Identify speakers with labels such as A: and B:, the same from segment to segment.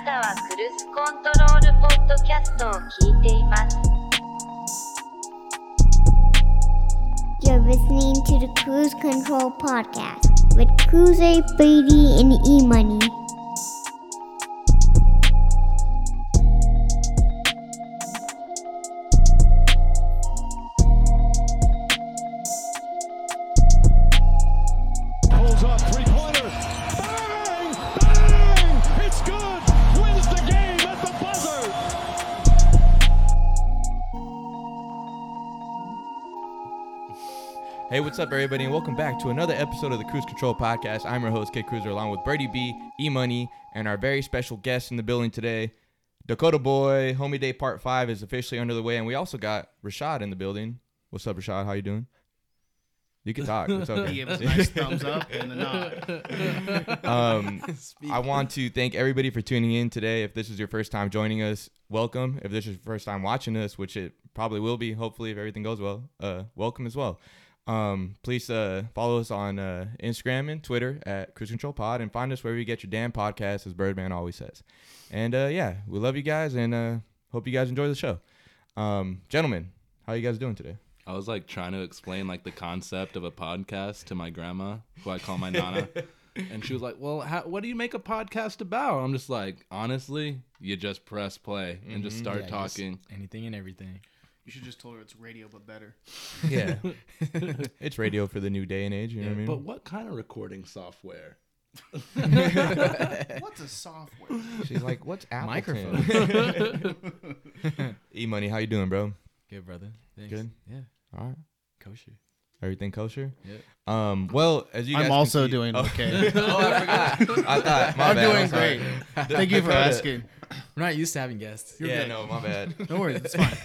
A: ルスコントロールポッドキャストを聞いています。
B: You're listening to the Cruise Control Podcast with Cruise Brady and E Money.
C: Pulls up three pointer. Bang! Bang! It's good. Wins the game at the buzzer.
D: Hey, what's up, everybody, and welcome back to another episode of the Cruise Control Podcast. I'm your host, Kid Cruiser, along with Brady B, E Money, and our very special guest in the building today, Dakota Boy. Homie Day Part Five is officially under the way, and we also got Rashad in the building. What's up, Rashad? How you doing? You can talk. It's okay.
E: He gave us a nice thumbs up and a nod.
D: Um, I want to thank everybody for tuning in today. If this is your first time joining us, welcome. If this is your first time watching us, which it probably will be, hopefully, if everything goes well, uh, welcome as well. Um, please uh, follow us on uh, Instagram and Twitter at Cruise Control Pod and find us wherever you get your damn podcast, as Birdman always says. And uh, yeah, we love you guys and uh, hope you guys enjoy the show. Um, gentlemen, how you guys doing today?
F: I was like trying to explain like the concept of a podcast to my grandma, who I call my nana, and she was like, "Well, how, what do you make a podcast about?" I'm just like, honestly, you just press play and Mm-hmm. just start talking.
G: anything and everything.
E: You should just tell her it's radio, but better.
D: Yeah, it's radio for the new day and age. You know what I mean?
F: But what kind of recording software?
E: What's a software?
D: She's like, "What's Appleton?"
G: Microphone.
D: E Money, how you doing, bro?
G: Good brother. Thanks.
D: Good?
G: Yeah.
D: All right,
G: Kosher.
D: everything kosher.
G: Yep.
D: Um, well, as you, guys
E: I'm
D: can
E: also
D: see-
E: doing
D: Oh,
E: okay.
D: oh, I forgot. I thought my
E: I'm
D: bad,
E: doing
D: sorry.
E: great. Thank you for
D: Dakota-
E: asking.
G: We're not used to having guests.
D: Yeah, no, my bad.
G: Don't worry, it's fine.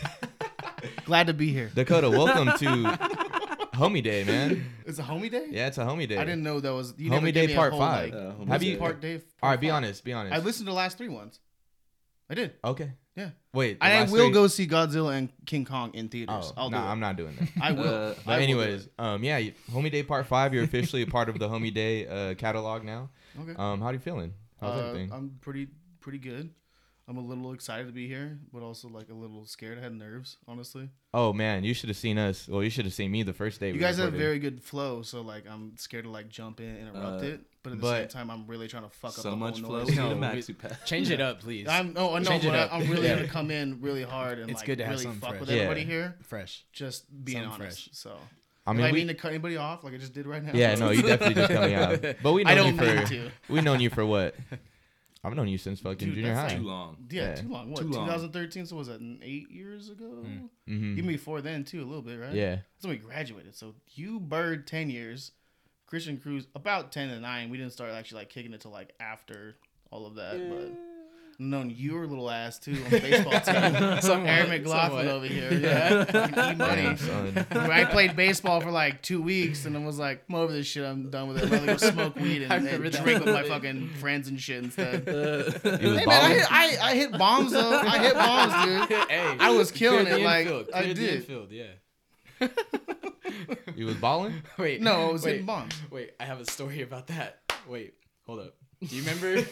E: Glad to be here.
D: Dakota, welcome to Homie Day, man.
E: It's a homie day.
D: Yeah, it's a Homie Day.
E: I didn't know that was you never
D: Homie Day
E: gave me a
D: Part
E: whole,
D: Five.
E: Like,
F: Homie
D: Have
F: Day.
D: you?
E: part day. Part
D: All right, be
E: five.
D: honest. Be honest.
E: I listened to the last three ones. I did.
D: Okay.
E: Yeah.
D: Wait. the
E: I
D: last
E: will
D: three-
E: go see Godzilla and King Kong in theaters.
D: Oh,
E: I'll
D: no,
E: do it.
D: I'm not doing that.
E: I will. I will
F: Uh,
D: But
E: do
D: anyways,
E: it.
D: um, yeah, you- Homie Day Part Five. You're officially a part of the Homie Day uh, catalog now.
E: Okay.
D: Um, how are you feeling? How's
E: Uh,
D: everything?
E: I'm pretty pretty good. I'm a little excited to be here, but also like a little scared. I had nerves, honestly.
D: Oh man, you should have seen us. Well, you should have seen me the first day.
E: You
D: we
E: guys have
D: recorded.
E: very good flow, so like I'm scared to like jump in and interrupt
F: Uh,
E: it, but at the
D: but-
E: same time I'm really trying to fuck up
F: So
E: the
F: much
E: whole
F: flow.
E: noise.
F: We need
G: No,
F: a
G: we-
F: maxi pad.
G: Change it up, please.
E: I'm oh I know,
G: Change it
E: but I,
G: up.
E: I'm really
G: Yeah.
E: gonna come in really hard and
G: It's
E: like
G: good to have
E: really
G: something
E: fuck with
G: fresh.
E: everybody
D: Yeah.
E: here.
G: fresh.
E: Just being
G: Something
E: honest.
G: fresh.
E: So
D: I
E: I
D: mean,
E: mean, I
D: we-
E: mean to cut anybody off like I just did right now.
D: Yeah, no, you definitely just coming out. But we know
E: I don't
D: you
E: mean
D: for
E: to.
D: we've known you for what? I've known you since fucking
E: Dude,
D: junior
E: that's
D: high.
F: Too long.
E: Yeah,
D: Yeah.
E: too long. What?
F: Too long.
E: 2013. So was that n- eight years ago?
G: Mm.
D: Mhm.
E: Even before then, too, a little bit, right?
D: Yeah.
E: That's when we graduated. So you bird ten years, Christian Cruz about ten and nine. We didn't start actually like kicking it till like after all of that, but. Known your little ass too on the baseball team.
G: Somewhat,
E: Aaron McLaughlin over
G: somewhat.
E: here. Yeah. Fucking E-money.
D: Damn, son.
E: Remember, I played baseball for like two weeks and then was like, I'm over this shit. I'm done with it. I'm gonna go smoke weed and,
G: I
E: and
G: remember that.
E: drink with my fucking friends and shit instead.
D: You was
E: Hey man, I
D: balling?
E: hit, I, I hit bombs though. I hit bombs, dude.
G: Hey,
E: I was killing
G: cleared
E: it,
G: the
E: like,
G: infield,
E: I
G: cleared the
E: did.
G: infield, yeah.
D: You was balling?
G: Wait.
E: No, I was
G: wait,
E: hitting bombs.
G: Wait, I have a story about that. Wait, hold up. Do you remember?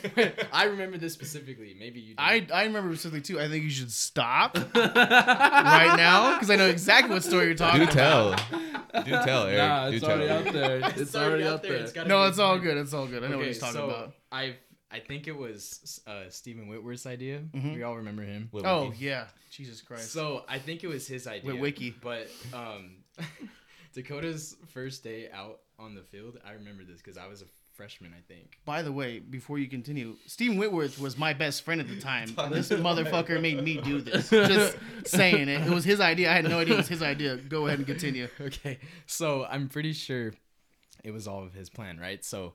G: I remember this specifically. Maybe you. do.
E: I, I remember specifically too. I think you should stop right now because I know exactly what story you're talking
D: Do
E: about.
D: tell. Do tell, Eric.
F: Nah,
D: Do
F: it's
D: tell.
F: already out there. It's, already out there.
G: It's gotta
E: No,
G: be-
E: it's all good. It's all good. I know what
G: Okay,
E: he's talking
G: so
E: about.
G: I I think it was uh, Stephen Whitworth's idea.
E: Mm-hmm.
G: We all remember him.
D: Wait, wait,
E: Oh
D: wait.
E: yeah, Jesus Christ.
G: So I think it was his idea.
E: Wiki.
G: But um, Dakota's first day out on the field, I remember this because I was a freshman, I think.
E: By the way, before you continue, Stephen Whitworth was my best friend at the time. This motherfucker made me do this. Just saying it. It was his idea. I had no idea it was his idea. Go ahead and continue.
G: Okay, so I'm pretty sure it was all of his plan, right? So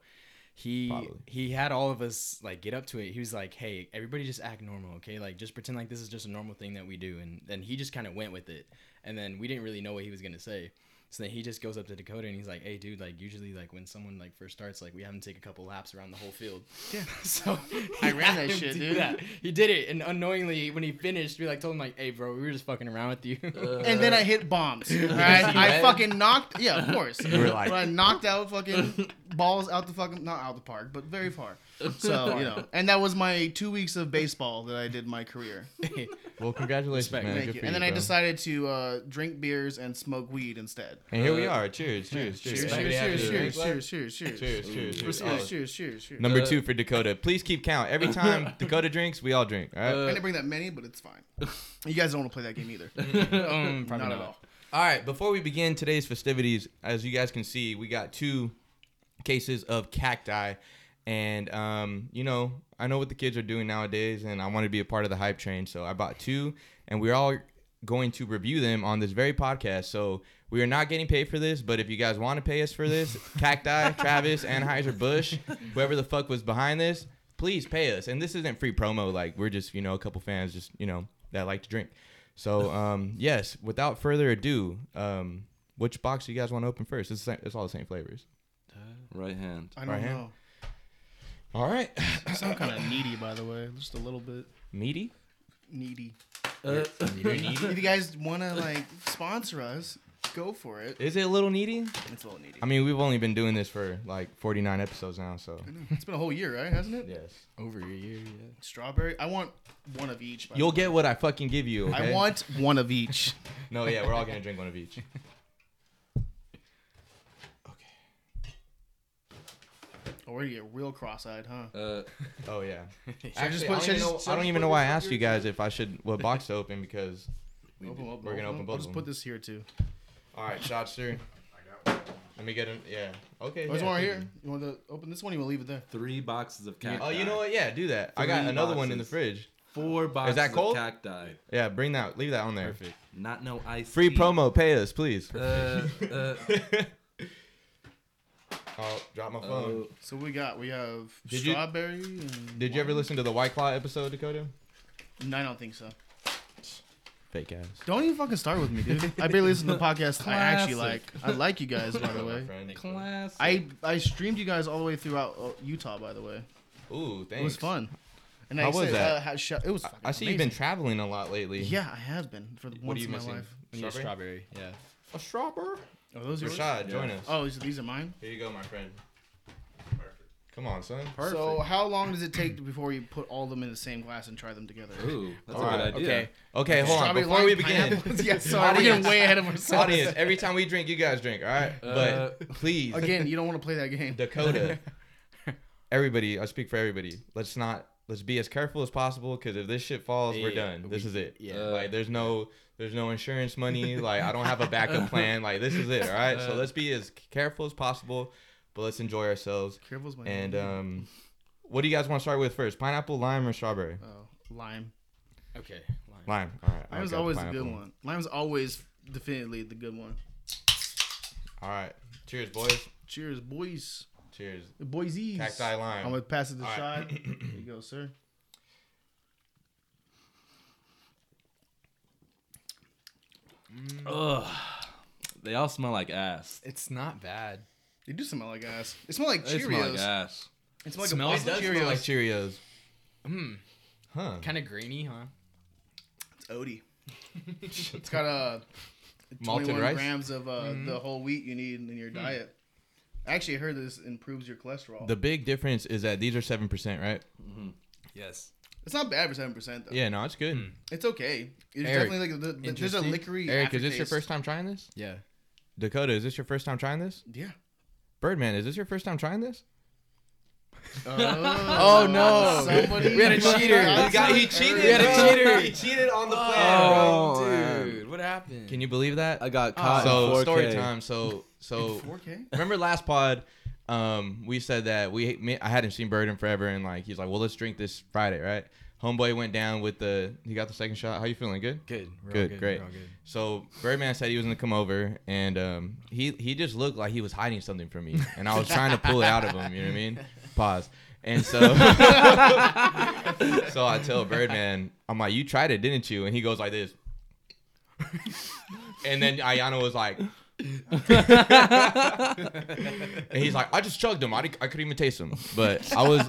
G: he
D: Probably.
G: he had all of us like get up to it. He was like, "Hey, everybody, just act normal, okay? Like, just pretend like this is just a normal thing that we do." And then he just kind of went with it. And then we didn't really know what he was gonna say. So then he just goes up to Dakota and he's like, "Hey, dude, like usually like when someone like first starts, like we have him take a couple laps around the whole field." Yeah. so
E: I
G: he
E: ran
G: had
E: that
G: him
E: shit,
G: do
E: dude.
G: He did it, and unknowingly when he finished, we like told him like, "Hey, bro, we were just fucking around with you."
E: and then I hit bombs. Right? I
D: mad?
E: fucking knocked. Yeah, of course.
D: were like-
E: But I knocked out fucking balls out the fucking not out the park, but very far. So you know, and that was my two weeks of baseball that I did my career.
D: Well, congratulations,
G: Respect.
D: man.
E: Thank
D: Good
E: you.
D: for
E: And then I
D: bro.
E: decided to uh, drink beers and smoke weed instead.
D: And here we are. Cheers, cheers,
E: Cheers!
D: cheers.
E: Uh, Cheers!
D: Everybody have
E: Cheers!
D: to drink
E: Cheers!
D: one?
E: Cheers! Cheers! Cheers!
D: Cheers, cheers,
E: Cheers!
D: cheers.
E: Cheers!
D: Oh.
E: Cheers! Cheers! Cheers!
D: Number
F: Uh,
D: two for Dakota. Please keep count. Every time Dakota drinks, we all drink. All right.
E: I didn't bring that many, but it's fine. You guys don't want to play that game either.
G: um,
E: not,
G: probably
E: at all.
D: all right. Before we begin today's festivities, as you guys can see, we got two cases of cacti, and um, you know, I know what the kids are doing nowadays, and I want to be a part of the hype train, so I bought two, and we're all going to review them on this very podcast. So. We are not getting paid for this, but if you guys want to pay us for this, Cacti, Travis, Anheuser Busch, whoever the fuck was behind this, please pay us. And this isn't free promo. Like we're just you know a couple fans just you know that like to drink. So um, yes, without further ado, um, which box do you guys want to open first? It's, the same, it's all the same flavors.
F: Right hand.
E: I don't
D: Right hand.
E: know.
D: All right,
E: You sound kind of needy, by the way. Just a little bit
D: meaty.
E: needy.
G: not.
E: If you guys want to like sponsor us, go for it.
D: Is it a little needy?
E: It's a little needy.
D: I mean, we've only been doing this for like 49 episodes now, so
E: It's been a whole year, right? Hasn't it?
D: yes,
G: Over a year, yeah.
E: Strawberry. I want one of each. by the
D: you'll
E: way.
D: get what I fucking give you.
E: I
D: okay?
E: want one of each.
D: No, yeah, we're all gonna drink one of each.
E: Or you Oh, get real cross-eyed, huh?
F: Uh,
D: Oh yeah.
E: I
D: Actually,
E: just put-
D: I, don't
E: should I
D: even know,
E: just-
D: I don't even know why I asked you guys if I should what box to open because.
E: Open, open,
D: we're gonna open both
E: I'll just
D: of
E: put
D: them.
E: this here too. Oh,
D: All right, shots through. Let me get him. Yeah. Okay.
E: There's
D: yeah,
E: one right
D: thank
E: here. You want to open this one? You want to leave it there?
F: three boxes of
D: you.
F: cacti.
D: Oh, you know what? Yeah, do that. I got
F: Three
D: another one in the
F: boxes.
D: fridge.
F: Four boxes
D: cold?
F: of cacti.
D: Yeah, bring that. Leave that on there.
G: Perfect.
F: Not no ice.
D: Free
F: tea.
D: promo. Pay us, please.
F: Uh, uh,
D: oh, drop my phone.
F: oh,
E: So we got we have
D: Did you-
E: strawberry. and
D: Did you ever
E: one-
D: listen to the White Claw episode, Dakota?
E: No, I don't think so.
D: Fake ass.
E: Don't even fucking start with me, dude. I barely listen to the podcast I actually like.
F: Classic.
E: I like you guys, by
D: My
E: the way.
D: friend.
F: classic.
E: I I streamed you guys all the way throughout uh, Utah, by the way.
D: Ooh, thanks.
E: It was fun. And
D: How
E: I
D: was
E: said,
D: that?
E: Uh, how sh- it was. Fucking
D: I see you've been
E: amazing.
D: traveling a lot lately.
E: Yeah, I have been for the
D: What
E: once
D: are you
E: in my
D: missing?
E: life.
G: We need a strawberry, yeah.
D: A strawberry?
E: Are those yours?
D: Rashad, join
F: Yeah.
D: us.
E: Oh, so these are mine.
D: Here you go, my friend. Come on, son.
E: So how long does it take before you put all of them in the same glass and try them together?
F: Ooh, that's a
D: All
F: good
D: right,
F: idea.
G: Okay.
D: Okay, hold on.
E: Strawberry
D: Before
E: lime
D: we begin,
E: pineapple. yeah, sorry, we're getting way ahead of ourselves.
D: audience, every time we drink, you guys drink, all right? but please,
E: Again, you don't want to play that game.
D: Dakota, everybody, I speak for everybody. Let's not let's be as careful as possible because if this shit falls, we're
G: Yeah,
D: done. This
G: we-
D: is it.
G: yeah. Uh-huh.
D: like there's no there's no insurance money. like I don't have a backup plan. Like this is it. All right. so let's be as careful as possible, but let's enjoy ourselves.
E: Careful's my
D: And
E: name.
D: um, what do you guys want to start with first? Pineapple, lime, or strawberry?
G: Uh,
E: oh, lime.
G: Okay. Lime.
D: Lime. All right. I
E: Lime's
D: got
E: always the
D: pineapple.
E: good one. Lime's always definitely the good one.
D: All right. Cheers, boys.
E: Cheers, boys.
D: Cheers.
E: Boysies.
D: Cacti lime.
E: I'm gonna pass it to
D: All
E: Shad.
D: right.
E: There you go, sir.
F: Ugh. They all smell like ass.
G: It's not bad.
E: They do smell like ass. It smell like
F: They
E: Cheerios.
F: smell like ass.
E: It smell like
G: Smells-
E: a box
G: it
E: of
G: does
E: Cheerios.
D: like Cheerios.
G: Hmm.
D: Huh.
G: Kind of grainy, huh?
E: it's Odie. it's got a
D: Malted
E: 21
D: rice.
E: grams of uh, the whole wheat you need in your diet. Actually, I heard this improves your cholesterol.
D: The big difference is that these are seven percent, right?
G: Yes.
E: it's not bad for seven percent though.
D: Yeah, no, it's good.
E: It's okay. It's
D: Eric,
E: definitely like the, the, there's a
G: interesting.
E: liquory.
D: Eric, is this your
E: aftertaste.
D: first time trying this?
G: Yeah.
D: Dakota, is this your first time trying this?
E: Yeah.
D: Birdman, is this your first time trying this?
E: Oh,
G: no.
E: Somebody
G: We had a
E: fucking
G: cheater. We
E: outside
G: got-
E: Eric.
G: bro. cheater.
D: He cheated on the
G: Oh, dude, what happened?
D: Can you believe that?
F: I got
G: caught
F: caught.
D: Ah, so story time. So
G: Oh.
D: so
E: 4K.
D: remember last pod, um, we said that we me, I hadn't seen Bird in forever, and like he's like, well, let's drink this Friday, right? Homeboy went down with the he got the second shot. How you feeling? Good.
G: Good. We're all
D: Good,
G: We're
D: great.
G: all good.
D: So Birdman said he was gonna come over, and um, he he just looked like he was hiding something from me, and I was trying to pull it out of him. You know what I mean? Pause. And so, so I tell Birdman, I'm like, "You tried it, didn't you?" And he goes like this, and then Ayana was like, and he's like, "I just chugged him. I, di- I couldn't even taste him, but I was."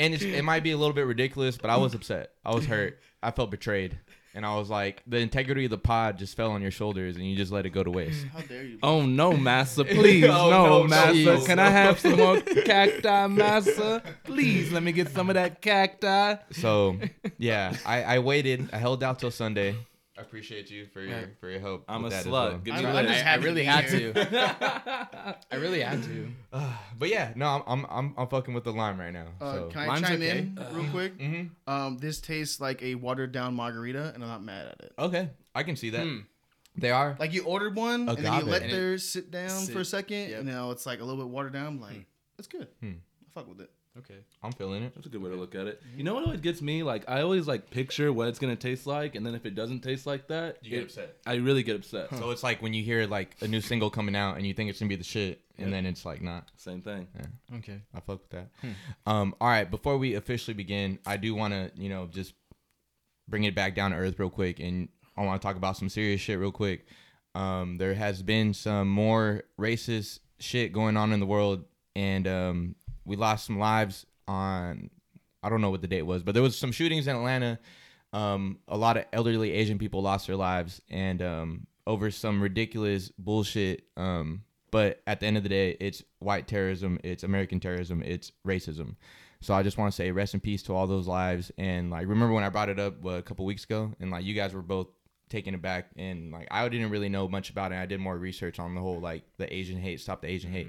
D: And it's, it might be a little bit ridiculous, but I was upset. I was hurt. I felt betrayed. and I was like, the integrity of the pod just fell on your shoulders, and you just let it go to waste.
E: How dare you?
F: Oh no, massa! Please,
D: Oh,
F: no,
D: no, no,
F: massa!
D: no,
F: Can
D: no.
F: I have some more cacti, massa? Please, let me get some of that cacti.
D: So yeah, I, I waited. I held out till Sunday. I appreciate you for your for your help.
F: I'm
D: with
F: a
D: that as
F: slut.
D: well.
F: Give
E: I'm-
F: me that.
E: I'm just
G: I, I
E: happy to
G: really
E: be
G: had
E: here.
G: to. I really had to.
D: But yeah, no, I'm I'm I'm, I'm fucking with the lime right now.
E: Uh,
D: so.
E: can I
G: mine's
E: chime
G: okay. Mm-hmm.
E: in real quick?
D: Mhm.
E: Um, this tastes like a watered down margarita, and I'm not mad at it.
D: Okay, I can see that.
G: Hmm.
D: They are.
E: Like you ordered one, and then you
D: Agave.
E: let
G: And it-
E: theirs sit down for a
G: sit-
E: second,
G: yep.
E: and now it's like a little bit watered down. I'm like, it's good.
D: Hmm.
E: I fuck with it.
G: Okay.
D: I'm feeling it.
F: That's a good way to look at it. You know what always gets me? Like I always like picture what it's gonna taste like, and then if it doesn't taste like that,
D: You get
F: it-
D: upset.
F: I really get upset.
D: So it's like when you hear like a new single coming out and you think it's gonna be the shit, and then it's like not.
F: Same thing.
G: Okay.
D: I fuck with that.
G: Hmm.
D: Um, all right, before we officially begin, I do want to, you know, just bring it back down to earth real quick, and I want to talk about some serious shit real quick. Um, there has been some more racist shit going on in the world, and um, we lost some lives on. I don't know what the date was, but there was some shootings in Atlanta. Um, a lot of elderly Asian people lost their lives, and um, over some ridiculous bullshit. Um, but at the end of the day, it's white terrorism, it's American terrorism, it's racism. So I just want to say rest in peace to all those lives. And like, remember when I brought it up uh, a couple weeks ago, and like you guys were both taken aback, and like I didn't really know much about it. I did more research on the whole like the Asian hate, stop the Asian hate,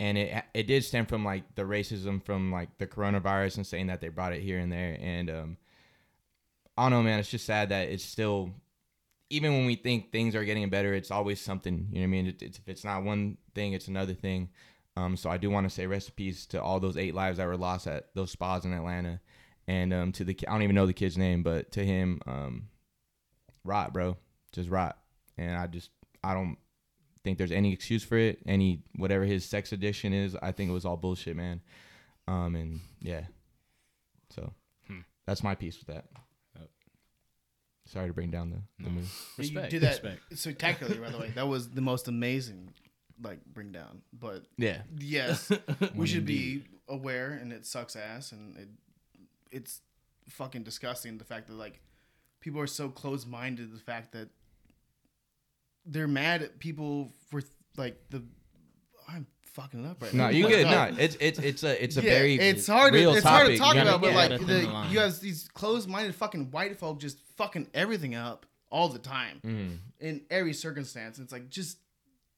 D: and it it did stem from like the racism from like the coronavirus and saying that they brought it here and there. And um, I don't know, man. It's just sad that it's still even when we think things are getting better, it's always something. You know what I mean? It, it's, if it's not one thing, it's another thing. Um, so I do want to say rest in peace to all those eight lives that were lost at those spas in Atlanta, and um, to the ki- I don't even know the kid's name, but to him, um, rot, bro, just rot. And I just I don't think there's any excuse for it. Any whatever his sex addiction is, I think it was all bullshit, man. Um, and yeah, so that's my piece with that. Sorry to bring down the, the mood.
G: Respect.
E: You did that
G: Respect.
E: spectacularly, by the way. That was the most amazing, like bring down. But
D: Yeah.
E: yes, we should be aware, and it sucks ass, and it it's fucking disgusting the fact that like people are so close minded. The fact that they're mad at people for like the I'm fucking up right
D: No,
E: now.
D: you
E: But,
D: good.
E: uh,
D: No, it's it's it's a it's a
E: yeah,
D: very
E: it's hard to,
D: real
E: it's
D: topic.
E: hard to talk
D: you know what
E: about,
D: I mean?
E: but like
G: gotta thin the
E: the,
G: line.
E: you guys these closed minded fucking white folk just fucking everything up all the time in every circumstance. It's like just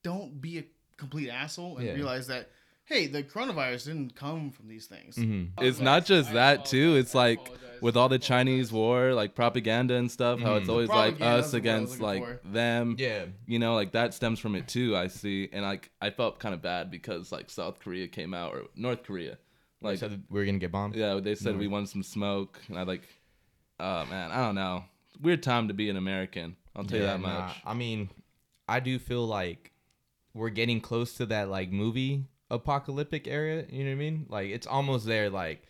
E: don't be a complete asshole and
D: Yeah.
E: realize that hey, the coronavirus didn't come from these things.
F: It's
E: Oh,
F: not just that too. It's like with all the Chinese war, like propaganda and stuff, how it's always like
E: Mm. Propaganda, that's
F: us
E: the word I was
F: against like
E: looking
F: them.
D: yeah,
F: You know, like that stems from it too. I see, and like I felt kind of bad because like South Korea came out or North Korea,
D: like
F: like
D: said we were gonna get bombed.
F: yeah, they
E: Mm-hmm.
F: said we wanted some smoke, and I like, oh man, I don't know. Weird time to be an American. I'll tell you
D: Yeah,
F: that
D: nah,
F: much.
D: I mean, I do feel like we're getting close to that like movie apocalyptic area. You know what I mean? Like it's almost there. Like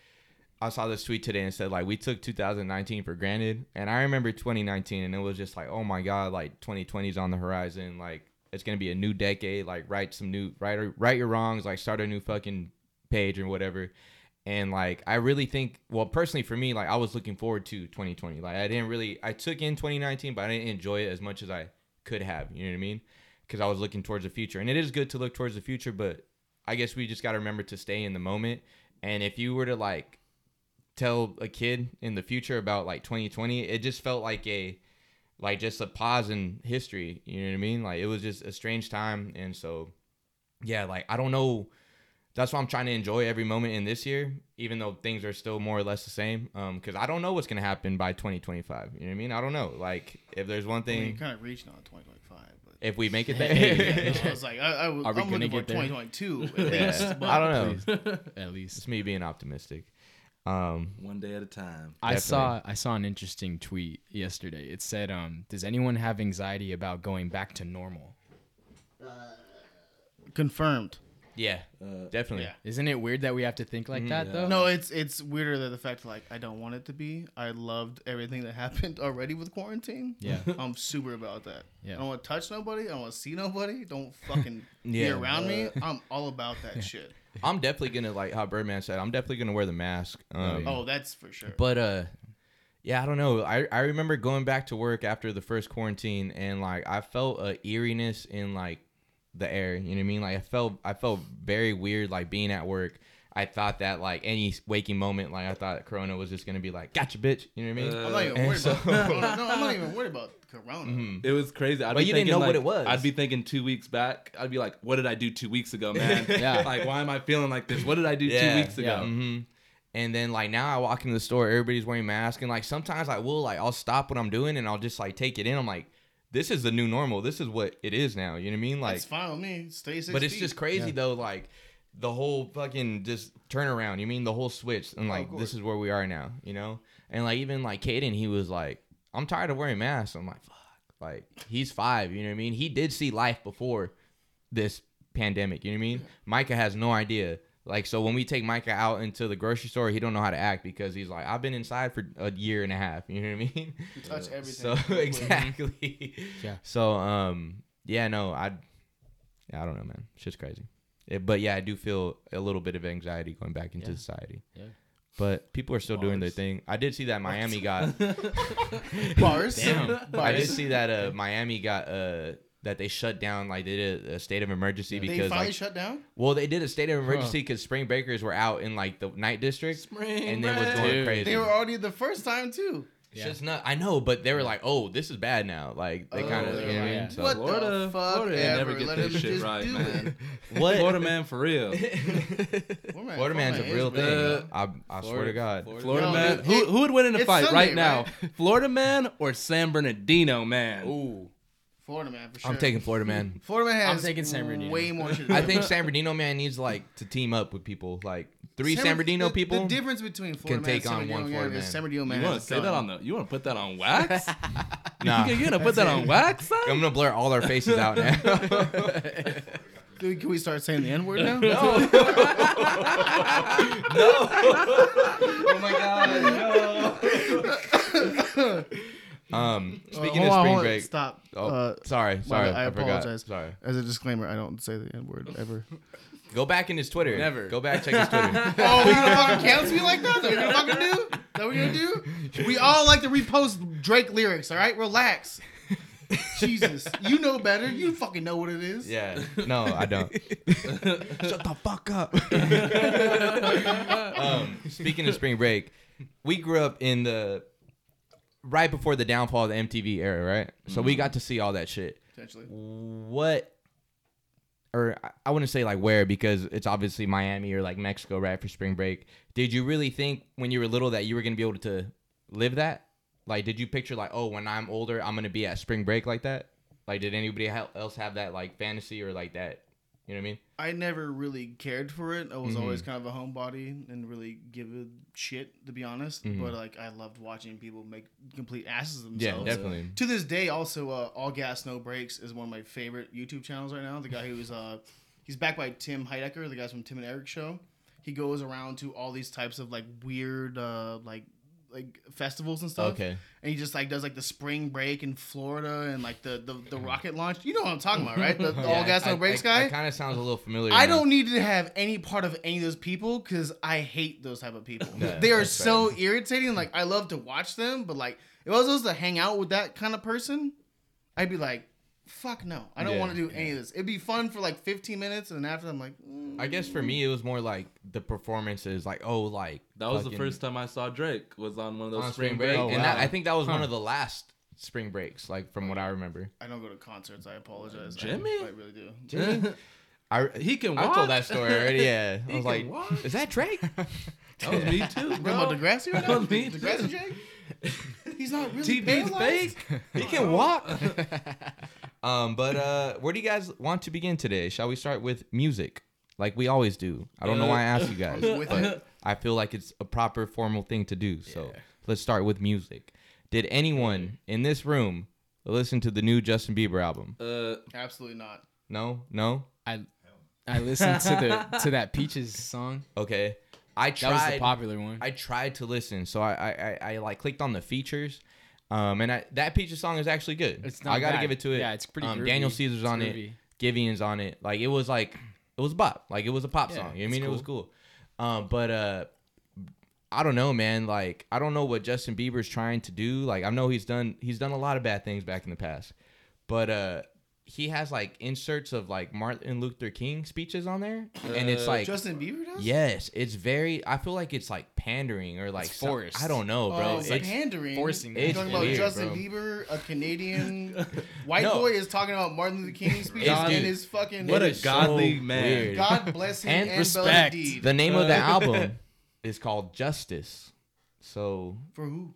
D: I saw this tweet today and said like we took 2019 for granted, and I remember 2019, and it was just like oh my god, like 2020's on the horizon. Like it's gonna be a new decade. Like write some new right right your wrongs. Like start a new fucking page or whatever. And like I really think, well, personally for me, like I was looking forward to 2020. Like I didn't really, I took in 2019, but I didn't enjoy it as much as I could have. You know what I mean? Because I was looking towards the future, and it is good to look towards the future, but I guess we just got to remember to stay in the moment. And if you were to like tell a kid in the future about like 2020, it just felt like a like just a pause in history. You know what I mean? Like it was just a strange time, and so yeah, like I don't know that's why I'm trying to enjoy every moment in this year, even though things are still more or less the same. Um, because I don't know what's gonna happen by 2025. You know what I mean? I don't know. Like, if there's one
E: I mean, you're
D: thing,
E: kind of reaching on 2025, but
D: if we make it
E: yeah,
D: there,
E: I was like, I, I, am
G: Are we
E: looking
G: gonna
E: for
G: get there?
E: 2022 at
D: Yeah.
E: least. but-
D: I don't know.
G: At least.
D: It's me being optimistic. Um,
F: One day at a time.
G: I
D: Definitely.
G: saw I saw an interesting tweet yesterday. It said, um, "Does anyone have anxiety about going back to normal?"
E: Confirmed.
D: yeah, definitely.
E: Uh, yeah.
G: Isn't it weird that we have to think like that though?
E: No, it's it's weirder than the fact like I don't want it to be. I loved everything that happened already with quarantine.
G: Yeah.
E: I'm super about that.
G: Yeah.
E: I don't want to touch nobody. I don't want to see nobody. Don't fucking be
D: Yeah.
E: around me. I'm all about that shit.
D: I'm definitely gonna like how Birdman said. I'm definitely gonna wear the mask. Um,
E: Oh, that's for sure.
D: but uh, Yeah, I don't know. I, I remember going back to work after the first quarantine and like I felt a eeriness in like the air. You know what I mean? Like I felt I felt very weird like being at work. I thought that like any waking moment, like I thought Corona was just gonna be like, gotcha, bitch. You know what I mean?
E: I'm not even
D: and
E: worried
D: so- Mm-hmm.
E: about. no, I'm not even worried about Corona.
F: It was crazy. I'd
D: But
F: be
D: you didn't
F: thinking,
D: know what
F: like-
D: it was.
F: I'd be thinking two weeks back. I'd be like, "What did I do two weeks ago, man?
G: Yeah.
F: Like, why am I feeling like this? What did I do
D: Yeah,
F: two weeks ago? Mm-hmm.
G: yeah.
D: hmm And then like now I walk into the store, everybody's wearing masks, and like sometimes I will like I'll stop what I'm doing and I'll just like take it in. I'm like, this is the new normal. This is what it is now. You know what I mean? Like
E: That's fine with me. Stay six
D: But it's
E: feet.
D: just crazy though, like the whole fucking just turnaround. You mean the whole switch
E: Oh,
D: and like this is where we are now, you know? And like even like Caden, he was like, I'm tired of wearing masks. I'm like, fuck. Like he's five, you know what I mean? He did see life before this pandemic, you know what I mean? Micah has no idea. Like so when we take Micah out into the grocery store, he don't know how to act because he's like, I've been inside for a year and a half, you know what I mean?
E: You touch everything.
D: So
E: real quick.
D: exactly.
G: Yeah.
D: So um yeah no I yeah, I don't know man shit's crazy, It- but yeah I do feel a little bit of anxiety going back into
G: Yeah.
D: society.
G: Yeah.
D: But people are still doing their
G: Bars.
D: thing. I did see that Miami got.
E: Bars.
D: I did see that uh Miami got uh that they shut down like they did a, a state of emergency
E: They
D: because
E: finally
D: like,
E: shut down.
D: well they did a state of emergency because spring breakers were out in like the night district
F: Spring
D: and they was
F: break.
D: going
F: Dude.
D: crazy.
E: They were already the first time too.
D: It's just not. I know, but they were like, "Oh, this is bad now." Like they
E: Oh,
D: kind of,
E: they're
D: you know what I mean?
G: like,
D: So-
E: What the
F: Florida-
E: fuck
F: Florida
E: ever.
F: never get
E: Let
F: this
E: him
F: shit
E: just
F: right,
E: do
F: man.
D: What?
F: Florida man for real.
E: Florida,
D: Florida man's a real thing.
F: Uh,
D: I, I swear to God.
F: Florida
E: No,
F: man.
E: it-
F: who, who would win in a
E: it's
F: fight
E: Sunday,
F: right now? Florida man or San Bernardino man?
G: Ooh.
E: Florida man for sure.
D: I'm taking Florida man.
E: Florida man
G: I'm
E: has
G: taking San Bernardino.
E: way more shit. to
D: I
E: do.
D: think San Bernardino man needs like to team up with people like three San,
E: Bern-
D: Bernardino
E: the-
D: people.
E: The difference between Florida man
D: take
E: and San
D: on
E: Bernardino
D: one Florida
E: is
D: man.
E: San Bernardino man.
F: You want
E: has
F: to
E: a
F: say that
E: gun.
F: on the? You want to put that on wax?
D: nah,
F: you gonna put that on wax? son?
D: I'm gonna blur all our faces out now.
E: Dude, can we start saying the N word now?
D: oh my God. um, speaking of
E: Uh, Hold on,
D: spring
E: hold on.
D: break.
E: Stop.
D: Oh,
E: Uh,
D: sorry, sorry,
E: I
D: I, forgot.
E: apologize.
D: Sorry.
E: As a disclaimer, I don't say the N word ever.
D: Go back in his Twitter.
F: Never.
D: Go back check his Twitter.
E: Oh, we gonna fucking cancel you like that? That we gonna fucking do? That we gonna do? We all like to repost Drake lyrics, all right? Relax. Jesus, you know better. You fucking know what it is.
D: yeah. No, I don't. Shut the fuck up. um, speaking of spring break, we grew up in the right before the downfall of the MTV era, right? So
E: Mm-hmm.
D: we got to see all that shit.
E: Potentially.
D: What, or I- I wouldn't say like where because it's obviously Miami or like Mexico, right, for spring break. Did you really think when you were little that you were gonna be able to live that? Like, did you picture like, oh, when I'm older, I'm gonna be at spring break like that? Like, did anybody hel- else have that like fantasy or like that? You know what I mean?
E: I never really cared for it. I was always kind of a homebody and really give a shit, to be honest. But like, I loved watching people make complete asses of
D: Yeah,
E: themselves.
D: definitely.
E: To this day, also, uh, All Gas No Breaks is one of my favorite YouTube channels right now. The guy who's uh, he's backed by Tim Heidecker, the guys from Tim and Eric show. He goes around to all these types of like weird uh, like like festivals and stuff.
D: Okay.
E: And he just like does like the spring break in Florida and like the the, the rocket launch. You know what I'm talking about, right? The, the All Gas No Breaks guy.
D: kind of sounds a little familiar.
E: I
D: now.
E: don't need to have any part of any of those people because I hate those type of people.
D: Yeah,
E: they are
D: that's
E: so irritating. Like I love to watch them, but like if I was supposed to hang out with that kind of person, I'd be like, "Fuck no, I don't
D: Yeah,
E: want to do any of this." It'd be fun for like 15 minutes, and then after I'm like, mm.
D: I guess for me, it was more like the performances, like oh, like
F: That was the
D: fucking-
F: first time I saw Drake. Was on one of those
D: on Oh,
F: spring, break. Oh,
D: and that, I think that was one
F: Huh.
D: of the last spring breaks, like from what I remember.
E: "I don't go to concerts. I apologize." I-
F: Jimmy?
E: I, really do.
D: I
F: He can
D: I
F: walk.
D: told that story already. Yeah, I was like,
F: can walk.
D: is that Drake?
F: that was me too,
E: Talking about
F: bro.
E: Degrassi right
F: That
E: now?
F: was me.
E: Degrassi Jake? He's not really
F: TV's
E: paralyzed?
F: fake.
D: he can walk. um, but uh, where do you guys want to begin today? Shall we start with music, like we always do? I don't know why I asked you guys,
E: With
D: but
E: it.
D: I feel like it's a proper formal thing to do. So let's start with music. Did anyone in this room listen to the new Justin Bieber album?
F: Uh,
E: Absolutely not.
D: No, no.
G: I I listened to the to that Peaches song.
D: Okay, I
G: That
D: tried.
G: was the popular one.
D: I tried to listen, so I, I, I, I like clicked on the features, um, and I, that Peaches song is actually good.
G: It's not
D: I gotta
G: bad.
D: give it to it.
G: Yeah, it's pretty
D: Um,
G: groovy.
D: Daniel Caesar's
G: It's
D: on
G: groovy.
D: it. Givian's on it. Like it was like it was a bop. Like it was a pop song. You know what I
G: it's
D: mean it was cool. Um, but uh, I don't know, man. Like I don't know what Justin Bieber's trying to do. Like I know he's done he's done a lot of bad things back in the past, but uh he has like inserts of like Martin Luther King speeches on there, and it's like
E: Justin Bieber does?
D: yes, it's very. I feel like it's like pandering or like some-
G: forced.
D: I don't know, bro.
E: Oh,
D: it's
E: it's
D: like,
E: pandering.
G: forcing
E: You're
D: it.
E: talking
D: It's
E: about
D: weird,
E: Justin
D: bro.
E: Bieber, a Canadian white
D: No.
E: boy, is talking about Martin Luther King's speech
D: It's-
E: and
D: dude,
E: his fucking.
F: What
D: it
F: a
D: is
F: godly man. Uh,
D: weird.
E: God bless him
D: And
E: and,
G: respect.
E: Bella Hadid.
D: the name of the album is called Justice. So
E: For who?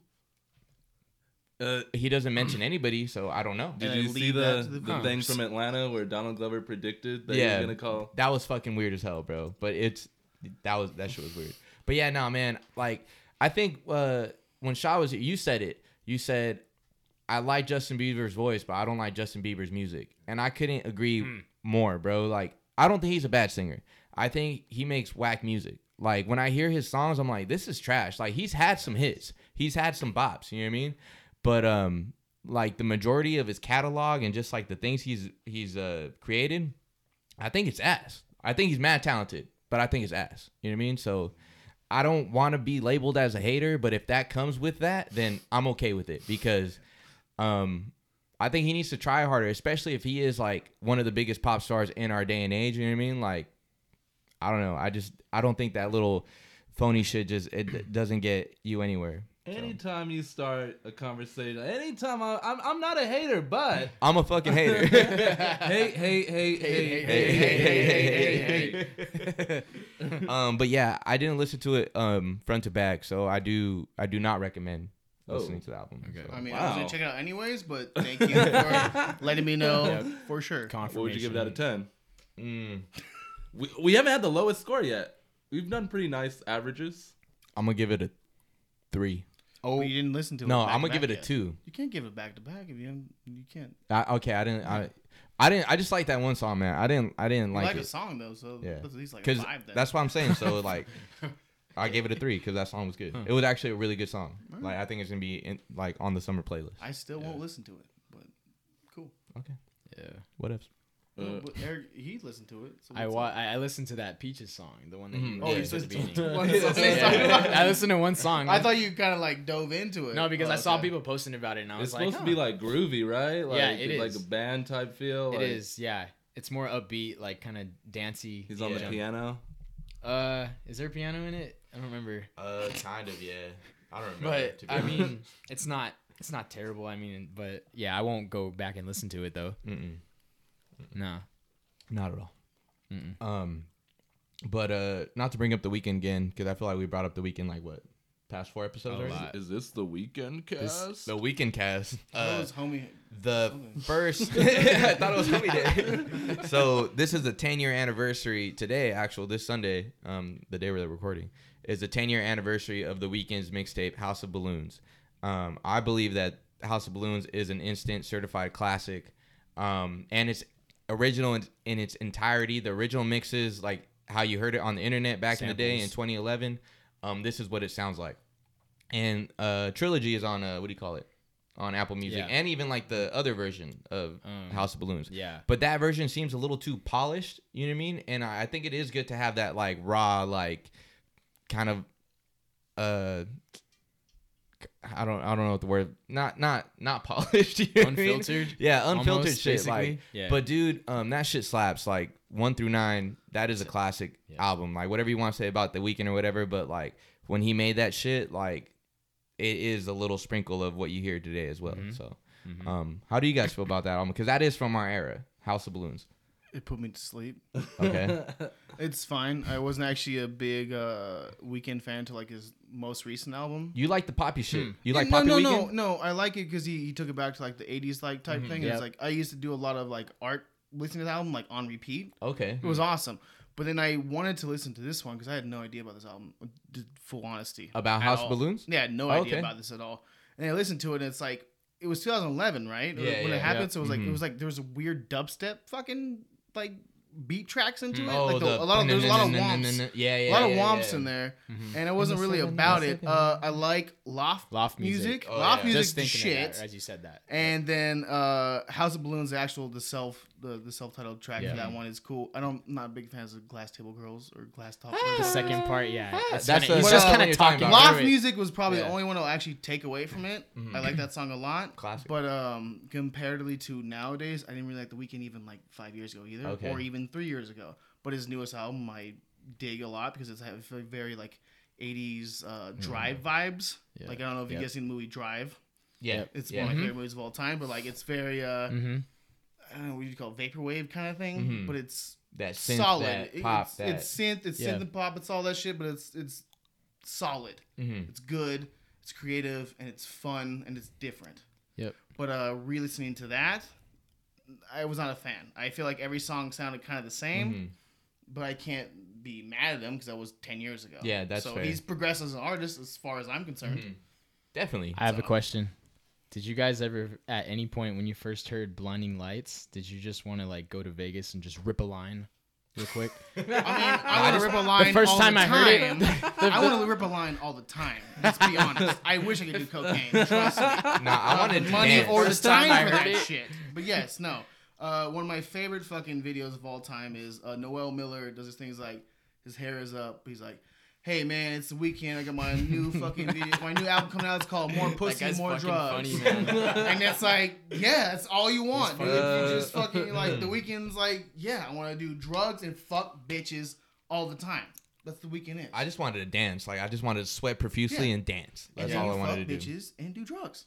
F: Uh,
D: he doesn't mention anybody, so I don't know.
F: did
E: And I
F: you see
E: leave that
F: the,
E: to
F: the,
E: the
F: thing
E: viewers.
F: from Atlanta where Donald Glover predicted that
D: Yeah.
F: he was gonna call?
D: That was fucking weird as hell, bro. But it's that was that shit was weird. But yeah, nah, man. Like I think uh, when Shaw was here, you said it. You said I like Justin Bieber's voice, but I don't like Justin Bieber's music, and I couldn't agree
F: Hmm.
D: more, bro. Like I don't think he's a bad singer. I think he makes whack music. Like when I hear his songs, I'm like, this is trash. Like he's had some hits, he's had some bops. You know what I mean? But um, like the majority of his catalog and just like the things he's he's uh created, I think it's ass. I think he's mad talented, but I think it's ass. You know what I mean? So I don't want to be labeled as a hater, but if that comes with that, then I'm okay with it because um I think he needs to try harder, especially if he is like one of the biggest pop stars in our day and age, you know what I mean? Like I don't know. I just I don't think that little phony shit just it doesn't get you anywhere.
F: Anytime you start a conversation, anytime I, I'm, I'm not a hater, but
D: I'm a fucking hater.
F: hey, hey, hey, hey, hey,
D: hey, hey, hey,
F: hey,
D: um but yeah, I didn't listen to it um front to back, so I do I do not recommend listening
F: Oh.
D: to the album.
G: Okay.
E: I mean, I
F: Wow.
E: was gonna check it out anyways, but thank you for letting me know for sure.
G: Confirmation.
F: What would you give it out of ten?
D: Mm.
F: We, we haven't had the lowest score yet. We've done pretty nice averages.
D: I'm gonna give it a three.
E: Oh, you didn't listen to it.
D: No,
E: back
D: I'm
E: to
D: gonna give
E: back
D: it a
E: yet.
D: two.
E: You can't give it back to back if you haven't- you can't.
D: I, okay, I didn't. I, I didn't. I just like that one song, man. I didn't. I didn't
E: You like,
D: like
E: a
D: it
E: song though, so
D: Yeah.
E: that's at least like a
D: because
E: five. Then.
D: that's what I'm saying. So like, I gave it a three because that song was good. It was actually a really good song. Like I think it's gonna be in, like on the summer playlist.
E: I still won't listen to it, but cool.
D: Okay,
G: Yeah.
D: what else?
E: No, but Eric, he listened to it. So
G: I,
E: what's
G: wa-
E: up?
G: I I listened to that Peaches song, the one that
F: Mm-hmm.
D: Mhm.
G: you
E: Oh,
G: oh,
E: you listened to
G: at the beginning. Yeah,
E: one song.
G: yeah. I listened to one song.
E: I thought you kind of like dove into it.
G: Mm-hmm. no, because
E: Oh,
G: I saw
E: okay.
G: people posting about it, and I was
F: It's
G: like,
F: supposed
G: huh,
F: to be like groovy, right? Like,
G: Yeah, it
F: Like
G: is.
F: a band type feel.
G: it
F: like,
G: is, yeah. It's more upbeat, like kind of dancey.
F: He's on
G: Yeah.
F: the piano.
G: Uh, is there piano in it? I don't remember.
D: Uh, kind of yeah. I don't
G: But I mean, it's not it's not terrible. I mean, but yeah, I won't go back and listen to it though.
D: Mm-mm,
G: No.
D: not at all. Um, but uh, not to bring up the weekend again because I feel like we brought up the weekend like what past four episodes
G: A
D: already.
G: lot.
F: Is this the weekend cast?
D: The weekend cast.
E: That
D: Uh,
E: was homie.
D: the
E: Something.
D: first I thought it was Homie Day. so this is the 10 year anniversary today, actual this Sunday, um, the day we're recording, is the 10 year anniversary of the weekend's mixtape House of Balloons. Um, I believe that House of Balloons is an instant certified classic, um, and it's original in, in its entirety. The original mixes, like how you heard it on the internet back in the day in
G: Samples.
D: 2011, um, this is what it sounds like and uh trilogy is on uh what do you call it on apple music
G: Yeah.
D: and even like the other version of
G: Um,
D: house of balloons
G: Yeah.
D: but that version seems a little too polished you know what i mean and i, I think it is good to have that like raw like kind of uh I don't I don't know what the word not not not polished you know what I mean?
G: Unfiltered,
D: yeah unfiltered
G: almost,
D: shit like
G: basically. Yeah.
D: but dude um that shit slaps like one through nine that is a classic
G: Yeah.
D: album like whatever you want to say about the weekend or whatever but like when he made that shit like it is a little sprinkle of what you hear today as well so
G: Mhm.
D: um how do you guys feel about that album because that is from our era House of Balloons
E: It put me to sleep.
D: okay
E: It's fine. I wasn't actually a big uh, weekend fan to like his most recent album.
D: you like the poppy
G: Hmm.
D: shit you like
E: no,
D: poppy
E: no,
D: weekend
E: no, no. I like it because he, he took it back to like the '80s like type thing.
G: Mm-hmm, Yep.
E: It's like I used to do a lot of like art listening to the album like on repeat.
D: okay
E: It was awesome. But then I wanted to listen to this one because I had no idea about this album. uh, d- Full honesty.
D: About
E: at
D: House
E: all.
D: Balloons?
E: Yeah, I had no
D: Oh,
E: idea
D: okay.
E: about this at all. And I listened to it, and it's like it was 2011, right?
D: Yeah,
E: when
D: yeah,
E: it happened,
D: yeah.
E: so it was like
D: Mhm.
E: it was like there was a weird dubstep fucking like beat tracks into it.
D: Oh,
E: like the,
D: the-
E: a lot of there's a lot of womps,
D: Yeah, yeah,
E: a lot of
D: yeah,
E: womps
D: yeah. Mm-hmm.
E: in there, and it wasn't really about it. Uh, I like loft
G: Loft music.
E: music,
D: Oh,
E: loft
D: yeah.
E: music,
G: Just thinking
E: shit.
G: of that as you said that.
E: And then uh, House of Balloons, the actual the self the, the self titled track
G: Yeah.
E: for that one is cool. I don't I'm not big fans of Glass Table Girls or Glass Top.
G: the
E: Girls.
G: second part, yeah. It's
D: That's
G: kinda,
D: a-
G: he's
E: Well,
G: just
E: uh,
G: kind
D: you're
G: of
D: talking
G: talking.
D: about
E: Loft
G: through it.
E: music was probably the
G: Yeah. Mm-hmm.
E: only one I'll actually take away from it. I like that song a lot.
D: Classic.
E: But um, comparatively to nowadays, I didn't really like The Weeknd even like five years ago either,
D: Okay.
E: or even three years ago. But his newest album, I dig a lot because it's have very like '80s uh, Drive vibes.
G: Mm-hmm. Yeah.
E: Like I don't know if you
G: Yep.
E: guys seen the movie Drive.
D: Yeah,
E: It's
D: yeah. Mm-hmm.
E: one of my favorite movies of all time, but like it's very uh,
G: Mm-hmm.
E: I don't know what you call it, vaporwave kind of thing,
D: Mhm.
E: but it's
D: that synth,
E: solid.
D: that
E: It-
D: pop,
E: it's,
D: that.
E: it's synth, it's
G: Yeah.
E: synth and pop, it's all that shit, but it's it's solid.
D: Mhm.
E: It's good, it's creative, and it's fun, and it's different.
G: Yep.
E: But uh, re-listening to that, I was not a fan. I feel like every song sounded kind of the same,
D: Mhm.
E: but I can't be mad at him because that was ten years ago.
D: Yeah, that's
E: so
D: fair. Mm-hmm.
E: he's progressed as an artist as far as I'm concerned.
D: Definitely.
G: I have a question. Did you guys ever, at any point when you first heard "Blinding Lights," did you just want to like go to Vegas and just rip a line, real quick?
E: I mean, I want to rip a line.
G: first
E: all
G: time
E: the
G: I heard it-
E: time. I want to rip a line all the time. Let's be honest. I wish I could do cocaine. Trust me.
D: Nah, I
E: the
D: wanted to
E: money
D: dance.
E: or the
G: First time
E: time
G: I
E: for that
G: heard it.
E: shit. But yes, no. Uh, one of my favorite fucking videos of all time is uh, Noel Miller does his things like his hair is up. He's like, "Hey man, it's the weekend. I got my new fucking video, my new album coming out. It's called More Pussy,
G: guy's
E: More
G: fucking
E: Drugs."
G: funny, man.
E: and it's like, yeah, that's all you want. dude.
F: fucking-
E: you just fucking like the weekend's like, yeah, I want to do drugs and fuck bitches all the time. That's the weekend is.
D: I just wanted to dance. Like I just wanted to sweat profusely
E: Yeah.
D: and dance.
E: And
D: That's
E: then
D: all
E: you
D: I wanted
E: fuck
D: to do.
E: bitches and do drugs.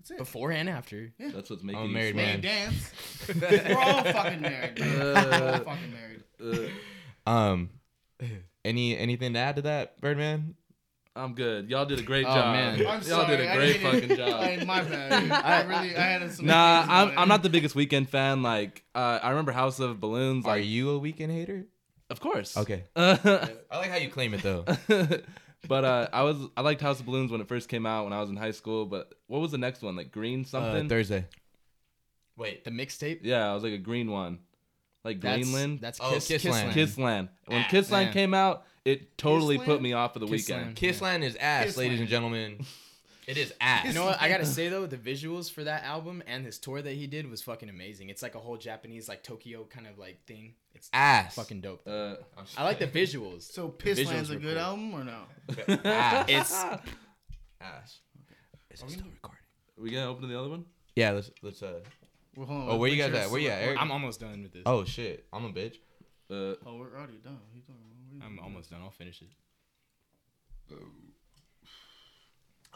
E: That's it.
G: Before and after.
F: That's what's making
D: I'm a
F: you
D: married
F: smile.
E: Man, dance. We're all fucking married. Man. We're all fucking married.
F: Uh,
D: Um, any anything to add to that, Birdman?
F: I'm good. Y'all did a great
G: Oh,
F: job.
G: man.
E: I'm
F: Y'all
E: sorry.
F: did a
E: I
F: great
E: didn't-
F: fucking job.
E: I, my bad. I really, I had some.
F: Nah,
E: feelings
F: I'm,
E: about
F: I'm
E: it.
F: not the biggest weekend fan. Like, uh, I remember House of Balloons.
D: Are
F: Like,
D: you a weekend hater?
F: of course.
D: Okay. Uh,
F: Uh,
D: I like how you claim it though.
F: but uh, I was I liked House of Balloons when it first came out when I was in high school. But what was the next one? Like Green
D: Uh,
F: something.
D: Thursday. Wait.
G: The mixtape.
F: yeah, it was like a green one, like
G: That's,
F: Greenland.
G: That's
D: Oh,
G: Kiss,
D: Kissland.
G: Kissland.
F: Kissland. When
G: Ah,
F: Kissland
G: yeah.
F: came out, it totally put
E: Kissland?
F: me off for the weekend.
G: Kissland.
D: Kissland is ass, ladies
E: Kissland.
D: and gentlemen. It is ass.
G: You know what? I gotta say though, the visuals for that album and his tour that he did was fucking amazing. It's like a whole Japanese like Tokyo kind of like thing. It's
D: Ass.
G: fucking dope. Though.
F: Uh,
G: I like the visuals.
E: So
G: The
E: Pissland's
G: visuals
E: a
G: were
E: good
G: cool.
E: album or no?
D: ass.
G: It's
D: ass. Is it still recording?
F: we gonna open the other one?
D: Yeah. Let's let's uh.
E: Well, hold on,
D: Oh, where you
E: make
D: guys
E: sure
D: at?
E: it's
D: Where you
E: still
D: at, Eric?
G: I'm almost done with this.
D: Oh shit. I'm a bitch.
F: Uh,
E: recording. Oh, we're already done. What are you talking about? What are you-
G: I'm almost done. I'll finish it.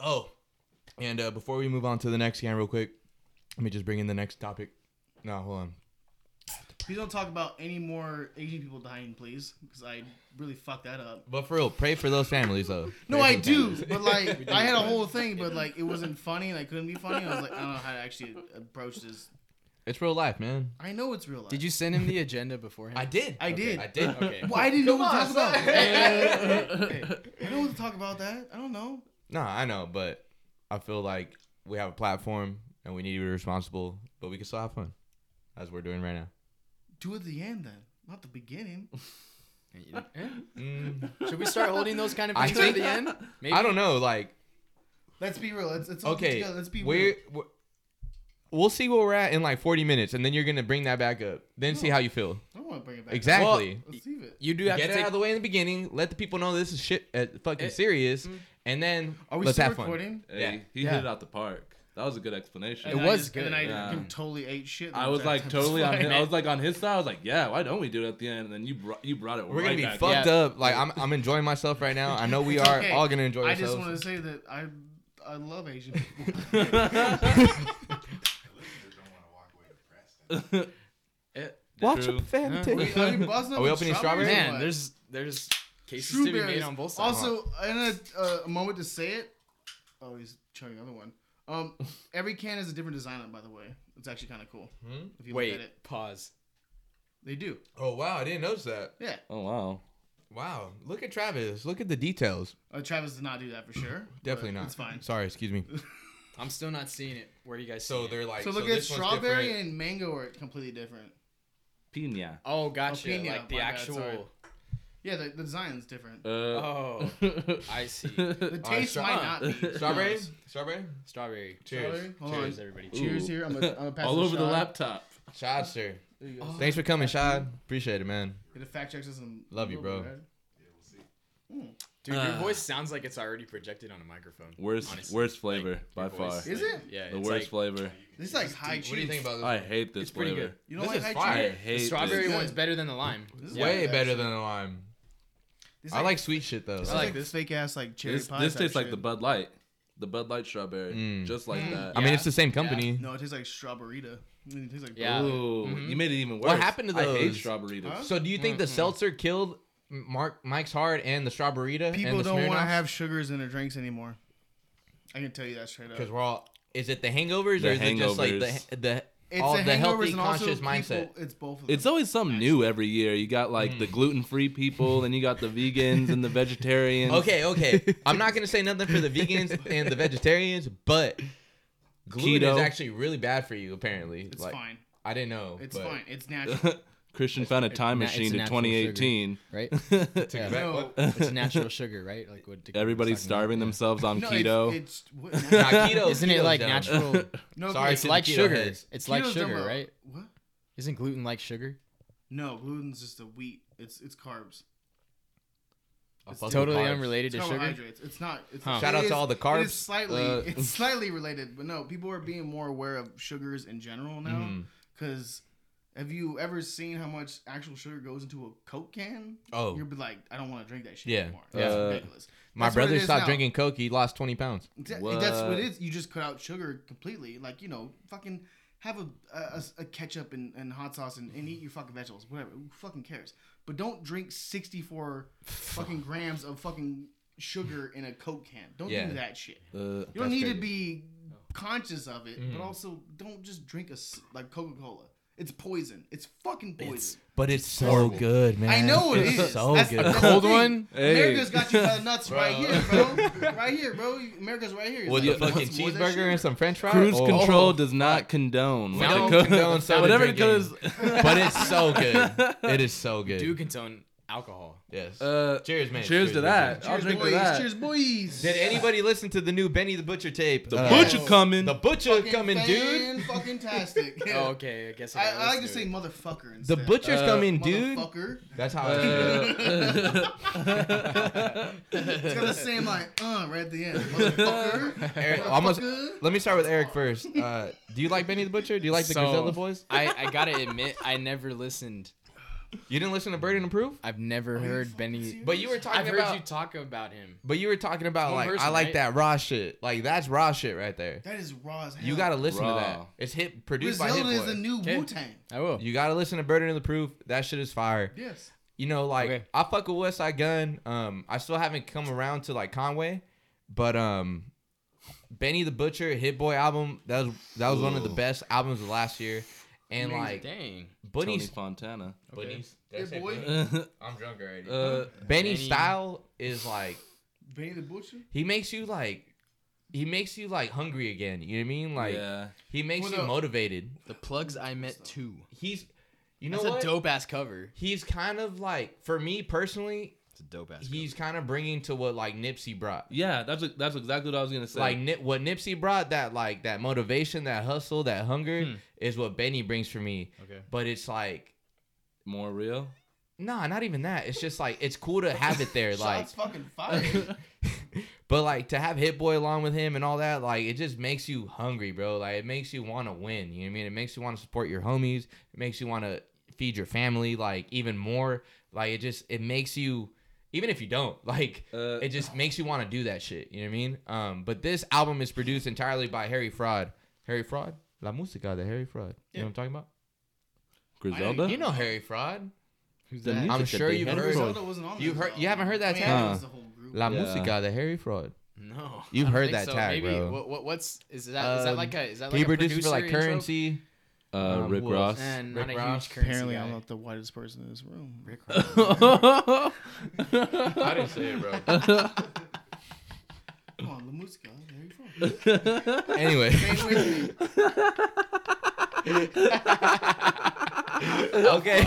D: Oh, and uh, before we move on to the next can, real quick, let me just bring in the next topic. No, hold on.
E: Please don't talk about any more Asian people dying, please, because I really fucked that up.
D: But for real, pray for those families though.
E: No,
D: Pray
E: I
D: for the
E: do,
D: families.
E: but like I had a whole thing, but like it wasn't funny, and I couldn't be funny. I was like, I don't know how to actually approach this.
D: It's real life, man.
E: I know it's real life.
G: Did you send him the agenda beforehand?
D: I did.
E: I did.
D: I did.
G: Okay.
E: Why did you
D: Come
E: want to
D: on,
E: talk about
D: son.
E: that? Hey, I don't want to talk about that. I don't know.
D: No, I know, but I feel like we have a platform and we need to be responsible, but we can still have fun, as we're doing right now.
E: Do it at the end then, not the beginning.
G: Should we start holding those kind of
D: I
G: things at
D: think-
G: the end? Maybe.
D: I don't know, like
E: Let's be real. Let's, let's all get
D: okay,
E: together. Let's be
D: we're,
E: real.
D: we're- we'll see where we're at in like 40 minutes, and then you're gonna bring that back up. Then see how you feel.
E: I don't want to bring it back.
D: Exactly.
E: Let's leave it.
G: You do have
D: Get
G: to
D: it
G: take
D: out of the way in the beginning. Let the people know this is shit, uh, fucking serious, and then
E: Eh, mm. Are we
D: let's
E: still
D: have fun.
E: recording?
D: Yeah.
F: hey, he
G: Yeah.
F: hit it out the park. That was a good explanation.
E: And then I
G: was
E: just-
G: good.
E: And then I
F: Yeah.
E: fucking totally ate shit. the
F: I was
E: entire
F: like
E: time.
F: totally on. His, I
E: Right.
F: was like on his side. I was like, yeah, why don't we do it at the end? And then you brought you brought it.
D: We're
F: right
D: gonna be
F: back
D: fucked
F: up.
D: up. Like I'm, I'm enjoying myself right now. I know we
E: It's
D: are
E: okay.
D: all gonna enjoy
E: I just
D: ourselves.
E: want to say that I I love Asian people.
D: Watch
F: True.
D: a fan
E: Are
D: take.
E: we, are we busting
D: Are we
E: up with
D: opening strawberries?
E: or
G: Man,
E: what?
G: there's there's cases to be made
E: Strawberries.
G: on both sides.
E: Also, in a, uh, a moment to say it. Oh, he's chugging another one. Um, every can has a different design on, it, by the way. It's actually kind of cool.
D: Hmm?
E: If you look at it,
G: wait, pause.
E: they do.
D: Oh wow, I didn't notice that.
E: Yeah,
F: Oh wow.
D: Wow, look at Travis. Look at the details.
E: uh, Travis did not do that for sure. but
D: Definitely not.
E: It's fine.
D: Sorry, excuse me.
G: I'm still not seeing it. Where are you guys?
D: So
G: seeing it?
D: they're like.
E: So look at strawberry and mango are completely different.
F: Pina.
G: Oh, gotcha.
E: Opinion,
G: like the
E: my bad,
G: actual.
E: sorry. Yeah, the, the design's different.
F: Uh,
G: Oh, I see.
E: The taste
D: uh, stra-
E: might not be. to be
D: Strawberry?
E: honest.
D: Strawberry?
G: Strawberry.
D: Cheers.
E: Strawberry? Hold
G: Cheers,
E: on.
G: everybody.
E: Cheers here. I'm gonna, I'm gonna pass
F: all
E: the
F: over the
E: shot.
F: laptop.
D: Shad, sir.
E: There you go.
D: Thanks for coming, Shad. Appreciate it, man.
E: Get a fact check system.
D: Love you,
E: Little
D: bro.
E: bit, right?
G: Dude, your
F: Ah.
G: voice sounds like it's already projected on a microphone.
F: Worst
G: honestly.
F: worst flavor
G: Like,
F: by
G: your
F: far.
G: voice-
E: Is it?
G: Yeah,
F: The worst
G: it's like-
F: flavor.
E: This is like high
D: What do you think about this?
F: I hate this
G: It's pretty
F: flavor.
G: good.
E: You don't
D: this
E: like
D: is
E: high
D: fire.
F: I
E: cheese?
F: hate
G: The strawberry
F: This.
E: good.
G: one's better than the lime.
E: This is
D: Way
E: like-
D: better than the lime.
E: This is
D: I
E: like-
D: like sweet shit though.
E: This is
G: I
E: like,
G: like
E: this fake ass like cherry
F: This,
E: pie.
F: this
E: type
F: tastes like
E: shit.
F: the Bud Light, the Bud Light strawberry,
D: Mm.
F: just like that.
D: I mean,
G: Yeah.
D: it's the same company.
E: No, it tastes like strawberryita. It tastes like
G: Yeah.
F: Ooh,
G: Mhm.
F: you made it even worse.
D: Mm-hmm. What happened to
F: I hate
D: those?
F: strawberries.
E: Huh?
D: So do you think the seltzer killed Mark Mike's Hard and the Strawberryta?
E: People
D: and the
E: don't want to
D: Smirnoff?
E: have sugars in their drinks anymore. I can tell you that straight up.
D: because we're all. Is it the hangovers
F: The
D: or is it just like
F: hangovers.
D: the the
E: It's
D: all
E: the
D: the
E: hangovers
D: healthy
E: and also
D: conscious
E: people-
D: mindset?
E: It's both of them.
F: It's always something new every year. You got like the gluten free people, then you got the vegans and the vegetarians.
D: Okay, okay. I'm not gonna say nothing for the vegans and the vegetarians, but gluten
F: Keto.
D: is actually really bad for you. Apparently,
E: It's
D: Like,
E: fine.
D: I didn't know.
E: It's
D: but-
E: fine. It's natural.
F: Christian found a time
G: na- it's
F: machine to
G: natural sugar.
F: 2018.
G: Right?
D: Back-
G: Yeah.
E: No.
D: what?
G: it's natural sugar, right? Like what
F: Everybody's starving themselves on
E: no,
F: keto.
E: It's, it's what,
D: Nah, keto.
G: Isn't it
D: keto's
G: like
D: dumb.
G: natural?
E: no,
D: Sorry, to
E: it's
G: It's
D: the
G: like
D: keto
G: sugar.
D: heads.
G: It's like
E: keto's
G: sugar,
E: dumb, uh,
G: right?
E: What?
G: Isn't gluten like sugar?
E: No, gluten's just the wheat. It's it's carbs.
D: I
E: It's
D: fuck with
G: Totally
D: carbs.
G: unrelated
E: It's
G: to sugar.
E: carbohydrates. It's not. It's,
G: Huh.
E: it
D: Shout out to
E: is-
D: all the
E: It
D: carbs.
E: is slightly.
F: Uh,
E: it's slightly related, but no. People are being more aware of sugars in general now.
D: Mhm.
E: Because have you ever seen how much actual sugar goes into a Coke can?
D: Oh.
E: you'll be like, I don't want to drink that shit
D: Yeah.
E: anymore.
D: Yeah.
E: That's
F: Uh,
E: ridiculous.
D: My
E: That's what
D: brother
E: it is
D: stopped
E: now.
D: drinking Coke. He lost 20 pounds.
E: Exactly. That's what
F: What?
E: it is. You just cut out sugar completely. Like you know, fucking have a a, a- a ketchup and, and hot sauce and, and eat your fucking vegetables. Whatever. Who fucking cares? But don't drink sixty four fucking grams of fucking sugar in a Coke can. Don't
D: Yeah.
E: do that shit.
F: Uh,
E: You don't
D: That's
E: need to
D: crazy. Mm.
E: be conscious of it, but also don't just drink a s- like Coca Cola. It's poison. It's fucking poison.
D: But it's so
F: horrible.
D: good, man.
E: I know it is.
D: So
E: That's-
D: good.
E: that's the
G: Cold
E: thing.
G: one?
E: America's got you by the nuts
D: Bro.
E: right here, bro. Right here, bro. America's right here.
D: With a
E: Like,
D: fucking
E: what's more than
D: cheeseburger and
E: sugar?
D: some French fries.
F: Cruise
D: Oh.
F: control does not condone.
D: We
F: what
D: don't
F: the co-
D: condone soda
F: whatever
D: drinking.
F: goes.
D: but it's so good. It is so good.
G: Do condone alcohol.
D: yes.
F: Uh,
D: cheers, man.
F: Cheers to that.
D: man.
F: I'll
E: Cheers,
F: drink to
E: boys.
F: that.
E: Cheers, boys.
D: Did anybody listen to the new Benny the Butcher tape?
F: The
D: Uh,
F: butcher coming.
D: The butcher
E: Fucking
D: coming, dude.
E: Fucking tastic.
G: Oh, okay. I guess
E: I,
G: gotta
E: I like to
G: listen
E: say
G: it.
E: motherfucker
D: The
E: instead.
D: butcher's
F: Uh,
D: coming, dude.
E: Motherfucker.
D: That's how I do it.
F: Uh,
E: It's got the same like uh right at the end. Motherfucker.
D: Eric, almost.
E: Motherfucker.
D: Let me start with Eric first. Uh, do you like Benny the Butcher? Do you like the
G: So-
D: Griselda Boys?
G: I, I gotta admit, I never listened.
D: You didn't listen to Bird and Approve,
G: I've never heard Benny.
D: but you were talking
G: I've
D: about.
G: heard you talk about him.
D: but you were talking about
G: One
D: like I
G: person,
D: like
G: right?
D: that raw shit. Like that's raw shit right there.
E: That is raw as hell.
D: You gotta listen to that.
F: Raw.
D: It's hit produced by
E: Griselda
D: Hit
E: is
D: Boy.
E: the new
G: Okay.
E: Wu Tang.
G: I will.
D: you gotta listen to Burden of the Proof. That shit is fire.
E: Yes.
D: You know, like
G: Okay.
D: I fuck with West Side Gun. Um, I still haven't come around to like Conway, but um, Benny the Butcher Hit Boy album that was that was one of the best albums of last year, and like
G: dang.
F: Tony
D: Bunny's
F: Fontana.
D: Bunny's
E: Hey, boy.
D: I'm drunk already.
F: Uh,
D: Benny
G: Benny-
D: style is like
E: Benny the Butcher.
D: he makes you like he makes you like hungry again. You know what I mean? Like
F: yeah.
D: he makes
E: Well,
D: you
E: no.
D: motivated.
G: The plugs I met too.
D: He's you know
G: That's
D: what?
G: a dope ass cover.
D: He's kind of like for me personally,
G: It's a dope ass.
D: he's kind of bringing to what like Nipsey brought.
F: Yeah, that's that's exactly what I was gonna say.
D: Like Nip, what Nipsey brought that like that motivation, that hustle, that hunger is what Benny brings for me.
G: Okay.
D: But it's like
F: more real.
D: nah, not even that. It's just like it's cool to have it there. like
E: Shots fucking fire.
D: But like to have Hit Boy along with him and all that, like it just makes you hungry, bro. Like it makes you want to win. You know what I mean? It makes you want to support your homies. It makes you want to feed your family, like even more. Like it just it makes you, even if you don't, like
F: Uh,
D: it just makes you want to do that shit. You know what I mean? Um, but this album is produced entirely by Harry Fraud. Harry Fraud, La Musica de Harry Fraud. You know what I'm talking about?
F: Griselda.
D: You know Harry Fraud.
G: Who's
F: The
G: that?
F: music
D: I'm
F: that
D: sure
F: they
D: you've
F: had
D: heard-
F: for-
E: Griselda wasn't on
D: You
E: this
D: heard-
E: album.
D: you haven't heard that
E: I mean, I
D: tag?
E: know it was the whole group.
D: La
F: Yeah.
D: Musica de Harry Fraud.
G: No.
D: You've
G: I don't
D: heard
G: think
D: that tag, bro.
G: What, what, what's is that? is that
D: Um,
G: like a is that like
D: he
G: a
D: produces for like
G: producer intro?
D: currency.
F: Uh,
D: Um,
F: Rick
D: who else?
F: Ross.
G: And
D: Rick
G: not a
D: Ross.
G: huge currency
E: Apparently,
G: guy.
E: I'm not the whitest person in this room. Rick
D: I didn't say it, bro.
E: Come on, La Musica. There you go.
D: Anyway.
E: Stay with me.
D: okay.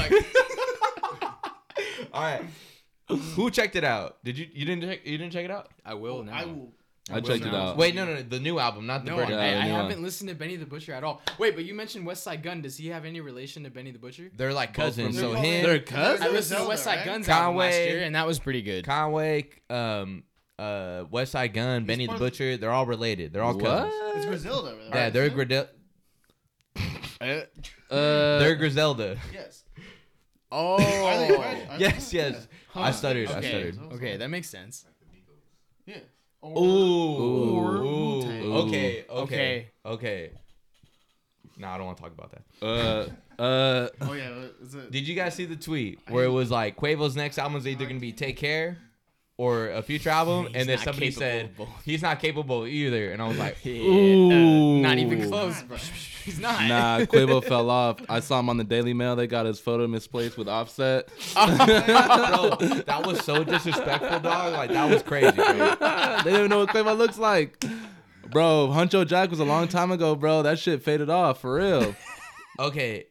D: All right. Who checked it out? Did you you didn't check you didn't check it out?
G: I will now.
E: Oh, I will.
F: I checked it out.
D: Wait, no, no, no, the new album, not the
G: No,
D: Bird.
F: Yeah,
G: I, I
F: the new
G: haven't
F: one.
G: listened to Benny the Butcher at all. Wait, but you mentioned West Side Gun. Does he have any relation to Benny the Butcher?
D: They're like
F: Both from-
D: cousins. So
E: They're
D: him,
F: They're cousins.
G: I listened to West Side
E: right?
G: Guns album last
D: Conway.
G: year, and that was pretty good.
D: Conway, um, uh, West Side Gun, Benny the
E: part of-
D: Butcher. They're all related. They're all cousins.
E: It's
F: What?
E: Griselda. Right?
D: Yeah, they're Grisel-
G: Uh,
D: they're Griselda.
E: Yes. Are they
G: oh,
E: right? Are they
D: Yes,
E: right?
D: yes.
G: Huh.
D: I stuttered. I
G: Okay.
D: stuttered.
G: okay, that makes sense.
E: Yeah.
D: Ooh.
F: Or
D: Ooh.
F: Wu-Tang.
D: Okay.
G: Okay.
D: Okay. Okay. No, I don't want to talk about that.
F: Uh, uh,
E: Oh yeah. Is it?
D: Did you guys see the tweet where it was like Quavo's next album is either gonna be Take Care or a future album,
G: He's
D: and then
G: not
D: somebody
G: capable
D: said
G: of both.
D: he's not capable either, and I was like,
G: Yeah,
F: Ooh.
G: uh, not even close.
E: God, bro.
G: He's not.
F: nah, Quavo fell off. I saw him on the Daily Mail. They got his photo misplaced with Offset.
D: bro, that was so disrespectful, dog. Like that was crazy. Bro.
F: Ah, they don't know what Quavo looks like. Bro, Huncho Jack was a long time ago, bro. That shit faded off for real.
D: Okay,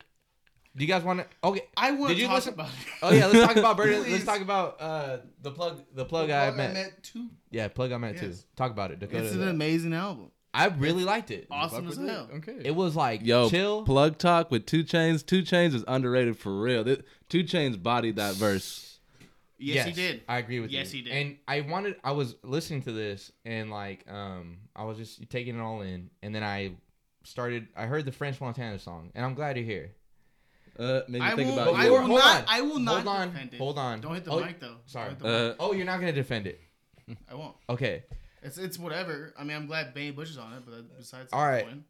D: do you guys want to? Okay,
E: I want
D: Did
E: to
D: you
E: talk
D: listen-
E: about it.
D: oh yeah, let's talk about Bird. Let's
E: Please.
D: talk about uh the plug, the plug I
E: Well,
D: met.
E: too.
D: Yeah, plug I met too.
E: Yes.
D: Talk about it,
E: It's an
D: Dakota.
E: amazing album.
D: I really liked it. Mm,
E: Awesome as hell.
G: Okay.
D: It was like
F: Yo,
D: chill.
F: plug talk with Two Chains. Two Chains is underrated for real. Th- Two Chains bodied that verse.
E: Yes, he did.
D: I agree with you.
E: Yes, he did.
D: And I wanted I was listening to this and like um I was just taking it all in and then I started I heard the French Montana song and I'm glad you're here.
F: Uh, made me
E: I
F: think
E: will-
F: about
E: I
F: you.
E: will
D: Hold
E: not-
D: on.
E: I will not
D: Hold on.
E: defend it.
D: Hold on.
E: Don't hit the
D: Oh,
E: mic though.
D: sorry.
E: Don't hit the
F: Uh,
E: mic.
D: Oh, you're not gonna defend it.
E: I won't.
D: Okay.
E: It's it's whatever. I mean, I'm glad Bane Bush is on it, but besides
D: All
E: that
D: right.
E: point,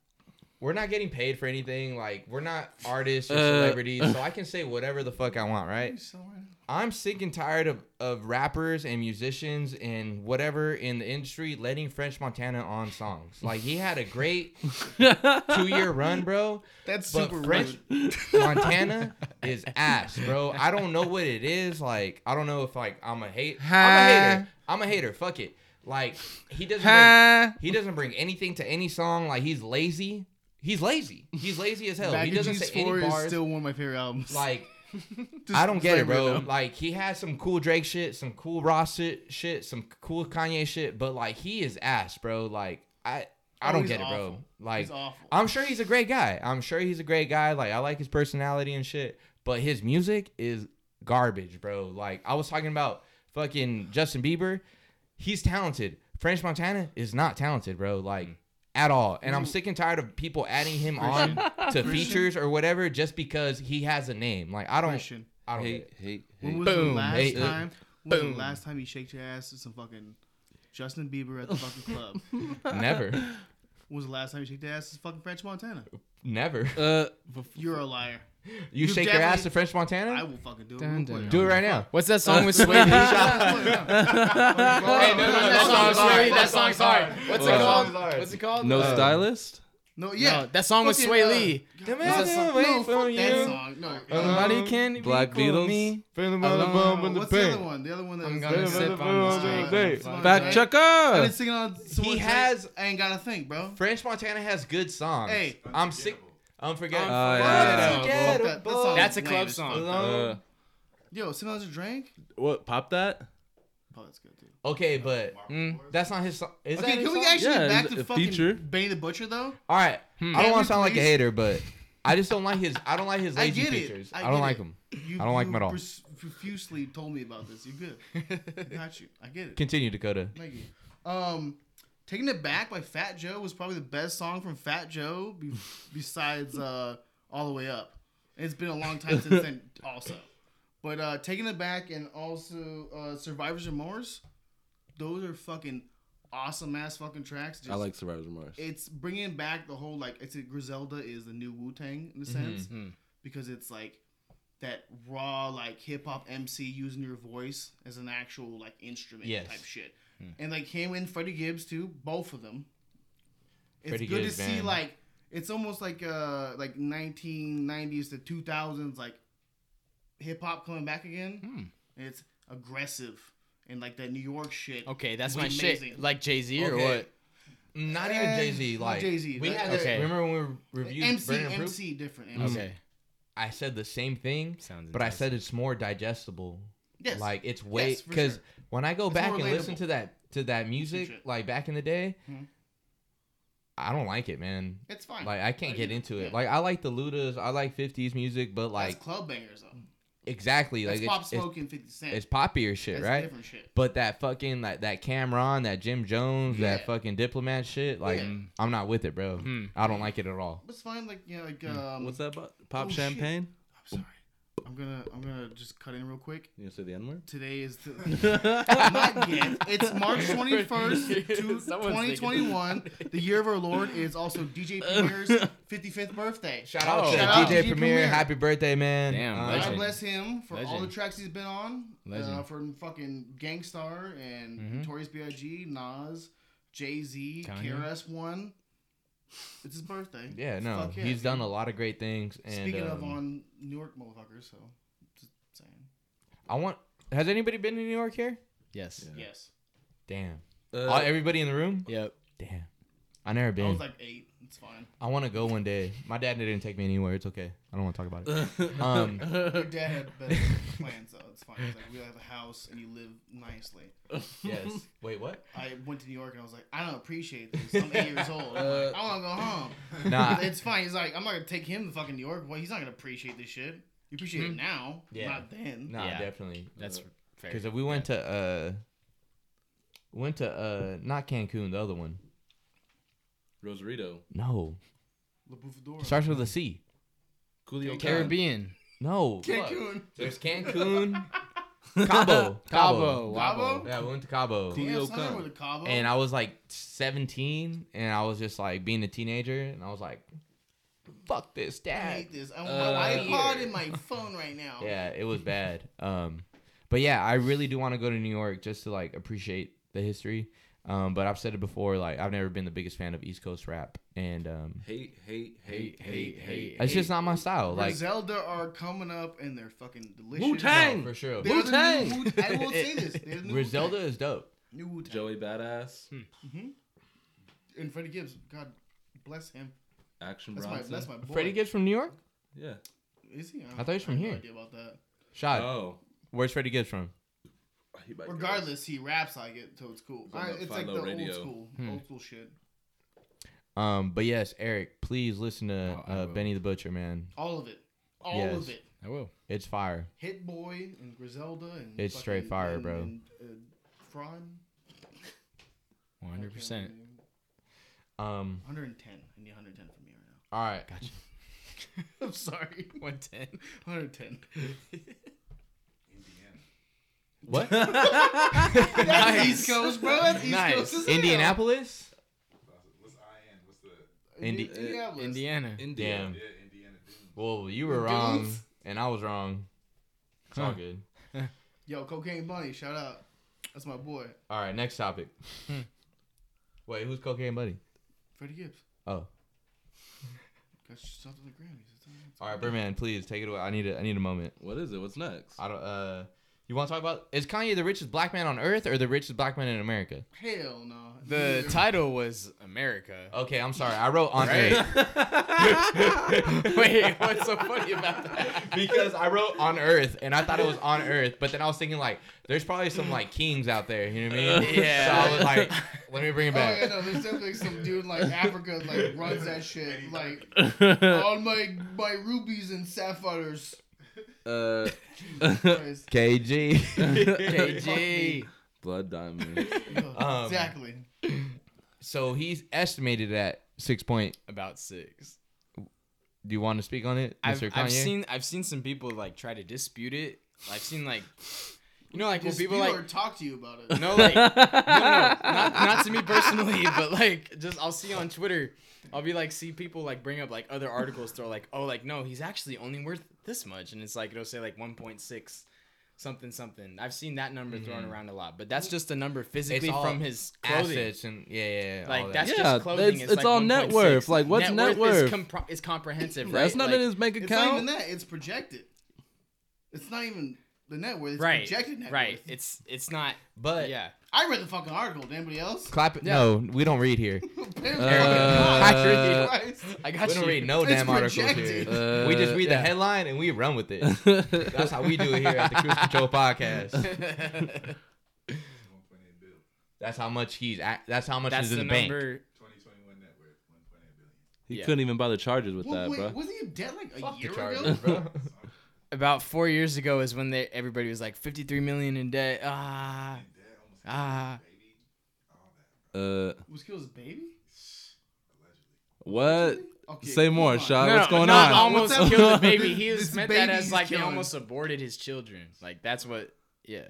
D: We're not getting paid for anything. Like we're not artists or
F: Uh,
D: celebrities, so I can say whatever the fuck I want, right?
E: he's still around.
D: I'm sick and tired of, of rappers and musicians and whatever in the industry letting French Montana on songs. Like he had a great two year run, bro.
E: That's
D: But
E: super
D: French-
E: rude.
D: Montana is ass, bro. I don't know what it is. Like, I don't know if like I'm a hate.
F: Huh?
D: I'm a hater. I'm a hater. Fuck it. Like he doesn't. Bring,
F: Huh?
D: he doesn't bring anything to any song. Like he's lazy. He's lazy. He's lazy as hell.
E: Back
D: he
E: in
D: doesn't
E: G's
D: say any
E: four is
D: bars.
E: still one of my favorite albums.
D: like
E: Just-
D: I don't get
E: just
D: it,
E: like
D: bro.
E: Rhythm.
D: Like he has some cool Drake shit, some cool Ross shit, shit, some cool Kanye shit, but like he is ass, bro. Like I, I
E: Oh,
D: don't
E: he's
D: get it, bro.
E: awful.
D: Like
E: He's awful.
D: I'm sure he's a great guy. I'm sure he's a great guy. Like I like his personality and shit, but his music is garbage, bro. Like I was talking about fucking Justin Bieber. He's talented. French Montana is not talented, bro. Like at all. And I'm sick and tired of people adding him on to features or whatever just because he has a name. Like I don't.
E: Christian.
D: I don't. get
F: Hey,
D: it.
F: hey,
E: When
F: hey.
E: was the
G: Boom.
E: last
D: Hey, uh,
E: time? When was
G: boom.
E: the last time you shaked your ass to some fucking Justin Bieber at the fucking club? When
D: Never.
E: was the last time you shaked your ass to fucking French Montana?
D: Never.
F: Uh,
E: You're a liar.
D: You
E: You
D: shake your ass
E: definitely-
D: to French Montana?
E: I will fucking do it.
G: Dun,
E: Real
G: dun,
E: quick.
D: Do it right now.
G: What's that song with Sway Lee?
E: Hey,
D: no, no,
G: that,
D: that
G: song,
D: song's
G: sorry,
D: hard.
G: that song's hard. What's it
F: Uh,
G: called?
D: that song's hard.
G: What's it called?
F: no
G: Uh,
F: stylist.
E: No, yeah.
G: no, that song with
E: Fucking,
G: Sway
E: uh,
G: Lee.
D: Imagine
G: song-
D: waiting
E: No,
D: for
E: fuck
D: you.
E: that song. No. uh,
G: Nobody
D: Um,
G: can be
F: Black
G: cool
F: Beatles.
G: with me.
D: Feeling
G: the
D: the
G: bum
D: in the
E: what's the other one? The other one that
G: I'm
E: was-
G: gonna sip on this
E: Uh,
G: drink.
D: Hey,
E: Smoke
F: Back
E: Jack. I've been
F: checker.
E: singing on someone's drink.
D: has-
E: I ain't got a thing, bro.
D: French Montana has good songs.
E: Hey.
D: I'm sick. Unforgettable. Uh,
F: Oh, yeah.
D: Unforgettable.
E: Fuck that- that song is
G: That's a
E: lame
G: club
E: as
G: song.
E: fuck.
D: Alone.
F: Uh,
E: Yo, sip on this drink.
F: what? Pop that?
E: Oh, that's good too.
D: okay, but
G: Mm.
D: that's not his song. Is
E: Okay,
D: that his
E: can we
D: song?
E: actually
F: Yeah,
E: back
F: it's
E: to
F: a
E: fucking
F: feature.
E: Benny the Butcher though?
D: All right. I
E: Can
D: don't
E: we
D: want to sound like a
E: please-
D: hater, but I just don't like his. I don't like his
E: I
D: lazy
E: get it.
D: features.
E: I
D: I,
E: get
D: don't like
E: it.
D: him.
E: You,
D: I don't like him at all.
E: You pers- profusely told me about this. You're good. I got you. I get it.
D: Continue, Dakota.
E: Thank you. Um, Taking It Back by Fat Joe was probably the best song from Fat Joe be- besides uh, All the Way Up. It's been a long time since then, also. But uh, Taking It Back and also uh, Survivor's Remorse, those are fucking awesome ass fucking tracks. Just,
F: I like Survivor's Remorse.
E: It's bringing back the whole like it's Griselda is the new Wu Tang in a sense
D: Mm-hmm,
E: because it's like that raw like hip hop MC using your voice as an actual like instrument
D: Yes. Hmm.
E: type shit. And like him and Freddie Gibbs too, both of them. It's
D: Freddie
E: good
D: Gibbs,
E: to see
D: man.
E: like it's almost like uh like 1990s to 2000s like hip hop coming back again.
D: Hmm.
E: And it's aggressive and like that New York shit.
G: Okay, that's
E: was
G: my shit.
E: amazing.
G: Like Jay Z or
D: Okay.
G: what?
D: Not even
E: Eh,
D: Jay Z.
E: not
D: Like
E: Jay-Z,
D: We
E: but-
D: had this-
G: Okay.
D: Remember when we reviewed
E: MC
D: Burning Proof?
E: MC different.
G: Okay.
D: I said the same thing,
G: Sounds
D: but I said
G: enticing.
D: it's more digestible.
E: Yes.
D: Like it's way
E: Yes, for
D: because
E: sure.
D: when I go
E: It's
D: back
E: more
D: and listen
E: relatable.
D: to that to that music
E: shit.
D: like back in the day,
E: Mhm.
D: I don't like it, man.
E: It's fine.
D: Like I can't
E: Like,
D: get into
E: yeah.
D: it. Like I like the Ludas, I like '50s music, but
E: That's
D: like
E: club bangers though.
D: exactly
E: That's
D: like
E: pop
D: it's, it's,
E: smoking Fifty Cent.
D: it's poppier shit,
E: That's
D: right?
E: Different shit.
D: But that fucking like that Cameron, that Jim Jones,
E: Yeah.
D: that fucking diplomat shit, like
E: Yeah.
D: I'm not with it, bro.
G: Hmm.
D: I don't like it at all.
E: It's fine. Like you know, like
D: Mm.
E: um.
F: What's that? bu- Pop
E: oh, shit.
F: champagne?
E: I'm sorry. I'm gonna I'm gonna just cut in real quick.
F: You gonna say the N word?
E: Today is the, not yet. It's March 21st, to
G: Someone's thinking
E: 2021. The year of our Lord is also DJ Premier's 55th birthday.
D: Shout out to
E: Oh, Shout out
D: DJ Premier, happy birthday, man.
G: Damn,
D: Uh,
E: God
G: legend.
E: bless him for all the
G: Legend.
E: tracks he's been on. Uh,
G: Legend.
E: from fucking Gangstar and
D: Mm-hmm.
E: Notorious B.I.G., Nas, Jay Z,
G: Kanye.
E: KRS-One. It's his birthday.
D: Yeah, no,
E: Fuck yeah,
D: he's
E: dude.
D: done a lot of great things. And,
E: Speaking of
D: um,
E: on New York motherfuckers, so just saying.
D: I want. Has anybody been to New York here?
G: Yes.
E: Yes,
D: Damn.
F: Uh,
D: All- everybody in the room?
G: Yep.
D: Damn. I never
E: I
D: been.
E: was like eight. It's fine.
D: I want to go one day. My dad didn't take me anywhere. It's okay. I don't want to talk about it. um,
E: Your dad had better plans though. It's fine. It's like we have a house and you live nicely.
D: yes. Wait, what?
E: I went to New York and I was like, I don't appreciate this. I'm eight years old. I'm like, I want to go home.
D: Uh, Nah.
E: it's fine. He's like, I'm not gonna take him to fucking New York. Well, he's not gonna appreciate this shit. You appreciate it now,
D: Yeah.
E: not then.
D: Nah,
G: Yeah.
D: definitely.
G: That's fair.
D: because if we went to uh, went to uh, not Cancun, the other one.
F: Rosarito.
D: No,
E: La Bufadora.
D: starts with a C.
F: Coolio. Khan.
G: Caribbean.
D: No, fuck.
E: Cancun.
D: There's Cancun, Cabo,
E: Cabo?
G: Cabo. Wabo.
D: Yeah, we went to Cabo.
E: Damn,
F: Julio
E: son, I
F: Cun.
E: went to Cabo.
D: and I was like 17, and I was just like being a teenager, and I was like, "Fuck this,
E: I
D: dad."
E: hate this. I want my iPod in my phone right now.
D: Uh, Yeah, it was bad. Um, but yeah, I really do want to go to New York just to like appreciate the history. Um, but I've said it before, like I've never been the biggest fan of East Coast rap, and um,
F: Hate, hate, hate, hate, hate.
D: it's just not my style.
E: Like,
D: Like
E: Zelda are coming up and they're fucking delicious.
F: Wu-Tang!
D: no, for sure,
E: They're the new
F: Wu-Tang!
E: Wu- I will say this. They're the new Wu-Tang.
D: Griselda is dope.
E: New Wu-Tang.
F: Joey Badass.
E: Hmm. and Freddie Gibbs. God bless him.
F: Action
E: That's
F: Bronson.
E: my that's my boy.
D: Freddie Gibbs from New York.
F: Yeah.
E: Is he?
D: I thought he was from
E: have
D: here.
E: No idea about that.
D: Shot.
G: Uh,
F: Oh.
D: Where's Freddie Gibbs from?
F: He might go.
E: Regardless, he raps like it, so it's cool.
F: He's on
E: I-
F: the
E: it's like
F: Philo
E: the old
F: radio.
E: school,
D: Hmm.
E: old school shit.
D: Um, but yes, Eric, please listen to
G: Oh, I
D: uh,
G: will.
D: Benny the Butcher, man.
E: All of it, all
D: Yes.
E: of it.
G: I will.
D: It's fire.
E: Hit Boy and Griselda and
D: It's straight
E: fucking-
D: fire,
E: and-
D: bro.
E: And, uh, Fron,
G: 100%.
D: Um,
E: 110. I need 110 from you right now.
D: all right. Gotcha.
E: I'm sorry,
G: 110.
E: 110.
D: What?
E: That's East Coast, bro. That's East
G: Nice.
E: Coast. as hell.
D: Indianapolis? Indi-
E: Indianapolis.
G: Indiana.
F: India.
D: Damn. Well, you were wrong, and I was wrong. It's all
G: Huh.
D: good.
E: Yo, Cocaine Bunny, shout out. That's my boy,
D: All right, next topic. Wait, who's Cocaine Buddy?
E: Freddie Gibbs.
D: Oh,
E: Got something the Grammys. It's on-
D: all right, Birdman, please take it away. I need a, I need a moment.
F: What is it? What's next?
D: I don't. Uh, you want to talk about is Kanye the richest black man on earth or the richest black man in America?
E: Hell no.
G: The
E: Neither.
G: title was America.
D: Okay, I'm sorry. I wrote on
G: Right.
D: earth
G: Wait, what's so funny about that?
D: because I wrote on earth and I thought it was on earth, but then I was thinking like, there's probably some like kings out there. You know what I mean?
G: Yeah.
D: So I was like, let me bring it
E: Oh
D: back.
E: yeah, no, there's definitely some dude like Africa like runs that shit like all my my rubies and sapphires.
F: Uh,
E: Christ.
D: KG.
G: KG.
F: Blood Diamond.
E: Ugh,
D: Um,
E: exactly.
D: so he's estimated at six point.
G: About six.
D: Do you want to speak on it,
G: I've,
D: Mr. Kanye?
G: I've seen I've seen some people like try to dispute it. I've seen like you know like when
E: Just
G: people
E: people
G: like
E: or talk to you about it.
G: No, like, no, no, not, not to me personally, but like, just I'll see on Twitter, I'll be like, see people like bring up like other articles, throw like, oh, like, no, he's actually only worth this much. And it's like, it'll say like 1.6 something, something. I've seen that number thrown around a lot, but that's just a number physically
D: Mm-hmm. all
G: from his clothing.
D: assets and yeah, yeah, yeah, all
G: Like,
D: that.
G: that's
F: Yeah,
G: just clothing.
F: it's- it's
G: like
F: all net
G: 1.6.
F: worth. Like, what's net
G: Is,
F: worth?
G: compro- is comprehensive, right?
F: That's not
G: Like,
F: in his bank
E: It's not even
F: account.
E: that. It's projected. It's not even the net worth. It's
G: right,
E: projected net
G: right.
E: worth.
G: It's it's not.
D: But
G: yeah,
E: I read the fucking article. Did anybody else?
D: clap it. No, we don't read here.
F: Uh,
E: Christ.
G: I got
D: we
G: you.
D: don't read no
E: It's
D: damn articles
E: projected.
D: here. we just
G: Uh,
D: read
F: Uh,
D: the headline and we run with it. That's how we do it here at the Cruise Control Podcast. That's how much he's. At, that's how much
G: That's
D: is in
G: the,
D: the, bank.
G: number.
F: He
G: Yeah.
F: couldn't even buy the Chargers with
E: Well,
F: that,
E: wait,
F: bro.
E: wasn't you dead like a
D: Fuck the
E: year ago?
D: Chargers, bro.
G: About four years ago is when they everybody was like 53 million in debt. Ah, ah.
F: Uh,
E: Was killed his baby?
F: what?
E: Okay,
F: Say more,
E: hold on.
F: Shaw.
G: No,
F: Uh, What's going
G: not
F: on?
G: Almost
E: What's up?
G: killed the baby. He
E: This
G: was meant that
E: baby's
G: as like
E: killing.
G: he almost aborted his children. Like that's what. Yeah,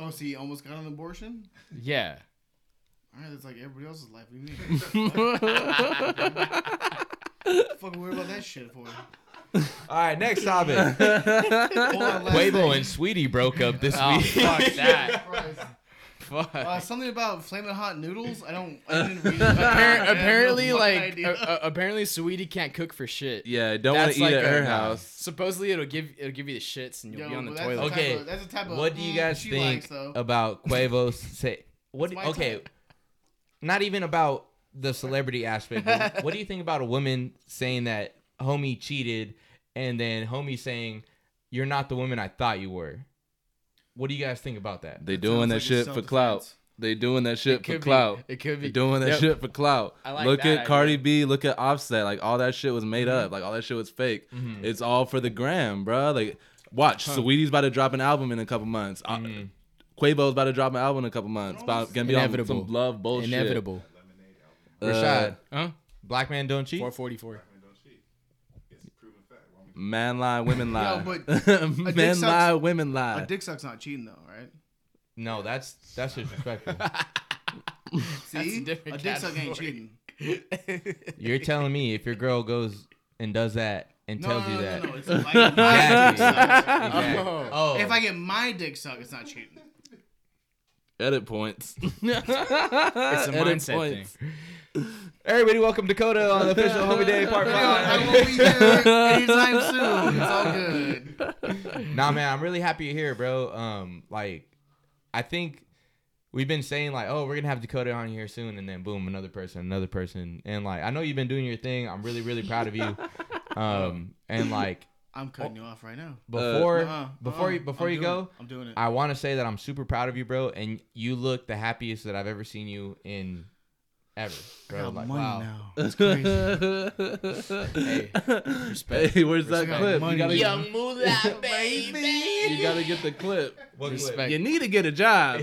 E: Oh, so he almost got an abortion?
G: yeah.
E: All right, that's like everybody else's life. What do you mean? fucking worry about that shit for?
D: All right, next topic.
E: Hold on, last
D: Quavo
E: thing.
D: and Sweetie broke up this
G: Oh
D: week.
G: fuck that.
E: Christ.
G: Fuck.
E: Uh, something about flaming hot noodles. I don't. I didn't read it. I have
G: Appar-
E: no
G: apparently,
E: fucking
G: like,
E: idea.
G: uh, uh, apparently, Sweetie can't cook for shit.
F: yeah, don't want to eat at her
G: a-
F: house.
G: Supposedly, it'll give it'll give you the shits and you'll
E: Yo,
G: be on the
E: but that's
G: toilet.
E: the type
D: Okay,
E: of- that's the type of.
D: What do you
E: mm,
D: guys
E: she
D: think
E: likes, though.
D: about Quavo's say? What?
E: It's my
D: okay,
E: type.
D: not even about the celebrity aspect. but what do you think about a woman saying that homie cheated, and then homie saying, "You're not the woman I thought you were." What do you guys think about that?
F: They
E: That
F: doing
E: sounds
F: that
E: like a
F: shit for clout.
E: self-defense.
F: They doing that shit for
G: could be-
F: clout.
G: it could
F: They
G: be.
F: doing that
G: Yep.
F: shit for clout.
G: I like
F: look
G: that
F: at Cardi
G: idea. Mm-hmm.
F: B. Look at Offset. Like all that shit was made up. Like all that shit was fake. It's all for the gram, bro. Like watch, Sweetie's about to drop an album in a couple months. Uh,
G: Mm-hmm.
F: Quavo's about to drop an album in a couple months. About, gonna be on
G: Inevitable.
F: some love bullshit.
G: Inevitable.
F: Uh,
D: Rashad,
G: Huh?
D: black man don't cheat.
G: Four forty four.
F: Man lie, women lie.
E: but dick
F: Men
E: sucks-
F: lie, women lie.
E: A dick suck's not cheating though, right?
D: No, that's that's disrespectful.
E: See,
G: a different
E: dick suck ain't
G: category.
E: cheating.
D: You're telling me if your girl goes and does that and
E: No,
D: tells
E: no,
D: you
E: no,
D: that.
E: no, no. It's like my dick
D: Exactly.
E: sucks.
D: Exactly.
G: Oh.
D: Oh,
E: If I get my dick sucked, it's not cheating.
F: Edit points. it's a
G: It's a mindset thing.
D: everybody, welcome Dakota on the official homie day part
E: Anyway, I
D: five.
E: won't be here anytime soon. It's all good.
D: nah, man, I'm really happy you're here, bro. Um, like, I think we've been saying like, oh, we're gonna have Dakota on here soon, and then boom, another person, another person, and like, I know you've been doing your thing. I'm really, really proud of you. Um, and like
E: I'm cutting you off right now.
D: before,
E: Uh-uh,
D: before
E: uh-uh,
D: you, before
E: I'm
D: you
E: doing
D: go,
E: it. I'm doing it.
D: I want to say that I'm super proud of you, bro, and you look the happiest that I've ever seen you in ever, bro.
E: I got
D: like,
E: money
D: wow.
E: now. That's crazy.
G: Hey, respect.
F: Hey, where's that
E: got
F: clip?
E: money.
F: You gotta,
E: Young
F: Moolah, baby. you gotta get the clip.
G: Respect.
F: You need to get a job.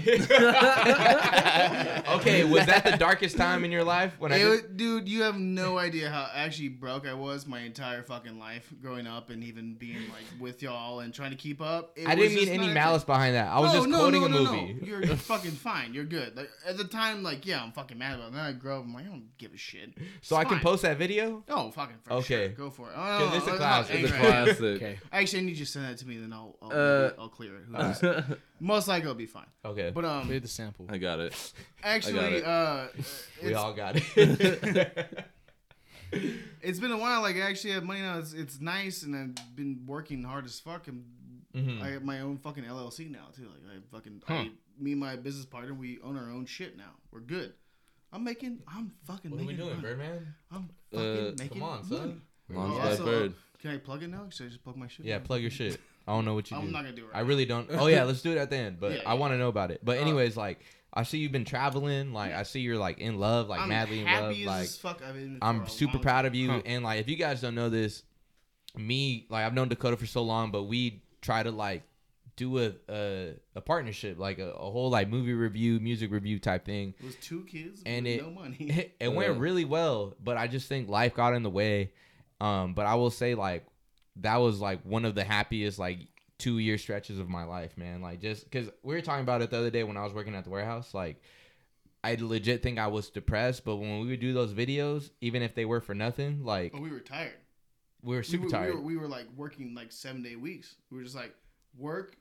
D: Okay, was that the darkest time in your life when I
E: It
D: did-
E: was- dude, you have no idea how actually broke I was my entire fucking life growing up and even being like with y'all and trying to keep up. It
D: I
E: was
D: didn't mean
E: just
D: any
E: not- Oh,
D: malice behind that. I was just quoting a movie.
E: You're fucking fine. You're good. Like at the time, like yeah, I'm fucking mad about it. Then I grow up. I'm like, I don't give a shit.
D: So I
E: It's
D: can
E: fine.
D: post that video?
E: Oh, fucking for
D: Okay.
E: sure. Go for it.
D: Because
E: Oh,
D: it's a
E: I'm not
D: classic.
E: angry
D: It's a
E: at you.
F: Classic.
G: Okay.
E: Actually, I need you to send that to me, then I'll I'll,
F: Uh,
E: I'll clear it. Who knows? Most likely, I'll be fine.
D: Okay.
E: But um,
G: Clear the sample.
F: I got it.
E: actually,
F: it.
E: uh,
D: we
E: it's-
D: all got it.
E: it's been a while. Like I actually have money now. It's, it's nice, and I've been working hard as fuck. And
F: Mm-hmm.
E: I have my own fucking LLC now too. Like I fucking I, me and my business partner, we own our own shit now. We're good. I'm making. I'm fucking.
D: what are we
E: making
D: doing,
E: money.
D: Birdman?
E: I'm
F: Uh,
E: fucking
F: come
E: making.
D: Come on,
E: money.
D: son.
F: Long
E: Oh,
F: Sky
E: also,
F: bird.
E: Can I plug it now? Should I just plug my shit?
D: Yeah, plug your shit. I don't know what you
E: I'm
D: do.
E: not gonna do it right
D: I
E: now.
D: really don't. Oh yeah, let's do it at the end. But
E: Yeah,
D: I
E: yeah. Uh,
D: want to know about it. But anyways, like I see you've been traveling. Like I see you're like in love, like
E: I'm
D: madly in love.
E: happy as
D: Like
E: as fuck. I've been. for
D: I'm
E: a
D: super
E: long
D: proud of you. And like, if you guys don't know this, me like I've known Dakota for so long, but we try to like do a a, a partnership, like a, a whole like movie review, music review type thing.
E: It was two kids
D: And
E: with
D: it-
E: no money.
D: it went
F: Yeah.
D: really well, but I just think life got in the way. Um, but I will say like that was like one of the happiest like two year stretches of my life, man. Like just because we were talking about it the other day when I was working at the warehouse, like. I legit think I was depressed, but when we would do those videos, even if they were for nothing, like
E: But Oh, we were tired.
D: we were
E: We
D: super
E: were,
D: tired.
E: We were, we were like working like seven day weeks. We were just like work,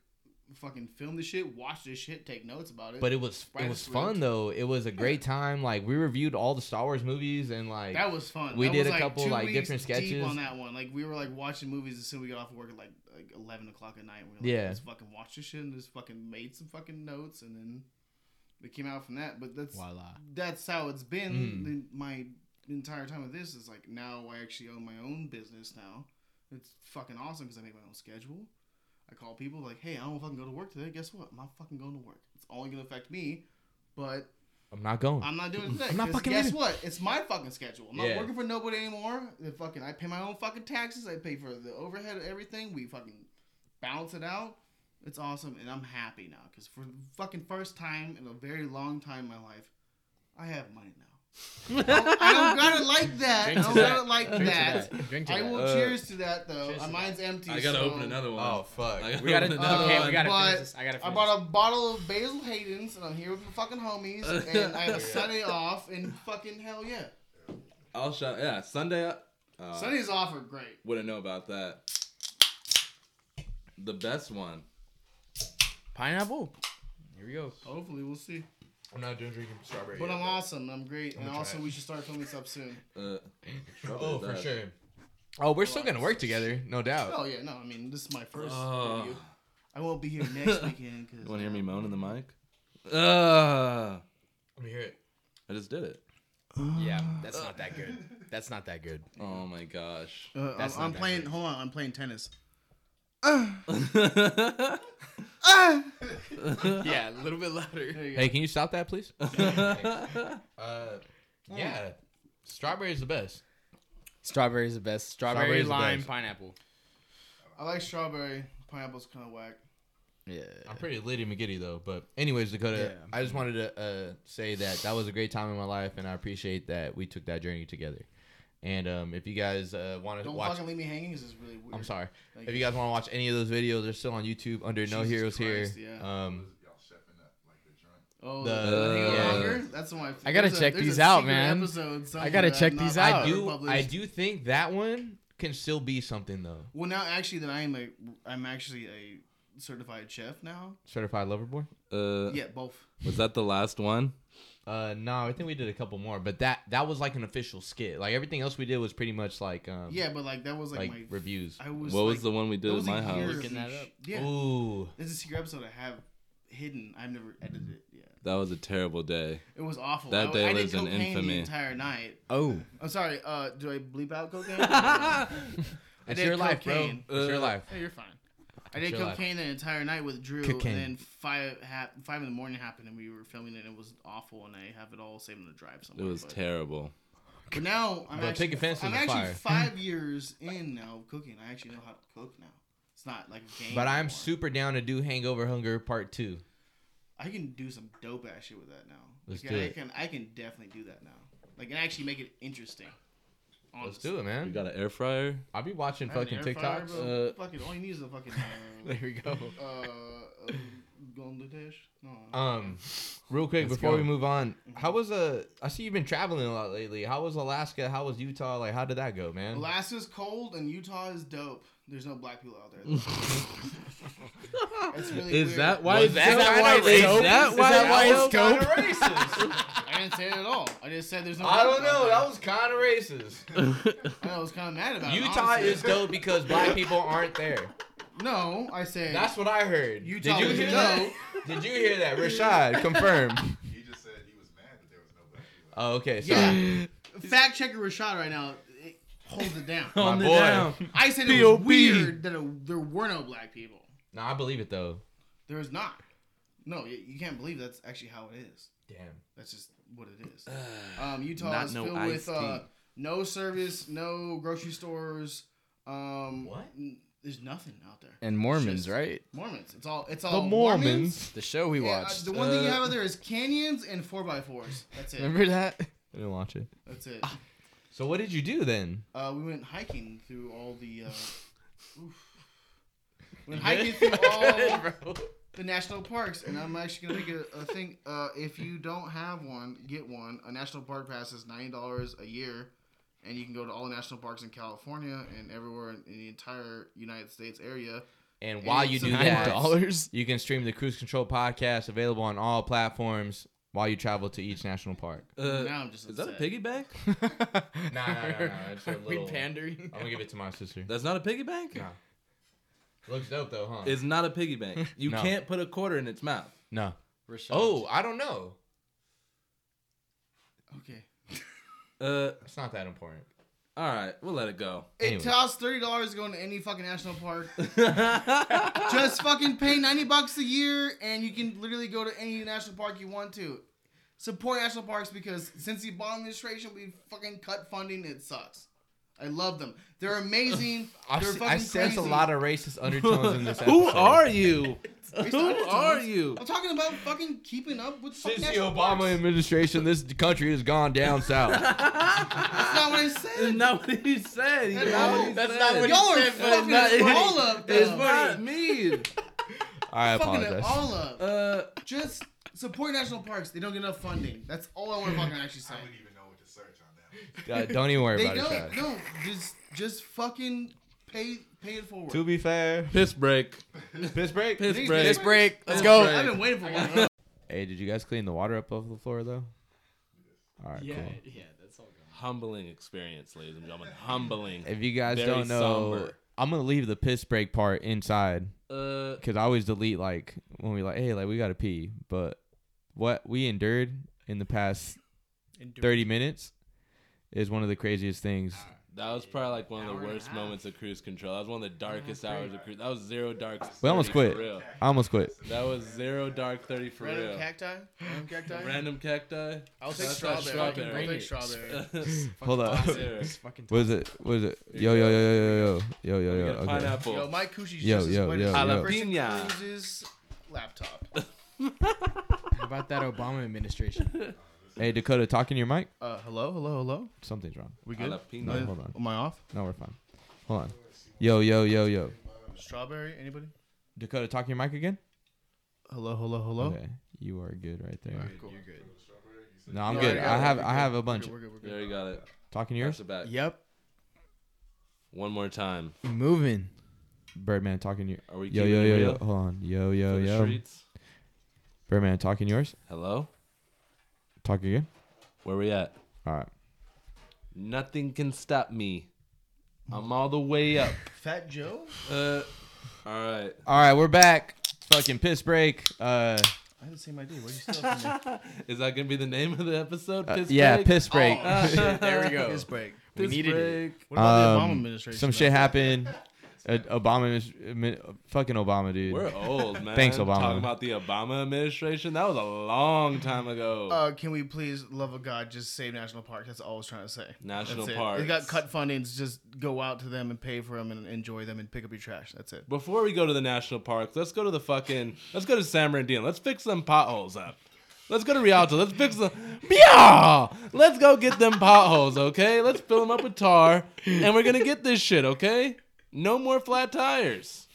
E: fucking film this shit, watch this shit, take notes about it.
D: But it was
E: Right,
D: it was
E: it's
D: fun
E: ripped.
D: though. It was a great time. Like we reviewed all the Star Wars movies and like
E: that was fun.
D: we
E: That
D: did
E: was,
D: a couple,
E: two
D: like,
E: weeks
D: different
E: deep
D: sketches.
E: on that one. Like we were like watching movies as soon as we got off work at like like eleven o'clock at night. We were like,
D: Yeah.
E: let's fucking watch this shit and just fucking made some fucking notes and then we came out from that. But that's
G: Voila.
E: that's how it's been the, my entire time of this is like now I actually own my own business now. It's fucking awesome because I make my own schedule. I call people like, hey, I don't fucking go to work today. Guess what? I'm not fucking going to work. It's only gonna affect me, but
D: I'm not going.
E: I'm not doing it today.
D: I'm not
E: 'cause
D: fucking
E: guess
D: leaving.
E: what? It's my fucking schedule. I'm not
D: Yeah.
E: working for nobody anymore. The fucking I pay my own fucking taxes. I pay for the overhead, everything. We fucking balance it out. It's awesome, and I'm happy now because for the fucking first time in a very long time in my life, I have money now. I don't got it like that. I
G: Drink to
E: don't
G: that.
E: got it like
G: Drink to
E: that.
G: that. Drink to
E: I
G: that.
E: will
D: Uh,
E: cheers to that though.
G: cheers to
E: Uh, Mine's empty.
F: I gotta
E: so-
F: open another one.
D: oh fuck.
F: I gotta Oh.
G: We gotta.
F: open another
G: okay,
F: one.
G: we gotta
E: but
G: finish this. I gotta
E: I
G: finish.
E: bought a bottle of Basil Hayden's, and I'm here with my fucking homies, and I have a Sunday off, and fucking hell yeah,
F: I'll shout. Yeah, Sunday. Uh,
E: Sundays off are great.
F: Wouldn't know about that. The best one.
G: pineapple. Here we go.
E: Hopefully, we'll see.
D: I'm not doing drinking strawberry.
E: But I'm awesome. I'm great, and
D: gonna try
E: also
D: it.
E: we should start filming this up soon.
F: Uh,
D: Oh, for
F: that.
D: sure. Oh, we're still gonna work together, no doubt.
E: Oh yeah, no, I mean this is my first
F: Oh.
E: review. I won't be here next weekend because
F: You want to hear me moan in the mic? Uh,
D: Let me hear it.
F: I just did it.
G: Yeah, that's not that good. That's not that good.
F: Oh my gosh.
E: Uh, I'm,
G: That's not
E: I'm
G: that
E: playing.
G: great.
E: Hold on, I'm playing tennis.
G: Yeah, a little bit louder.
D: Hey, can you stop that, please? uh, yeah, strawberry is the best.
G: Strawberry is the best. Strawberry,
D: Strawberry's the
G: lime,
D: best.
G: pineapple.
E: I like strawberry. Pineapple's kind of whack.
G: Yeah.
D: I'm pretty Liddy McGiddy though, but anyways, Dakota,
G: Yeah.
D: I just wanted to uh, say that that was a great time in my life, and I appreciate that we took that journey together. And um, if you guys uh, want to
E: Don't
D: watch,
E: fucking leave me hanging. This is really weird.
D: I'm sorry.
E: Thank
D: If
E: you.
D: you guys want to watch any of those videos, they're still on YouTube under No Heroes
E: Jesus Christ,
D: here.
E: yeah.
D: Um,
E: Oh,
D: The-
E: the
D: yeah.
E: Hunger? That's one of my.
G: I gotta
E: there's a-
G: check
E: there's a
G: these out,
E: secret
G: man.
E: episode
G: I gotta
E: somewhere
G: check
E: not
G: these
D: I
G: out.
D: do, I
E: published.
D: do think that one can still be something though.
E: Well, now actually, that I am a, I'm actually a certified chef now.
D: Certified Lover Boy.
F: Uh,
E: Yeah, both.
F: Was that the last one?
D: Uh, no, I think we did a couple more, but that that was like an official skit. Like everything else we did was pretty much like um,
E: Yeah, but like that was like,
D: like,
E: my.
D: reviews.
E: I was.
F: what
E: like,
F: was the one we
E: that
F: did at
E: was a
F: my
E: year
F: house?
E: of
G: Looking that
E: each-
G: up.
E: Yeah,
D: Ooh,
E: there's a secret episode I have hidden. I've never edited it. Yeah,
F: That was a terrible day.
E: it was awful.
F: That
E: I,
F: day
E: I did
F: lives in
E: cocaine
F: infamy.
E: The entire night.
G: Oh,
E: I'm sorry. Uh, do I bleep out cocaine? I
D: it's
E: did
D: your life, bro.
E: cocaine.
D: It's your
F: Uh,
D: life.
E: Hey, you're fine. I did
D: your life.
E: cocaine the entire night with Drew,
D: Cocaine.
E: and then five hap- five in the morning happened, and we were filming it. and It was awful, and I have it all saved on the drive
F: It
E: somewhere.
F: was
E: but-
F: terrible.
E: But now I'm
D: Bro,
E: actually,
D: take offense to
E: I'm
D: the
E: actually
D: fire.
E: five years in now of cooking. I actually know how to cook now. It's not like a game.
D: But I'm
E: anymore.
D: super down to do Hangover Hunger Part Two.
E: I can do some dope ass shit with that now.
D: Let's
E: Like,
D: do
E: I
D: it.
E: can I can definitely do that now. Like and actually make it interesting.
D: Let's
E: Honestly.
D: do it,
F: We
D: man.
F: got an air fryer.
D: I'll be watching
E: I have
D: fucking
E: an air fryer,
D: TikToks.
E: bro.
F: Uh,
E: fucking all you need is a fucking uh,
D: we go.
E: uh, uh Bangladesh. No.
D: Um, real quick
G: Let's
D: before we
G: go.
D: move on, how was uh? I see you've been traveling a lot lately. How was Alaska? How was Utah? Like, how did that go, man?
E: Alaska's cold and Utah is dope. There's no black people out there. Though. it's really
F: Is
E: weird.
F: that why?
D: Was
F: it's
D: that
F: so-
D: that why it's
F: Is
D: dope?
F: that
D: Is
F: why
D: that why
F: it's
D: it's
F: dope?
D: dope?
E: I didn't say it at all. I just said there's no.
D: I
E: black
D: don't
E: people out
D: know.
E: there.
D: That was kind of racist.
E: I know, I was kind of mad about. it,
D: Utah
E: honestly.
D: is dope because black people aren't there.
E: No, I said
D: That's what I heard.
E: Utah
D: Did you
E: is
D: hear
E: dope.
D: that? Did you hear that? Rashad, confirm.
H: He just said he was mad that there was no black people.
D: Oh, okay. Sorry.
E: Yeah. Fact checker Rashad right now it holds it down.
D: My
F: On the
D: boy.
F: down.
E: I said it was weird that it, there were no black people.
D: No, I believe it though.
E: There is not. No, y- you can't believe that's actually how it is.
D: Damn.
E: That's just what it is. Um, Utah
F: Not
E: is
F: no
E: filled
F: iced
E: with uh,
F: tea.
E: no service, no grocery stores. Um,
D: What?
E: n- There's nothing out there.
G: and Mormons,
E: Just-
G: right?
E: Mormons. It's all. It's all Mormons.
G: The show we
E: Yeah, uh,
G: watched.
E: the one thing you
F: Uh,
E: have out there is canyons and four by fours. That's it.
G: Remember that?
D: I didn't watch it.
E: That's it.
D: So what did you do then?
E: Uh, we went hiking through all the. Uh, oof. We went hiking through all the national parks, and I'm actually gonna make a, a thing. Uh, if you don't have one, get one. A national park pass is ninety dollars a year, and you can go to all the national parks in California and everywhere in, in the entire United States area.
D: And while you do that,
G: dollars.
D: you can stream the Cruise Control podcast available on all platforms while you travel to each national park.
F: Uh,
E: now I'm just
F: is that a
E: upset.
F: piggy bank?
D: Nah, nah, nah, nah, it's a
G: Are we
D: little-
G: pandering?
D: I'm gonna give it to my sister.
F: That's not a piggy bank.
D: Nah. Looks dope though, huh?
F: It's not a piggy bank. You
D: No.
F: can't put a quarter in its mouth.
D: no.
G: Rashad.
D: Oh, I don't know.
E: Okay.
F: Uh,
D: It's not that important.
F: all right, we'll let it go.
E: It
D: Anyway.
E: costs thirty dollars to go into any fucking national park. Just fucking pay ninety bucks a year, and you can literally go to any national park you want to. Support national parks because since the Obama administration, we fucking cut funding. It sucks. I love them. They're amazing.
D: I,
E: They're
D: s-
E: fucking
D: I sense
E: crazy.
D: a lot of racist undertones in this episode.
F: Who are you? Who
E: undertones.
F: are you?
E: I'm talking about fucking keeping up with fucking
D: Since the
E: national
D: Obama
E: parks.
D: administration, this country has gone down south.
E: That's not what I said.
F: That's not what he said. That's
E: not what
F: he
E: he
F: said.
E: Y'all are fucking
F: it's
E: it
F: not-
E: all up.
F: It's
E: though.
F: not me.
D: I
E: Fucking it
D: apologize.
E: all up.
F: Uh,
E: Just support national parks. They don't get enough funding. That's all I want to fucking actually say.
H: I wouldn't even know what to search on that. one.
D: Uh, don't even worry
E: They
D: about it.
E: don't.
D: Chad.
E: No, just just fucking pay pay it forward.
D: To be fair,
F: piss break.
D: piss break.
F: Piss
E: These
F: break.
E: piss
G: break. Let's
F: Piss
G: go.
E: I've
F: break.
E: been waiting for one.
D: Hey, did you guys clean the water up off the floor though? All right,
G: Yeah,
D: cool.
G: yeah, that's all gone.
F: Humbling experience, ladies and gentlemen. Humbling.
D: If you guys
F: Very
D: don't know,
F: somber.
D: I'm gonna leave the piss break part inside
F: Uh,
D: because I always delete like when we like, hey, like we gotta pee. But what we endured in the past 30 minutes is one of the craziest things.
F: that was probably like one of
G: Hour
F: the
G: and a
F: worst
G: half.
F: moments of cruise control. That was one of the darkest hours of cruise. That was zero dark.
D: We almost
F: 30
D: quit.
F: for real.
D: I almost quit.
F: That was zero dark thirty for
E: Random
F: real.
E: cacti. Random cacti.
F: Random cacti.
E: I'll take
F: That's that
E: strawberry.
F: strawberry.
E: I'll take strawberry.
D: Hold up.
F: Zero.
G: Fucking
D: What is it? What is it? Yo, yo, yo, yo, yo, yo, yo, yo,
F: We
D: yo.
F: got
D: Okay.
F: Pineapple.
E: Yo, my coochie's
D: Yo,
E: just
D: yo,
E: as wet
D: yo,
E: as
D: yo.
E: the person
F: Jalapeno.
E: Cruz's laptop.
G: How about that Obama administration?
D: Hey, Dakota, talk in your mic.
E: Uh, hello, hello, hello.
D: Something's wrong.
E: We good?
F: Jalapeno.
E: No,
D: Hold on.
E: Am I off?
D: No, we're fine. Hold on. Yo, yo, yo, yo.
E: Strawberry? Anybody?
D: Dakota, talk in your mic again.
E: Hello, hello, hello.
D: Okay, you are good right there.
G: You're good.
D: No, I'm
E: No,
D: good.
E: I
D: I
E: got it.
D: have,
E: We're
D: I have a bunch.
E: We're good. We're good.
F: There you got it.
D: Talking
F: Here's
D: yours,
F: the back.
G: Yep.
F: One more time.
G: Moving.
D: Birdman. Talking your.
F: Are we
D: Yo,
F: keeping
D: yo,
F: it
D: yo,
F: real
D: yo. Hold on. Yo,
F: for
D: yo,
F: the
D: yo.
F: streets?
D: Birdman, talking yours.
F: Hello?
D: Talk again.
F: Where we at?
D: All right.
F: Nothing can stop me. I'm all the way up.
E: Fat Joe?
F: Uh, all right.
D: All right, we're back. Fucking piss break. Uh,
E: I didn't see my dude. Where you still at from
F: Is that gonna be the name of the episode?
D: uh,
F: Piss
D: yeah,
F: break?
D: piss break.
G: there we
E: me?
G: go.
E: Piss Oh, break.
G: We
F: Piss
G: needed it.
F: break.
E: What about
D: Um,
E: the Obama administration?
D: Some shit happened. Uh, Obama, is- admi- fucking Obama, dude.
F: We're old, man.
D: Thanks, Obama.
F: Talking about the Obama administration. That was a long time ago.
E: Uh, can we please, love of God, just save national parks? That's all I was trying to say.
F: National
E: That's
F: parks.
E: It. They got cut fundings. Just go out to them and pay for them and enjoy them and pick up your trash. That's it.
F: Before we go to the national parks, let's go to the fucking. Let's go to San Bernardino. Let's fix them potholes up. Let's go to Rialto. Let's fix them. Yeah! Let's go get them potholes, okay? Let's fill them up with tar, and we're gonna get this shit, okay? No more flat tires.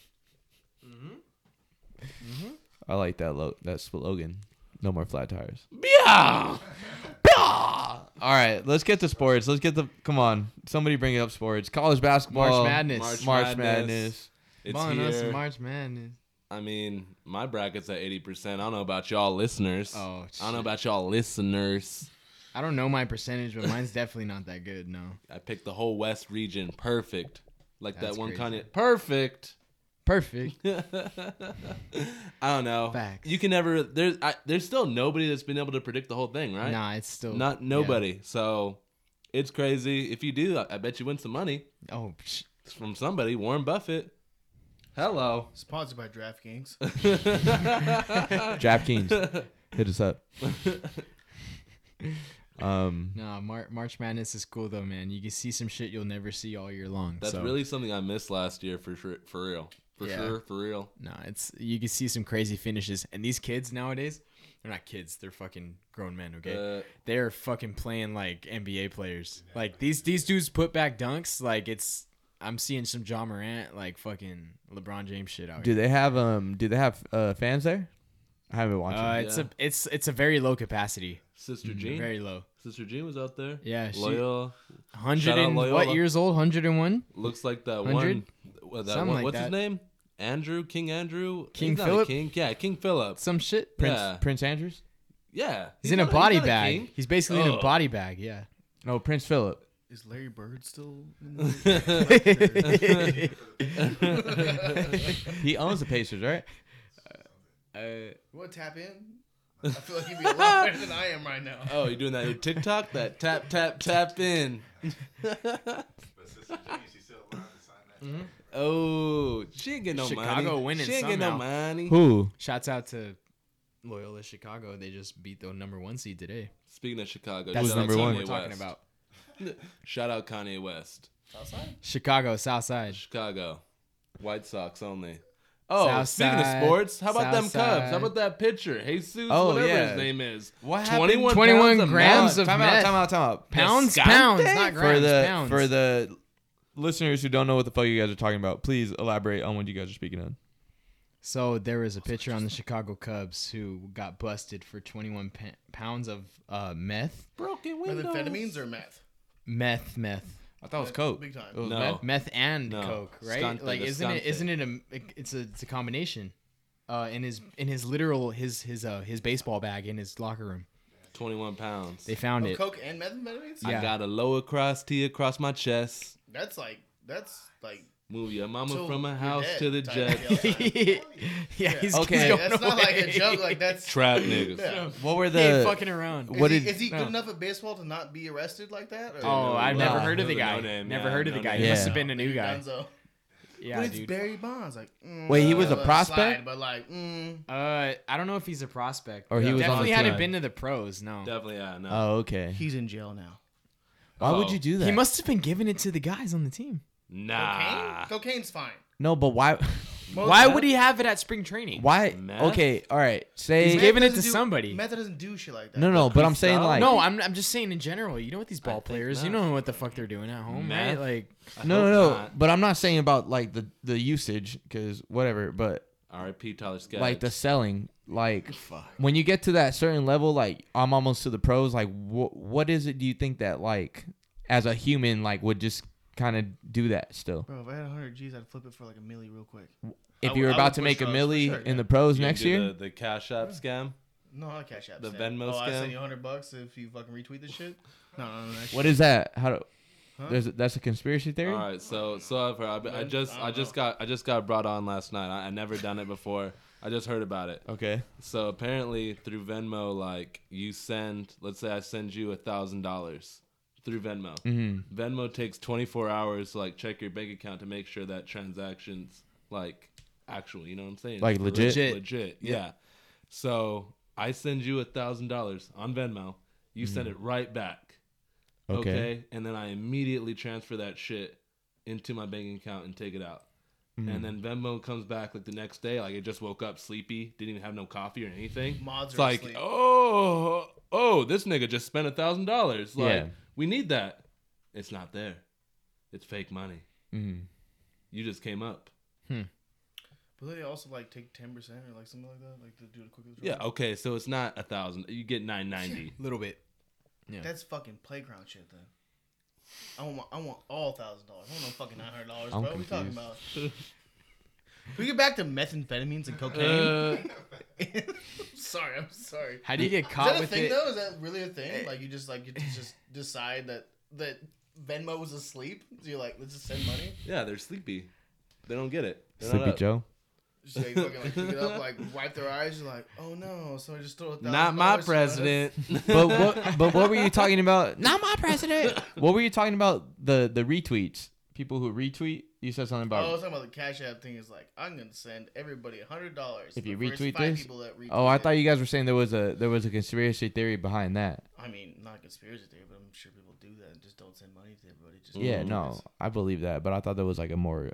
D: Mm-hmm. I like that lo- that slogan. No more flat tires.
F: Yeah!
D: All right, let's get to sports. Let's get the come on. Somebody bring up sports. College basketball.
G: March Madness.
F: March
D: March
F: Madness.
D: Madness.
F: It's
G: Among us,
F: here.
G: March Madness.
F: I mean, my bracket's at eighty percent. I don't know about y'all listeners.
G: Oh,
F: I don't know
G: shit.
F: about y'all listeners.
G: I don't know my percentage, but mine's definitely not that good. No.
F: I picked the whole West region. Perfect. Like
G: That's
F: that one
G: crazy.
F: Kanye. Perfect.
G: Perfect.
F: I don't know.
G: Facts.
F: You can never. There's I, there's still nobody that's been able to predict the whole thing, right?
G: Nah, it's still
F: Not
G: yeah.
F: nobody. So it's crazy. If you do, I, I bet you win some money
G: Oh, psh.
F: It's from somebody. Warren Buffett. Hello.
E: Sponsored by DraftKings.
D: DraftKings. Hit us up. um,
G: nah. Mar- March Madness is cool though, man. You can see some shit you'll never see all year long.
F: That's
G: so.
F: really something I missed last year for sure. For real. For
G: Yeah.
F: sure. For real.
G: No, it's you can see some crazy finishes, and these kids nowadays, they're not kids. They're fucking grown men. Okay,
F: Uh,
G: they're fucking playing like NBA players. Like these these dudes put back dunks. Like it's I'm seeing some John Morant, like fucking LeBron James shit out
D: do
G: here.
D: they have um? Do they have uh fans there? I haven't watched.
G: Uh,
D: it.
G: it's
F: Yeah.
G: a it's it's a very low capacity,
F: Sister Jean.
G: Mm-hmm. very low.
F: Sister Jean was out there.
G: Yeah, she-
F: Loyal.
G: Hundred
F: out
G: and
F: Loyola.
G: what years old? Hundred and one.
F: Looks like that
G: 100?
F: one. That
G: Something
F: one
G: like
F: what's his
G: that.
F: name? Andrew, King Andrew,
I: King
F: He's not a
I: Philip?
F: King, yeah, King Philip,
I: Some shit.
F: Yeah.
D: Prince Prince Andrews?
F: yeah.
I: He's, in a
F: not
I: body
F: he's not
I: bag.
F: king.
I: he's basically in a
G: Oh.
F: Ugh.
I: body bag. Yeah.
D: No, Prince Philip.
E: Is Larry Bird still?
D: He owns the Pacers, right?
E: What tap in? I feel like you'd be a lot better than I am right now.
F: Oh, you doing that new TikTok? That tap tap tap in.
H: But Sister G, she's still alive to sign that.
F: Oh, she ain't get no money.
I: Chicago winning
F: She ain't get no
I: somehow.
F: money.
D: Who?
G: Shouts out to Loyola Chicago. They just beat the number one seed today.
F: Speaking of Chicago,
I: That's
F: shout
D: number
F: out
D: one.
F: Kanye
D: We're
G: Talking
F: West.
G: about
F: Shout out Kanye West.
G: Chicago Southside.
F: Chicago, White Sox only. Oh, speaking
G: Southside,
F: of sports, how about them Cubs?
G: Southside.
F: How about that pitcher, Jesus,
D: Oh,
F: whatever
D: yeah.
F: his name is?
D: What happened?
F: 21,
I: 21
F: pounds
I: grams
F: of
I: of
D: Time out,
I: meth.
D: time out, time out.
I: Pounds,
F: Escante?
I: pounds, not grams.
D: for the
I: pounds.
D: for the listeners who don't know what the fuck you guys are talking about, please elaborate on what you guys are speaking on.
G: So there was a pitcher on the Chicago Cubs who got busted for 21 pa- pounds of uh, meth,
F: broken windows.
E: Methamphetamines or meth?
G: meth, meth,
D: I thought it was coke.
E: Big time.
D: It was
F: No.
D: meth?
G: meth, and
F: No.
G: coke, right?
F: Skunk
G: like,
F: thing, a
G: isn't
F: skunk
G: it? Isn't it a? It's a. It's a combination. Uh, in his in his literal his his uh his baseball bag in his locker room,
F: 21 pounds.
G: they found
E: Oh,
G: it.
E: coke and methamphetamines?
F: I got a lower cross T across my chest.
E: That's like that's like
F: Move your mama
E: till
F: from a
E: you're
F: house
E: dead
F: to the
E: type
F: jet.
E: deal. Like,
G: yeah, he's
D: Okay.
G: he's going
E: That's not like a
G: away.
E: joke. Like that's
F: Trap niggas.
E: Yeah.
D: What were
G: He ain't
D: the
G: fucking around.
D: What did-
E: is he, is he
D: no.
E: good enough at baseball to not be arrested like that? Or
G: Oh, I've
F: Nah.
G: never heard of the
F: No
G: guy.
F: name,
G: never
F: yeah,
G: heard of
F: no
G: the guy.
F: name.
G: He must
D: Yeah.
G: have been a new guy.
E: Gonzo.
G: Yeah,
E: but it's
G: dude.
E: Barry Bonds. Like, mm,
D: Wait, he
E: uh,
D: was a
E: let it
D: prospect?
E: slide, but like, mm,
G: Uh, I don't know if he's a prospect.
D: Or he was on
G: definitely
D: the
G: hadn't
D: team.
G: been to the pros. No,
F: Definitely, yeah, no.
D: Oh, okay.
E: he's in jail now.
D: Why would
F: Oh.
D: you do that?
G: he must have been giving it to the guys on the team.
F: nah.
E: Cocaine? Cocaine's fine.
D: No, but why
G: Why would he have it at spring training?
D: why
F: Meth?
D: Okay, all right. Say
G: He's giving it
E: Meth
G: to
E: doesn't do-
G: somebody.
E: Meth doesn't do shit like that.
D: No, no, but I'm
F: Cruz
D: saying
F: Gal?
D: like
G: No, I'm, I'm just saying in general. You know what these ball
F: think
G: players? You
F: not.
G: know what the fuck they're doing at home,
F: Meth?
G: right? Like
F: I
D: No,
F: hope
D: no, no.
F: not.
D: But I'm not saying about like the the usage cuz whatever, but
F: R.I.P. Tyler Skaggs.
D: like the selling like when you get to that certain level like i'm almost to the pros like wh- what is it do you think that like as a human like would just kind of do that still
E: Bro, if I had 100 G's, I'd flip it for like a milli real quick.
D: if
E: I
D: you're
E: would- I
D: about
E: would
D: to
E: push
D: make a
E: those for
D: milli
E: sure, yeah.
D: in the pros
F: You
D: next
F: do
D: year
F: The, the Cash App scam.
E: No, I'll cash out.
F: The Venmo
E: oh, I
F: scam?
E: send you 100 bucks if you fucking retweet this shit. No, no, no. that
D: what is that how do
E: Huh?
D: there's a, that's a conspiracy theory
F: All right, so so I've heard. I, I just
E: I
F: I,
E: don't
F: just
E: know.
F: got I just got brought on last night. I, I never done it before. I just heard about it.
D: okay
F: So apparently through Venmo, like you send, let's say I send you a thousand dollars through Venmo. Mm-hmm. Venmo takes 24 hours to like check your bank account to make sure that transactions like actual. You know what I'm saying?
D: Like, legit?
F: legit, legit. Yeah. So I send you a thousand dollars on Venmo. You send it right back.
D: Okay.
F: okay. And then I immediately transfer that shit into my banking account and take it out.
D: Hmm.
F: And then Venmo comes back like the next day, like it just woke up sleepy, didn't even have no coffee or anything.
E: Mods
F: it's
E: are
F: like,
E: asleep.
F: oh, oh, this nigga just spent a thousand dollars. Like,
D: Yeah.
F: we need that. It's not there. It's fake money.
D: Mhm.
F: You just came up.
E: But they also like take 10% or like something like that. Like to do the quick withdrawal.
F: Yeah. Okay. So it's not a thousand. You get nine ninety.
G: a little bit.
E: That's fucking playground shit then. I want my, I want all thousand dollars. I want no fucking nine hundred dollars, bro.
D: I'm
E: What are we talking about? we get back to methamphetamines and cocaine.
F: Uh,
E: sorry, I'm sorry.
G: How do you get
E: Is
G: caught
E: that a
G: with
E: thing
G: it?
E: though? Is that really a thing? Like you just like you just decide that that Venmo was asleep. So you're like, let's just send money.
F: yeah, they're sleepy. They don't get it. They're not
D: sleepy
F: up.
D: joe
E: Just like fucking like pick it up, like wipe their eyes. You're like, oh no, somebody just threw a thousand.
F: Not my
E: dollars at us.
F: president.
D: but what but what were you talking about not my president what were you talking about the the retweets people who retweet you said something
E: Oh, I was
D: about
E: talking about the Cash App thing. Is like, I'm gonna send everybody hundred dollars
D: If you
E: the first
D: retweet
E: five
D: this-
E: People that retweet
D: oh i
E: it.
D: thought you guys were saying there was a there was a conspiracy theory behind that
E: I mean, not a conspiracy theory, but I'm sure people do that and just don't send money to everybody. Just
F: Mm-hmm.
D: Yeah, no, I believe that, but I thought there was like a more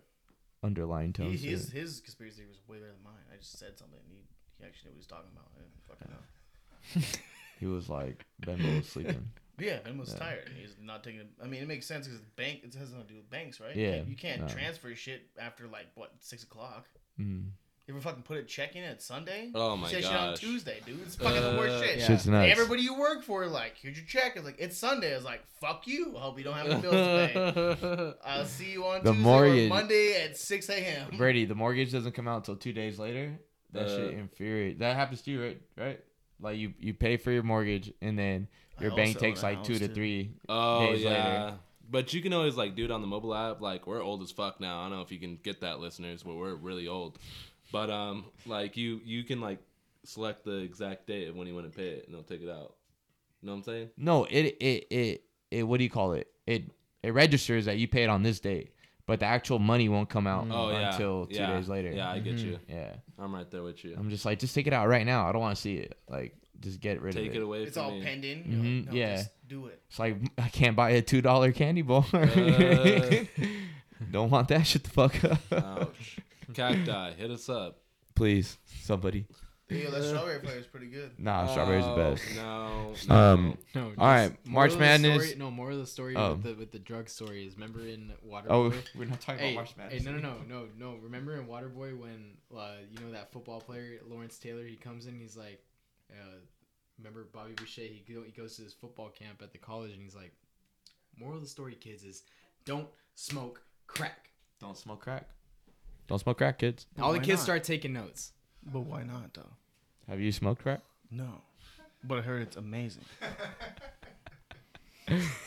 D: underlying tone.
E: He,
D: to
E: his
D: it.
E: his conspiracy theory was way better than mine. I just said something and he, he actually knew what he was talking about. I didn't fucking know.
D: He was like Benbo was sleeping.
E: But yeah, Ben was tired. and He's not taking. I mean, it makes sense because bank. It has nothing to do with banks, right?
D: Yeah,
E: You can't, you can't
D: no.
E: transfer shit after like what six o'clock.
D: Mm.
E: You ever fucking put a check in at Sunday?
F: Oh my
E: Said shit on
F: gosh.
E: Tuesday, dude. It's fucking the worst
F: Uh,
E: shit.
G: Yeah.
D: Shit's nuts.
E: Everybody you work for, like, here's your check. It's like it's Sunday. It's like fuck you. I hope you don't have any bills to pay. I'll see you on
D: The
E: Tuesday
D: more
E: or
D: you-
E: Monday at six a.m.
D: Brady, the mortgage doesn't come out until two days later. That
F: Uh,
D: shit infuriates. That happens to you, right? Right? Like you, you pay for your mortgage, and then your
E: I
D: bank
E: also own
D: takes
E: a
D: like two
E: house,
D: to
E: too.
D: three.
F: Oh
D: days
F: yeah.
D: later.
F: But you can always like do it on the mobile app. Like we're old as fuck now. I don't know if you can get that, listeners, but we're really old. But um, like you you can like select the exact date of when you want to pay it, and they'll take it out. You know what I'm saying?
D: No, it, it, it, it. What do you call it? It, it registers that you paid on this date, but the actual money won't come out
F: Oh yeah.
D: Mm, until two
F: Yeah.
D: days later.
F: Yeah, I get you.
D: yeah.
F: I'm right there with you.
D: I'm just like, just take it out right now. I don't want to see it. Like, just get rid
F: Take
D: of
F: it
D: it.
F: away
E: It's
F: from
E: all
F: me.
E: pending.
D: Mhm,
E: You're like,
D: yeah.
E: just do it.
D: It's like I can't buy a two dollar candy bar.
F: Uh.
D: don't want that shit the fuck up.
F: Ouch. Cacti, hit us up.
D: Please, somebody.
E: Hey, Yo, that strawberry flavor is pretty good.
D: Nah, strawberries are
F: Oh,
D: Uh, best.
F: No.
D: Um,
G: No. just-
D: All right,
G: moral
D: March
G: of the
D: Madness.
G: Story, no, more of the story
D: Oh.
G: with the with the drug story is remember in Waterboy.
D: oh, we're not talking
G: Hey, hey, no, no, no, no, no. Remember in Waterboy when uh, you know that football player Lawrence Taylor, he comes in, he's like, uh, remember Bobby Boucher? He go, he goes to his football camp at the college, and he's like, moral of the story, kids, is don't smoke crack.
D: Don't smoke crack. Don't smoke crack, kids.
G: All the
E: why
G: kids
E: not?
G: start taking notes.
E: But why not though?
D: Have you smoked crack?
E: No. But I heard it's amazing.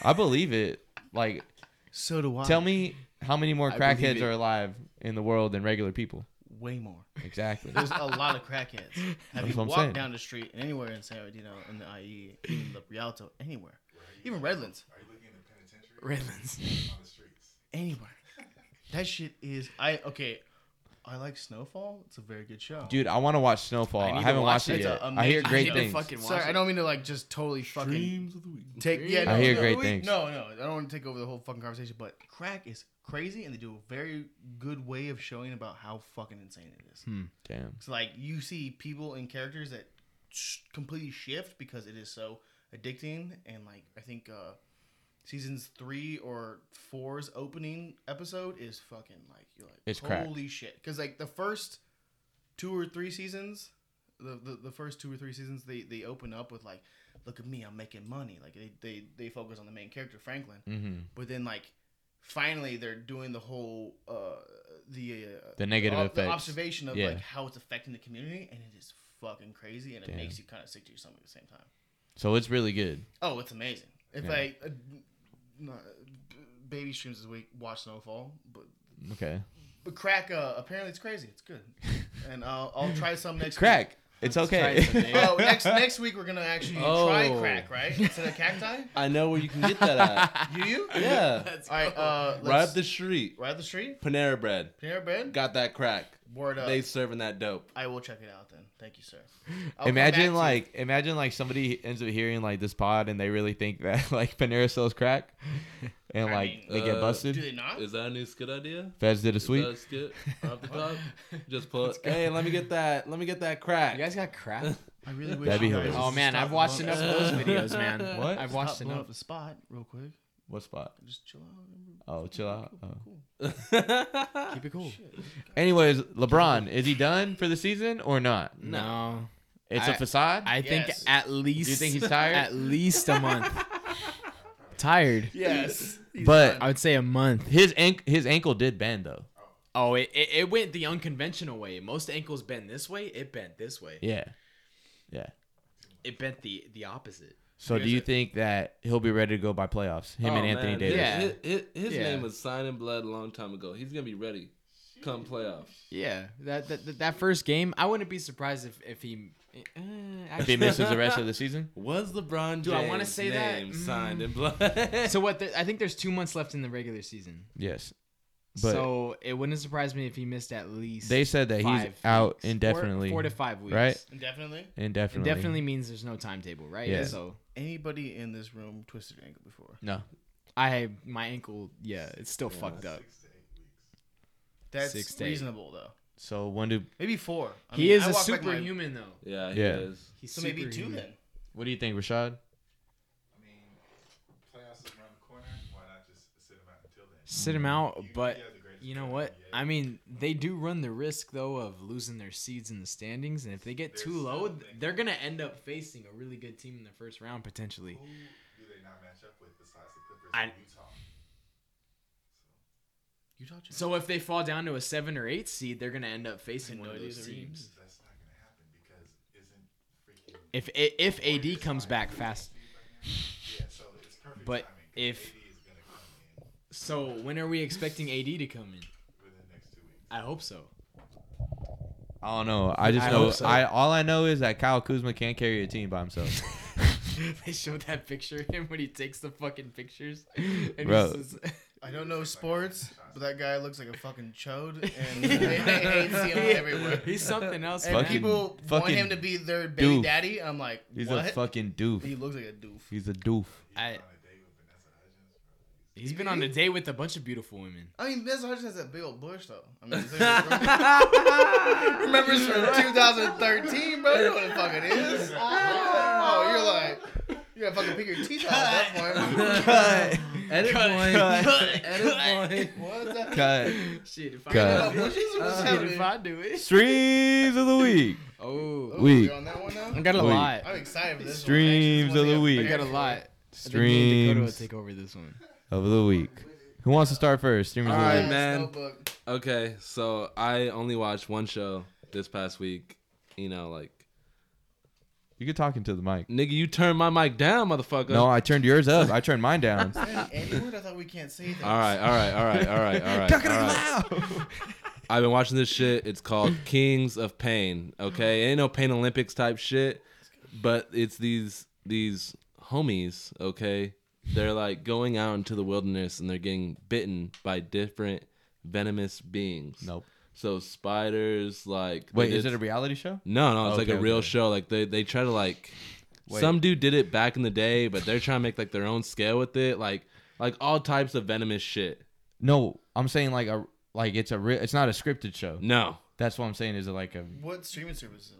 D: I believe it. Like,
E: So do I.
D: tell me how many more
G: believe
D: crackheads
G: it.
D: are alive in the world than regular people.
E: way more.
D: Exactly.
E: There's a lot of crackheads. Have
D: That's
E: you
D: what I'm
E: walked
D: saying.
E: down the street anywhere in San Bernardino, in the IE, in the Rialto, anywhere, even Redlands,
H: Are you looking in the penitentiary?
G: Redlands.
H: On the streets.
E: anywhere? That shit is. I okay. I like Snowfall. It's a very good show.
D: Dude, I want to watch Snowfall.
G: I
D: I,
G: need to
D: haven't
G: watch
D: watched
G: it.
D: it
E: It's a
D: yet. I hear
E: amazing
D: great
E: show.
D: things.
G: Fucking watch
E: Sorry, I
G: it.
E: don't mean to like just totally fucking
F: of the week.
E: take. Yeah, no,
D: I hear
E: no,
D: great
E: we-
D: things.
E: No, no, I don't want to take over the whole fucking conversation. But crack is crazy, and they do a very good way of showing about how fucking insane it
D: Hmm.
E: is.
D: Damn.
E: So like you see people and characters that sh- completely shift because it is so addicting and like I think uh seasons 3 or four's opening episode is fucking like you're like
D: It's crack.
E: holy shit cuz like the first two or three seasons the, the the first two or three seasons they they open up with like look at me I'm making money like they they they focus on the main character Franklin
D: hmm
E: but then like finally they're doing the whole uh the uh,
D: The negative
E: ob-
D: effects.
E: observation of
D: Yeah.
E: like how it's affecting the community and it is fucking crazy and it
D: Damn.
E: makes you kind of sick to your stomach at the same time
D: So it's really good.
E: oh it's amazing if
D: Yeah.
E: i uh, no, b- baby streams this week watch snowfall but
D: Okay.
E: but crack uh, apparently it's crazy it's good and i'll, I'll try some next
D: Crack. It's okay.
E: week. oh next next week we're gonna actually try
F: Oh.
E: crack right instead of cacti
F: I know where you can get that at.
E: you you
F: yeah.
E: all right uh let's,
F: Right up the street.
E: right up the street
F: Panera Bread.
E: Panera Bread
F: Got that crack.
E: word up
F: They serving that dope.
E: I will check it out then. Thank you, sir. I'll come back to
D: imagine
E: you.
D: like imagine like somebody ends up hearing like this pod and they really think that like Panera sells crack, and
E: I
D: like
E: mean,
D: they get
F: uh,
D: busted.
E: do they not?
F: Is that a new skit idea?
D: Fez did a sweep.
F: Is that a skit off the top? Just pull it. Hey, let me get that. Let me get that crack.
G: You guys got crap.
E: I really wish.
D: That'd be
E: you guys
D: hilarious.
G: oh
E: would
G: man,
E: stop
G: I've watched
E: blowing
G: enough
E: up-
G: of those videos, man.
D: What?
G: I've
E: stop
G: watched
E: blowing
G: enough.
E: up the spot real quick.
D: What spot?
E: Just chill out.
D: Oh, chill out. Oh.
E: Cool.
G: Keep it cool.
D: Anyways, LeBron is he done for the season or not?
G: No.
D: It's a
G: I-
D: facade.
G: I think
E: Yes.
G: at least.
D: Do you think he's tired?
G: At least a month. tired.
E: Yes.
D: but
G: I would say a month.
D: his ank his ankle did bend though.
G: Oh, it, it, it went the unconventional way. Most ankles bend this way. It bent this way.
D: Yeah, yeah.
G: It bent the the opposite.
D: So do you think that he'll be ready to go by playoffs? Him and Anthony
F: Oh, man.
D: Davis.
G: Yeah.
F: His, his, his
G: Yeah.
F: name was Sign in Blood a long time ago. He's gonna be ready. Come playoff.
G: Yeah. That that, that, that first game, I wouldn't be surprised if if he eh,
D: If he
G: actually-
D: misses the rest of the season,
F: Was LeBron James
G: Do I wanna say that?
F: name
G: Mm.
F: signed in blood?
G: So what? The, I think there's two months left in the regular season.
D: yes. But
G: so it wouldn't surprise me if he missed at least.
D: they said that he's
G: five
D: out
G: weeks. Four-
D: indefinitely.
G: Four, to five weeks.
D: right?
E: Definitely.
D: Indefinitely.
G: Definitely means there's no timetable, right?
D: Yeah.
G: So
E: Anybody in this room twisted your ankle before?
D: No.
G: I my ankle, yeah, it's still fucked up.
E: That's
G: Six to eight.
E: reasonable though.
D: So when do
E: Maybe four. I
G: He
E: mean,
G: is
E: I
G: a
E: walk like my-
G: superhuman though.
F: yeah, he
D: Yeah.
F: is.
G: He's
E: so maybe two
G: superhuman.
E: then.
D: what do you think, Rashad?
H: I mean, playoffs is around the corner. Why not just sit him out until then?
G: Sit him out,
H: You-
G: but
H: you have the greatest
G: You know what? I mean, they do run the risk though of losing their seeds in the standings, and if they get too low, they're gonna end up facing a really good team in the first round potentially.
H: Who do they not match up with besides the Clippers
G: I-
H: and Utah?
E: Utah Jazz.
G: So if they fall down to a seven or eight seed, they're gonna end up facing
E: And
G: one of
E: one of
G: those
E: these are
G: teams.
H: That's not gonna happen because isn't freaking
G: If if AD comes back fast,
H: yeah. So it's perfect
G: But
H: timing. 'cause
G: if-
H: AD is gonna come in
G: so when are we expecting AD to come in?
H: within the next two weeks,
G: I hope so.
D: I don't know. I just
G: I
D: know.
G: hope so.
D: I all I know is that Kyle Kuzma can't carry a team by himself.
G: they showed that picture of him when he takes the fucking pictures, and
D: Bro.
G: he says,
E: I don't know sports, but that guy looks like a fucking chode, and they, they hate see him everywhere.
G: uh, he's something else.
E: And
G: man.
D: Fucking-
E: people want
D: fucking
E: him to be their baby
D: doof.
E: daddy. I'm like,
D: He's
E: what?
D: a fucking doof.
E: he looks like a doof.
D: He's a doof.
G: I, he's
E: You
G: been on a
E: think?
G: date with a bunch of beautiful women.
E: I mean, Vince Hudson has that big old bush though. I mean, remember it's from 2013, bro? You know what the fuck it is? Oh, you're like, you gotta fucking pick your teeth out at that point.
F: Edit
D: Cut.
F: point. Edit point.
E: What's that?
D: Cut.
G: Shit, if I
D: Cut.
E: Bushes?
D: Uh,
E: What's
G: Shit, if
E: happening?
G: I do it.
D: Streams of the week.
G: Oh,
E: Oh,
D: Weak.
E: we on that one now?
G: I got a
D: Wait.
G: lot.
E: I'm excited for this
D: Streams
E: one. Actually, this
D: of the
E: one's
D: week.
G: I
E: like
G: got a lot. I think me and Dakota will
D: Streams
G: take over this one.
D: of the week. Who wants to start first? Streamers of
F: All
D: the
F: right,
D: week.
F: man.
E: Notebook.
F: Okay, so I only watched one show this past week. You know, like
D: You could talk into the mic.
F: nigga, you turned my mic down, motherfucker.
D: No, I turned yours up. I turned mine down.
E: Any word I thought we can't say that.
F: All right, all right, all right, all right, all right. all right. I've been watching this shit. It's called Kings of Pain. Okay, ain't no Pain Olympics type shit, but it's these these homies. Okay, they're like going out into the wilderness and they're getting bitten by different venomous beings.
D: Nope.
F: So spiders, like
D: Wait,
F: they
D: is
F: did-
D: it a reality show?
F: No, no, it's like
D: Okay,
F: a real
D: okay.
F: show. Like they they try to like
D: Wait.
F: some dude did it back in the day, but they're trying to make like their own scale with it. Like like all types of venomous shit.
D: No, I'm saying like a like it's a real. It's not a scripted show.
F: No.
D: That's what I'm saying. Is it like a?
E: What streaming service is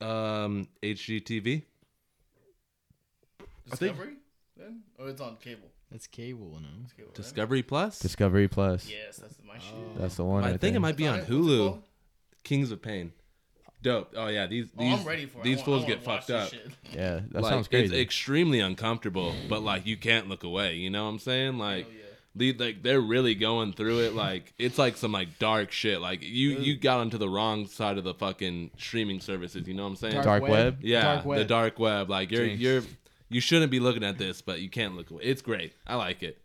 E: it on?
F: Um HGTV.
E: Discovery? Then? Or it's on cable.
G: That's cable, no?
E: It's cable right?
F: Discovery Plus.
D: Discovery Plus.
E: Yes, that's my shit.
G: Oh.
D: That's the one.
F: I
D: right
F: think
D: there.
F: it might be on
E: What's it called?
F: Hulu. Kings of Pain. Dope. Oh yeah, these
E: Oh,
F: these
E: I'm ready for it. I
F: these
E: want- I
F: fools
E: wanna
F: get
E: watch
F: fucked
E: this
F: up.
E: shit.
D: Yeah, that
F: like
D: sounds
F: it's
D: crazy.
F: extremely uncomfortable, but like you can't look away. You know what I'm saying? Like,
E: Hell yeah.
F: the, like they're really going through it. Like it's like some like dark shit. Like you you got onto the wrong side of the fucking streaming services. You know what I'm saying?
G: Dark
D: Dark
G: web.
D: web.
F: yeah,
G: dark
F: the
G: web.
F: dark web. Like you're
D: Jinx.
F: you're you shouldn't be looking at this, but you can't look away. It's great. I like it.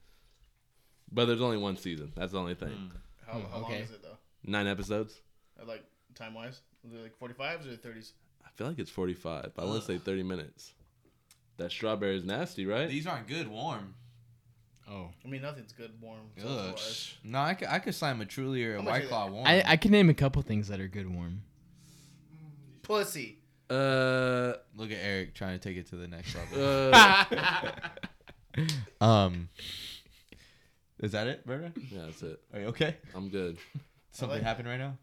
F: But there's only one season. That's the only thing.
E: Hmm. How,
D: Hmm,
E: how long
G: okay.
E: is it though?
F: Nine episodes.
E: Or, Like time wise? Is it like 45s or 30s?
F: I feel like it's 45. but I want to say 30 minutes. That strawberry is nasty, right?
I: These aren't good warm.
G: Oh.
E: I mean, nothing's good warm.
I: Ugh.
E: wise.
I: No, I could, I could sign Matruly or a
E: How much
I: White
E: is
I: Claw
E: it?
I: warm.
G: I, I can name a couple things that are good warm.
E: Pussy.
F: Uh,
I: Look at Eric trying to take it to the next level.
F: uh
D: Um, is that it, Berta?
F: yeah, that's it.
D: Are you okay?
F: I'm good.
D: Something
E: like-
D: happened right now?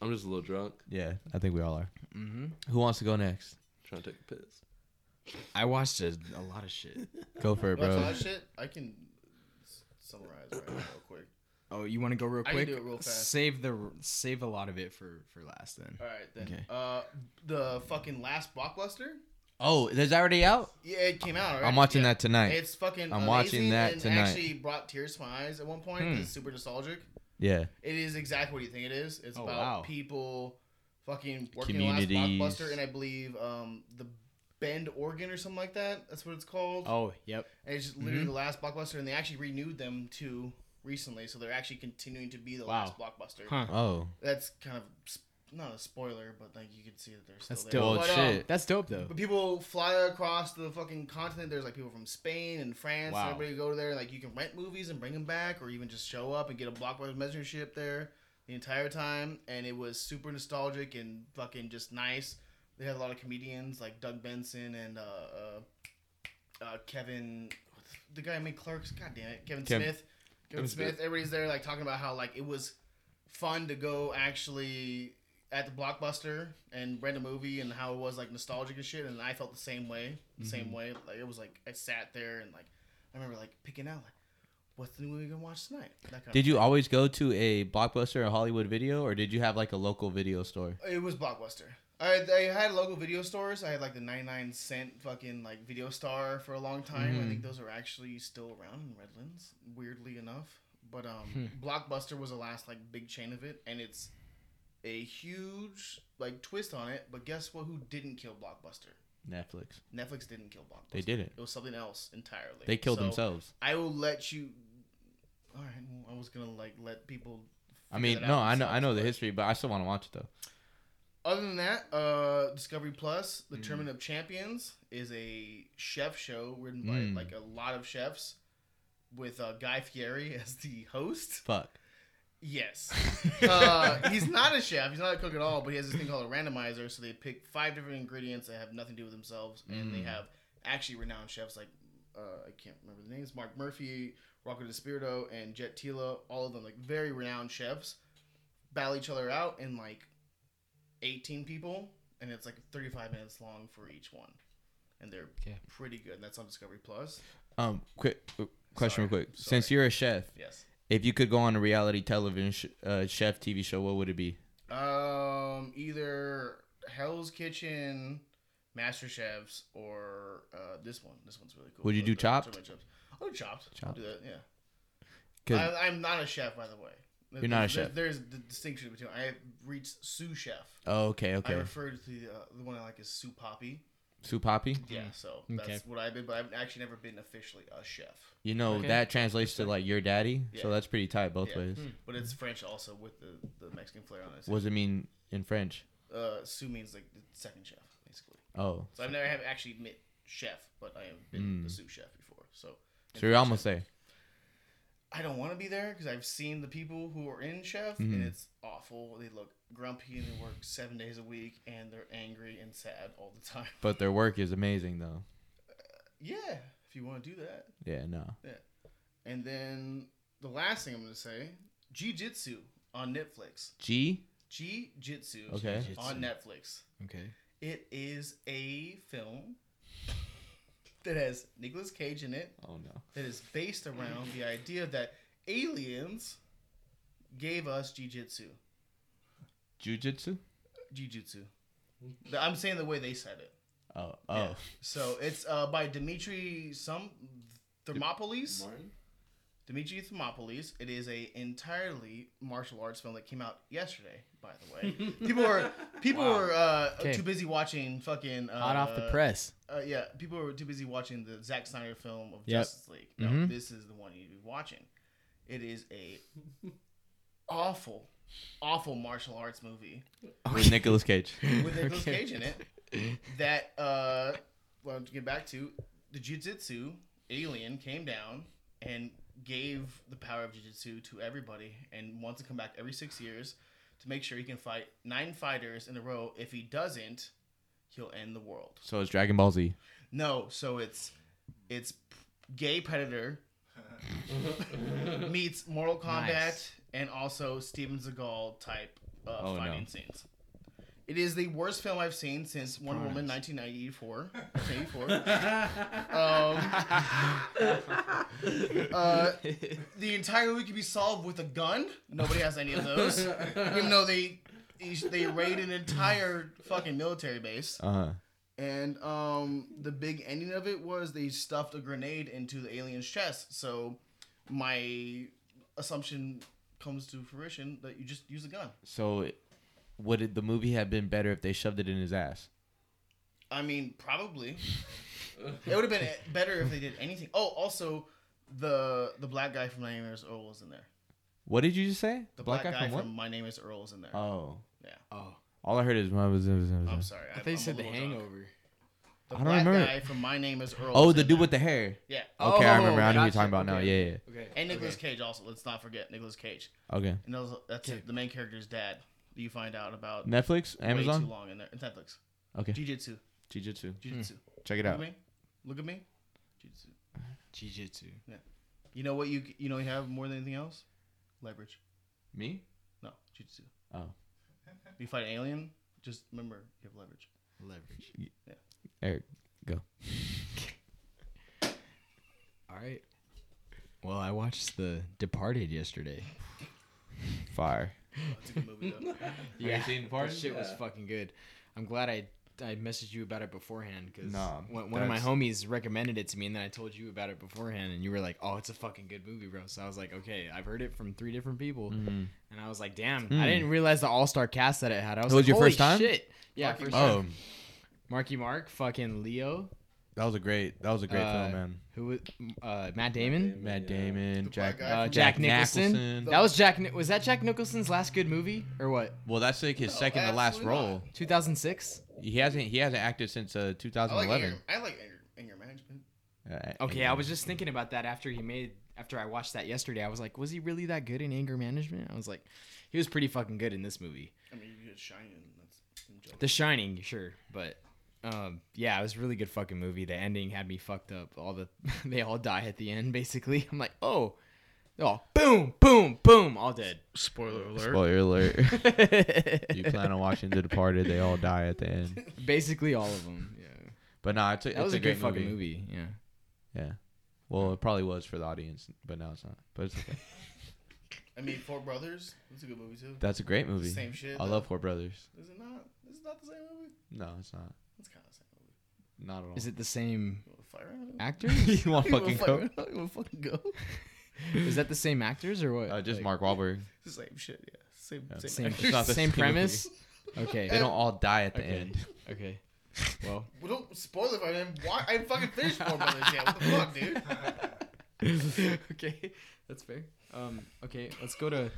F: I'm just a little drunk.
D: Yeah, I think we all are.
G: Mm-hmm.
D: Who wants to go next?
F: Trying to take a piss.
G: I watched a, a lot of shit.
D: Go for it,
E: Watch all
D: bro.
E: that shit. I can s- summarize right now real quick.
G: Oh, you want to go real
E: I
G: quick?
E: can do it real fast.
G: Save the save a lot of it for for last then.
E: All right then.
G: Okay.
E: Uh, the fucking last blockbuster.
D: Oh, is that already out?
E: Yeah, it came out. Right?
D: I'm watching
E: Yeah.
D: that tonight.
E: It's fucking.
D: I'm
E: amazing
D: watching that
E: and
D: tonight.
E: Actually, brought tears to my eyes at one point.
G: Hmm.
E: It's super nostalgic.
D: yeah.
E: It is exactly what you think it is. It's
G: Oh,
E: about
G: wow.
E: people fucking working the last
D: Communities.
E: blockbuster, and I believe um the Bend, Oregon, or something like that. That's what it's called.
G: Oh, yep.
E: And it's just literally
G: Mm-hmm.
E: the last blockbuster, and they actually renewed them too recently, so they're actually continuing to be the
G: Wow.
E: last blockbuster.
G: Huh.
D: Oh,
E: That's kind of s- not a spoiler, but like you can see that they're still
G: That's
E: there.
G: dope.
E: But, um,
D: shit.
G: That's dope though.
E: but people fly across the fucking continent. There's like people from Spain and France.
G: Wow.
E: And everybody go there. Like you can rent movies and bring them back, or even just show up and get a blockbuster messengership there the entire time. And it was super nostalgic and fucking just nice. They had a lot of comedians like Doug Benson and uh, uh, uh, Kevin, the guy who made Clerks. God damn it, Kevin
D: Kev-
E: Smith. Kevin
D: Kevin
E: Smith.
D: Smith.
E: Everybody's there like talking about how like it was fun to go actually at the blockbuster and rent a movie and how it was like nostalgic and shit and i felt the same way the same way like it was like i sat there and like i remember like picking out like what's the new movie we're gonna watch tonight? That kind
I: Did you always go to a blockbuster or Hollywood video, or did you have like a local video store?
E: It was Blockbuster. I, I had local video stores. I had like the 99 cent fucking like Video Star for a long time.
I: Mm-hmm.
E: I think those are actually still around in Redlands, weirdly enough. But
I: Hmm.
E: um, Blockbuster was the last like big chain of it, and it's a huge like twist on it. But guess what? Who didn't kill Blockbuster?
I: Netflix.
E: Netflix didn't kill Blockbuster.
I: They didn't.
E: It was something else entirely.
I: They killed
E: So,
I: themselves.
E: I will let you. All right, well, I was gonna like let people.
I: I
E: figure
I: mean,
E: that
I: no,
E: out
I: I know, I
E: themselves,
I: know the
E: but-
I: history, but I still want to watch it though.
E: Other than that, uh, Discovery Plus, The Tournament of Champions, is a chef show written by
I: Mm.
E: like a lot of chefs, with uh, Guy Fieri as the host.
I: Fuck.
E: Yes, uh, he's not a chef. He's not a cook at all. But he has this thing called a randomizer. So they pick five different ingredients that have nothing to do with themselves, and they have actually renowned chefs like uh, I can't remember the names: Mark Murphy, Rocco Despirito, and Jet Tila. All of them like very renowned chefs battle each other out in like eighteen people, and it's like thirty-five minutes long for each one, and they're
G: Okay.
E: pretty good. And that's on Discovery Plus.
I: Um, quick uh, question, real
E: Sorry.
I: quick. Since
E: Sorry.
I: you're a chef,
E: Yes.
I: if you could go on a reality television sh- uh, chef TV show, what would it be?
E: Um, either Hell's Kitchen, Master Chefs, or uh, this one. This one's really cool.
I: Would you
E: The-
I: do
E: the
I: Chopped?
E: Turbo Chops. I'll do Chopped. I'll
I: Chopped.
E: do that. Yeah.
I: 'Cause-
E: I, I'm not a chef, by the way. You're
I: not a
E: there's,
I: chef.
E: There's the distinction between. I have reached sous chef.
I: oh, okay,
E: I
I: okay.
E: refer to the, uh, the one I like as sous poppy.
I: Sue Poppy.
E: Yeah, so
G: Okay.
E: that's what I've been, but I've actually never been officially a chef.
I: You know
G: Okay.
I: that translates to like your daddy, so
E: Yeah.
I: that's pretty tight both
E: Yeah. Hmm.
I: ways.
E: But it's French also with the, the Mexican flair on it.
I: What does it mean in French?
E: uh, sous means like the second chef, basically.
I: Oh,
E: So I've never have actually met chef, but I have been the sous chef before. So,
I: Hmm. so you're almost there.
E: I don't want to be there because I've seen the people who are in chef, and
I: Mm-hmm.
E: it's awful. They look grumpy and they work seven days a week, and they're angry and sad all the time.
I: But their work is amazing, though.
E: yeah, if you want to do that.
I: Yeah, no.
E: And then the last thing I'm going to say, Jiu-Jitsu on Netflix.
I: G.
E: Jiu-Jitsu
I: Okay.
E: on Netflix.
G: Okay.
E: It is a film that has Nicolas Cage in it.
I: Oh no.
E: that is based around the idea that aliens gave us jujitsu.
I: Jujitsu.
E: Jujitsu. The- I'm saying the way they said it.
I: Oh, oh.
E: Yeah. So it's uh, by Dimitri some Thermopolis.
H: Martin?
E: Dimitri Thermopolis. It is a entirely martial arts film that came out yesterday. By the way, people were people were uh,
G: Okay.
E: too busy watching fucking uh,
G: Hot off the press.
E: uh, yeah, people were too busy watching the Zack Snyder film of
G: Yep.
E: Justice League. No,
G: Mhm.
E: this is the one you need to be watching. It is a awful, awful martial arts movie
I: With Nicolas Cage.
E: with Nicolas Cage in it. That uh, well, to get back to the jujitsu alien came down and gave the power of jujitsu to everybody, and wants to come back every six years to make sure he can fight nine fighters in a row. If he doesn't, he'll end the world.
I: so it's Dragon Ball Z.
E: No, so it's it's gay predator meets Mortal Kombat
G: Nice.
E: and also Steven Seagal type uh,
I: Oh, no.
E: fighting scenes. It is the worst film I've seen since Wonder Woman 1994. 1984. um, uh, the entire movie could be solved with a gun. Nobody has any of those, even though they they raid an entire fucking military base.
I: Uh
D: Uh-huh.
I: huh.
E: And um, the big ending of it was they stuffed a grenade into the alien's chest. So my assumption comes to fruition that you just use a gun.
I: So, it- would it, the movie have been better if they shoved it in his ass?
E: I mean, probably. it would have been better if they did anything. Oh, also, the the black guy from My Name Is Earl was in there.
I: What did you just say?
E: The black, guy, from,
I: what?
E: My Name Is Earl was in there.
I: Oh.
E: Yeah.
G: Oh.
I: All I heard is
E: I'm sorry.
G: I thought you
E: I'm a
G: said the
E: little drunk.
G: hangover.
E: The
I: I don't
E: black
I: remember.
E: guy from My Name Is Earl.
I: Oh,
E: was Oh,
I: the
E: in
I: dude
E: there.
I: with Oh. the hair.
E: yeah.
I: Okay, I remember. I know who you're
G: gotcha.
I: talking about now.
G: Okay.
I: Yeah,
G: Okay.
E: And Nicolas
G: Okay.
E: Cage also. Let's not forget Nicolas Cage.
I: yeah. Okay.
E: And those, that's the main character's dad. that You find out about
I: Netflix,
E: way too
I: Amazon.
E: long in there. It's Netflix.
I: Okay.
E: Jiu-Jitsu.
I: Jujitsu.
E: Jiu-Jitsu.
I: Check it
E: Look at
I: out.
E: me. Look at me. Jiu-Jitsu.
G: Jiu-jitsu.
E: You know what you you know you have more than anything else? Leverage.
I: Me?
E: No, jiu-jitsu.
I: Oh.
E: You fight an alien, just remember you have leverage.
G: Leverage.
I: Eric, go.
G: All right. Well, I watched The Departed yesterday.
D: Fire.
E: It's a good movie though.
G: Yeah,
I: you seen Departed?
G: That shit was
I: Yeah.
G: fucking good. I'm glad I I messaged you about it beforehand because
D: Nah,
G: one, one of my
D: that's-
G: homies recommended it to me, and then I told you about it beforehand, and you were like, "Oh, it's a fucking good movie, bro." So I was like, "Okay, I've heard it from three different people,"
D: Mm-hmm.
G: and I was like, "Damn, I didn't realize the all star cast that it had." I was,
D: It Hmm. was
G: like,
D: your
G: "Holy
D: first time?
G: Shit. Yeah, first
D: Oh,
G: time. Marky Mark, fucking Leo,
D: that was a great. That was a great
G: Uh,
D: film, man.
G: who was uh, Matt Damon,
D: Matt
F: Yeah.
D: Damon,
E: black
D: Jack.
E: guy
G: uh,
E: from-
G: Jack,
D: Jack
G: Nicholson.
D: Nicholson.
G: That was Jack. Ni- was that Jack Nicholson's last good movie or what?
D: Well, that's like his
E: No,
D: second to last
E: absolutely
D: role.
G: Two thousand six.
D: He hasn't he hasn't acted since uh,
E: I like
D: 2011.
E: anger. I like anger, anger management.
D: Uh,
G: Okay, I was just thinking about that after he made after I watched that yesterday. I was like, was he really that good in anger management? I was like, he was pretty fucking good in this movie.
E: I mean, you get shining. That's I'm joking.
G: The Shining, sure, but um, yeah, it was a really good fucking movie. The ending had me fucked up. All the they all die at the end, basically. I'm like, oh, they're all boom, boom, boom, all dead.
E: Spoiler alert.
D: Spoiler alert. you plan on watching The Departed? They all die at the end.
G: basically all of them. Yeah,
D: But no, it's a,
G: that
D: it's
G: was
D: a,
G: a,
D: great
G: good fucking
D: movie.
G: movie. Yeah.
D: Yeah. Well, it probably was for the audience, but now it's not. But it's okay.
E: I mean, Four Brothers. That's a good movie too.
D: That's a great movie.
E: Same shit,
D: I
E: though.
D: love Four Brothers.
E: Is it not? Is it not the same movie?
D: No, it's not.
E: It's kind of the same movie.
D: Not at all.
G: Is it the same
E: You wanna fight right
G: Ah.
E: now?
G: actors?
D: Oh. you want
E: You wanna
D: fucking
E: fight
D: go?
E: right now? You wanna fucking go?
G: Is that the same actors or what?
D: Uh, just
G: Like,
D: Mark Wahlberg.
E: It's the same shit. Yeah. Same.
D: Yeah.
E: Same.
G: Same,
E: actor.
D: It's not the
G: same
D: same
G: premise. Okay.
D: They don't all die at the
G: Okay.
D: end.
G: Okay. Well,
E: Well, don't spoil it for him. Why? I fucking finished Four Brothers yet. What the fuck, dude?
G: okay, that's fair. Um, okay, let's go to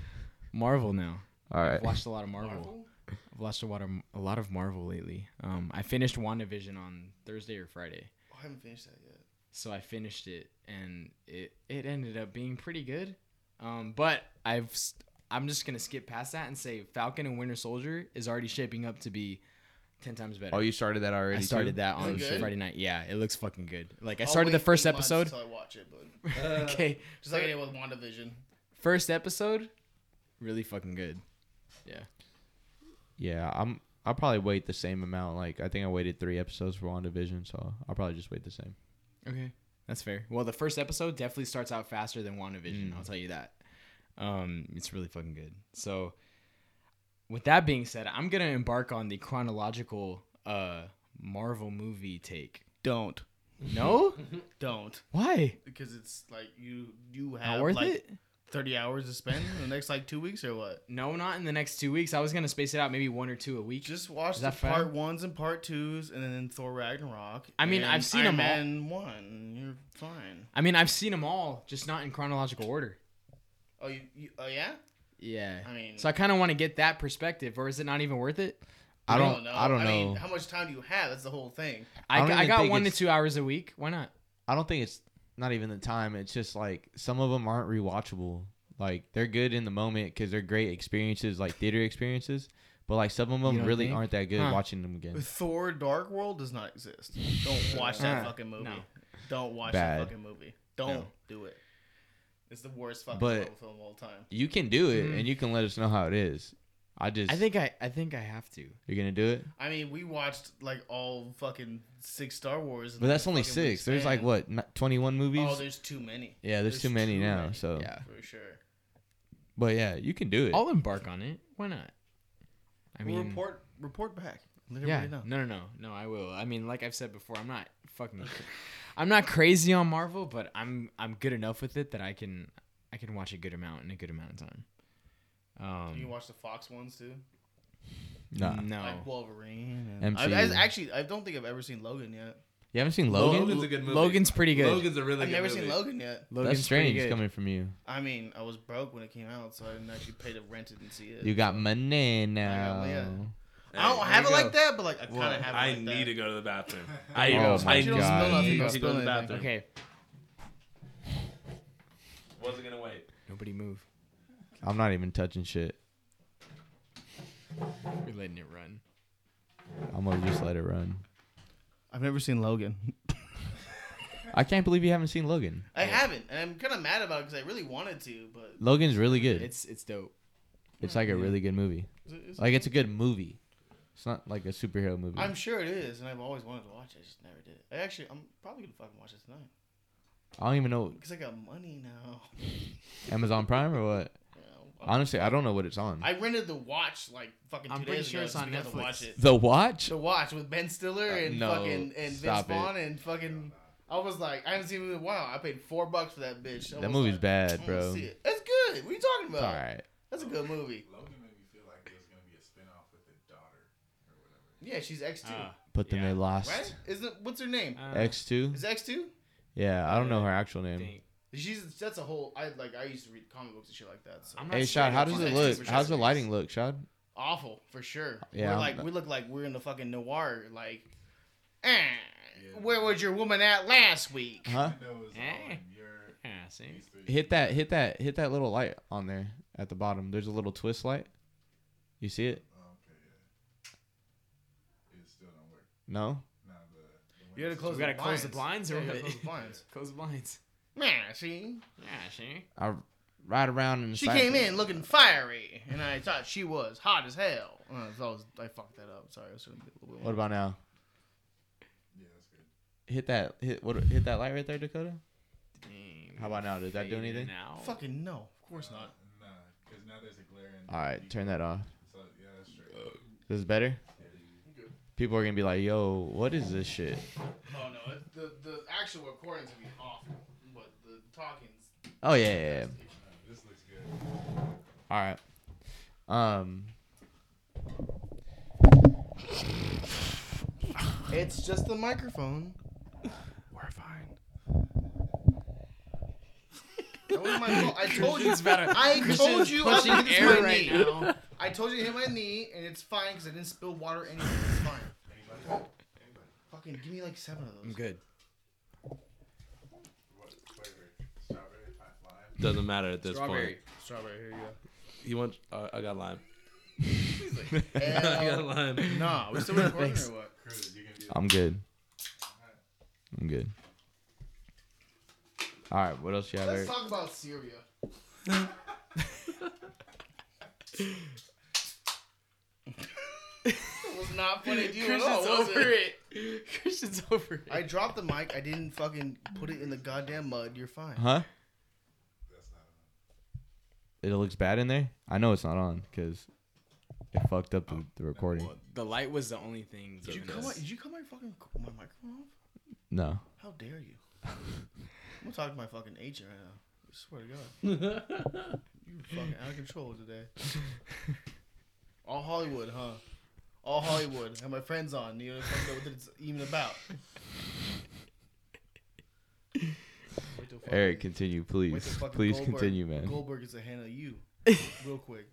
G: Marvel now.
D: All right.
G: I've watched a lot of Marvel.
E: Marvel?
G: I've watched a lot of a lot of Marvel lately. Um, I finished WandaVision on Thursday or Friday,
E: Oh, I haven't finished that yet.
G: so I finished it, and it it ended up being pretty good. Um, but I've s- I'm just gonna skip past that and say Falcon and Winter Soldier is already shaping up to be ten times better.
D: Oh, you started that already?
G: I started
D: too?
G: that
E: Is it
G: on
E: good?
G: Friday night. Yeah, it looks fucking good. Like I
E: I'll
G: started the
E: wait
G: first
E: eight months
G: episode.
E: until I watch it, but
G: okay,
E: Uh, just like I did with WandaVision.
G: first episode, really fucking good.
D: Yeah, I'm. I'll probably wait the same amount. Like I think I waited three episodes for WandaVision, so I'll probably just wait the same.
G: Okay, that's fair. Well, the first episode definitely starts out faster than
E: Mm.
G: WandaVision. I'll tell you that. Um, it's really fucking good. So, with that being said, I'm gonna embark on the chronological uh Marvel movie take.
E: Don't.
G: No,
E: Don't.
G: why?
E: Because it's like you you
G: Not
E: have
G: worth
E: like
G: it.
E: 30 hours to spend in the next like two weeks or what?
G: No, not in the next two weeks. I was gonna space it out, maybe one or two a week.
E: Just watch
G: Is
E: the
G: that fair?
E: part ones and part twos and then Thor Ragnarok.
G: I mean,
E: and
G: I've seen
E: Iron
G: them all.
E: Man 1. You're fine.
G: I mean, I've seen them all, just not in chronological order.
E: Oh, you, you oh yeah?
G: Yeah.
E: I mean,
G: So I kind of want to get that perspective, or is it not even worth it?
D: I don't. I don't know. I,
E: mean, how much time do you have? That's the whole thing.
G: I,
D: I don't
G: I
D: even
G: got
D: think
G: one to
D: it's-
G: two hours a week. Why not?
D: don't think it's not even the time. It's just like some of them aren't rewatchable. Like they're good in the moment because they're great experiences, like theater experiences. But like some of
G: You
D: them
G: don't
D: really
G: think?
D: aren't that good
G: Huh.
D: watching them again.
E: Thor Dark World does not exist. Don't watch that
G: Uh,
E: fucking movie.
G: no.
E: Don't watch
D: Bad.
E: that fucking movie. Don't do it. It's the worst fucking
D: But-
E: Marvel film of all time.
D: You can do it, and you can let us know how it is. I just.
G: Mm-hmm. I think I, I think I have to.
D: you're gonna do it.
E: I mean, we watched like all fucking six Star Wars. in,
D: But
E: like,
D: that's
E: a
D: only
E: fucking week's
D: six. There's like
E: span.
D: what not 21 movies.
E: Oh, there's too many.
D: yeah, there's, too many now. So,
G: Yeah. Oh,
E: for sure.
D: but yeah, you can do it.
G: I'll embark on it. Why not? I
E: I
G: mean,
E: mean, report report back. Let
G: yeah,
E: everybody know.
G: no, no, no, no. I will. I mean, like I've said before, I'm not fucking, I'm not crazy on Marvel, but I'm I'm good enough with it that I can I can watch a good amount in a good amount of time. Um,
E: You can watch the Fox ones too,
D: Nah.
G: no,
E: like Wolverine. And
D: MCU.
E: I, I actually I don't think I've ever seen Logan yet.
D: You haven't seen Logan?
F: Logan's a good movie.
G: Logan's pretty good.
F: Logan's a really
E: I've
F: good
E: never
F: movie.
E: seen Logan yet.
G: Logan's
D: That's
G: pretty
D: strange
G: good.
D: coming from you.
E: I mean, I was broke when it came out, so I didn't actually pay to rent it and see it.
D: You got money now.
E: yeah.
F: Hey,
E: I don't
F: here
E: have
F: you
E: it like
F: go.
E: that, but like I kind of
F: Well,
E: have it.
F: I
E: like
F: need
E: that.
F: to go to the bathroom. I,
D: Oh
F: I
D: my
F: need
E: don't smell nothing,
F: to
E: don't
F: go to
E: spill
F: the
E: anything.
F: bathroom.
G: Okay,
F: Wasn't gonna wait.
G: nobody move.
D: I'm not even touching shit.
G: We're letting it run.
D: I'm gonna just let it run.
E: I've never seen Logan.
D: I can't believe you haven't seen Logan.
E: I haven't, and I'm kind of mad about it because I really wanted to, but
D: Logan's really good. It's,
G: It's it's dope.
D: like a really good movie.
E: it's-
D: Like it's a good movie. It's not like a superhero movie.
E: I'm sure it is, and I've always wanted to watch it. I just never did. I actually, I'm probably gonna fucking watch it tonight.
D: I don't even know
E: Because I got money now.
D: Amazon Prime or what. Honestly, I don't know what it's on.
E: I rented the watch like fucking two
J: I'm pretty
E: days
J: sure
E: ago.
J: it's
E: just
J: on
E: because to
J: Netflix.
E: Watch it.
D: the watch?
E: The watch with Ben Stiller
D: Uh,
E: and
D: no,
E: fucking and Vince
D: stop it.
E: Vaughn and fucking. I was like, I haven't seen it in a while. I paid four bucks for that bitch. I
D: That
E: was
D: movie's
E: like,
D: bad,
E: "I'm gonna
D: bro.
E: see
D: It's
E: it." That's good. What are you talking about?
D: all right.
E: That's a good movie.
H: Logan made me feel like there was gonna be a spinoff with the daughter or whatever.
E: Yeah, she's X two,
J: Ah,
D: But then
J: Yeah.
D: they lost
E: right? Isn't it, what's her name?
J: uh,
D: X two.
E: Is X two?
D: Yeah, I don't know her actual name.
J: dang.
E: She's that's a whole. I like. I used to read comic books and shit like that. So
J: I'm not
D: Hey,
J: straight
D: Shad, how
J: up
D: does
J: on
D: it
E: that.
D: look?
E: Super
D: How's the
E: Saturdays.
D: lighting look, Shad?
E: awful for sure.
D: Yeah,
E: we're
D: I'm
E: like
D: not-
E: we look like we're in the fucking noir. Like, eh, where was your woman at last week?
D: Huh?
H: Even though it was all
J: Eh.
H: in your
J: Yeah, see?
H: these three.
D: Hit that, hit that, hit that little light on there at the bottom. There's a little twist light. You see it?
H: Okay, yeah. It still don't work.
D: No.
H: Now the, the
E: You gotta
H: windows-
E: close.
J: We gotta close the blinds or
E: Yeah, you gotta
J: what?
E: Close the blinds.
J: Close the blinds.
E: Man, she
J: Yeah, see?
D: I ride around and
E: she came in looking fiery, and I thought she was hot as hell. Uh, so I, was, I fucked that up. Sorry, I was gonna get a little bit.
D: What about now?
H: Yeah, that's good.
D: Hit that, hit what? Hit that light right there, Dakota.
J: Dang,
D: How about now? Did that do
J: fading
D: anything?
J: Now.
E: Fucking no, of course not.
H: Nah, because now there's a glare in.
D: All right, turn that off.
H: So yeah, that's true.
D: This is better. People are gonna be like, "Yo, what is this shit?"
E: Oh no, it, the the actual recordings would be awful, but the talking's
D: Oh yeah, yeah, yeah.
H: This looks good.
D: All right. Um,
E: It's just the microphone. We're fine. That was my fault. I told you.
J: Christian's better.
E: I told
J: Christian's
E: you I
J: pushing
E: think it's
J: air
E: my
J: right
E: knee.
J: now.
E: I told you to hit my knee, and it's fine because I didn't spill water anyway. It's fine. Fucking give me like seven of
G: I'm
E: those.
G: good.
H: What flavor? Strawberry hot lime.
F: Doesn't matter at this
G: Strawberry.
F: point.
E: Strawberry, here you
F: He wants. Uh, I got lime.
E: go.
F: I got lime.
E: nah, we still recording or what?
H: Cruise, you can do
D: I'm good. I'm good. All right, what else you have
E: Let's
D: there?
E: talk about Syria. it was not funny to you at all,
J: Christian's
E: was
J: over
E: it?
J: it. Christian's over it.
E: I dropped the mic. I didn't fucking put it in the goddamn mud. You're fine.
D: Huh?
H: That's not enough.
D: It looks bad in there. I know it's not on because it fucked up the, the recording.
G: Well, the light was the only thing.
E: Did you
G: giving
E: cut my,
G: us-
E: did you cut my fucking my microphone off?
D: No.
E: How dare you? I'm gonna talk to my fucking agent right now. I swear to God. you fucking out of control today. All Hollywood, huh? All Hollywood. Have my friends on. You know fucking know what it's even about. Wait till fucking-
D: Eric, continue,
E: wait till
D: please.
E: fucking
D: Please
E: Goldberg-
D: continue, man.
E: Goldberg is a hand of you, real quick.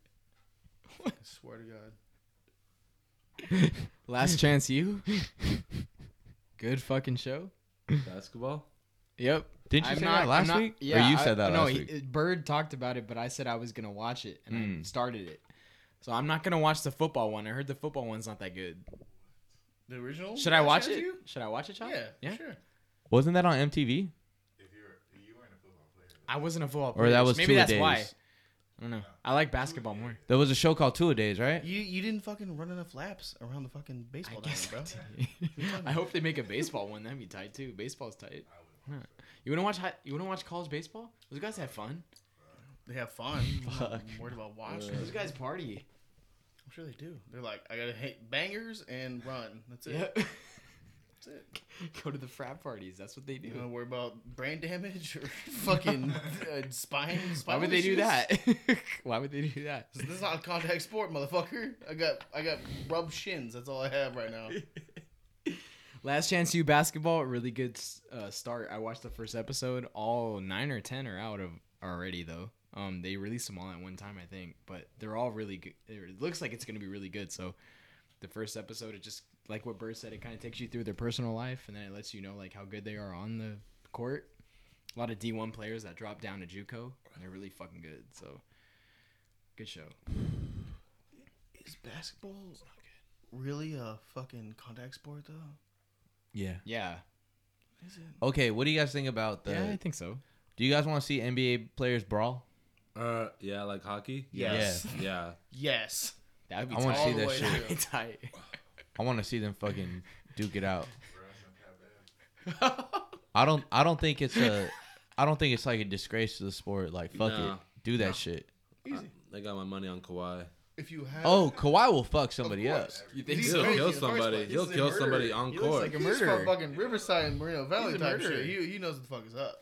E: I swear to God.
G: Last chance, you. Good fucking show.
F: Basketball.
G: Yep.
D: Didn't you say that
G: I'm
D: last week? Or
G: Yeah,
D: you
G: I-
D: said that
G: no,
D: last
G: he-
D: week?
G: uh, Bird talked about it, but I said I was gonna watch it, and I
D: Mm.
G: started it. So I'm not gonna watch the football one. I heard the football one's not that good.
E: The original?
G: Should I
E: Last
G: watch
E: Chance
G: it?
E: U?
G: Should I watch it, Chop?
E: Yeah,
G: Yeah.
E: sure.
D: Wasn't that on MTV?
H: If you're you weren't a football player.
G: I wasn't a football
D: Or
G: player.
D: that
G: so
D: was
G: maybe
D: two a
G: that's why.
D: days.
G: I don't know. I like basketball more.
D: There was a show called Two A Days, right?
E: You you didn't fucking run enough laps around the fucking baseball diamond, bro.
G: I hope they make a baseball one. That'd be tight too. Baseball's tight. Huh. You wanna watch? hi- You wanna watch college baseball? Those guys have fun.
E: They have fun. I'm worried about watching.
G: Those guys party.
E: I'm sure they do. They're like, I gotta hit bangers and run. That's it.
G: Yep.
E: That's it.
G: Go to the frat parties. That's what they do.
E: You don't worry about brain damage or fucking uh, spine.
G: Why
E: spinal
G: would they do
E: issues.
G: that? Why would they do that?
E: This is not a contact sport, motherfucker. I got I got rubbed shins. That's all I have right now.
G: Last chance, you basketball. Really good uh, start. I watched the first episode. All nine or ten are out of already though. Um, they released them all at one time, I think, but they're all really good. It looks like it's gonna be really good. So, the first episode, it just like what Bird said, it kind of takes you through their personal life, and then it lets you know like how good they are on the court. A lot of D one players that drop down to JUCO, and they're really fucking good. So, good show.
E: Is basketball really a fucking contact sport though?
D: Yeah.
G: Yeah,
E: Is it?
D: Okay, what do you guys think about the?
G: yeah, I think so.
D: Do you guys want to see NBA players brawl?
F: Uh, yeah, like hockey.
E: Yes.
F: Yeah.
E: Yes.
G: That would be
D: I wanna
G: tight.
D: see that shit.
G: That'd be tight.
D: I want to see them fucking duke it out. I don't. I don't think it's a. I don't think it's like a disgrace to the sport. Like fuck
F: No.
D: it, do that shit.
E: Easy.
F: They got my money on Kawhi.
E: If you have
D: Oh, Kawhi will fuck somebody
H: course.
D: up.
K: You think
F: He'll
K: so?
E: crazy
F: kill
E: in the first
F: somebody.
E: place.
F: He'll
E: He's a
F: kill
E: murderer.
F: somebody on
G: He looks
F: court.
G: like a
E: He's from
G: murderer.
E: fucking Riverside and Moreno Valley
G: a
E: type
G: murderer.
E: shit. He, he knows what the fuck is up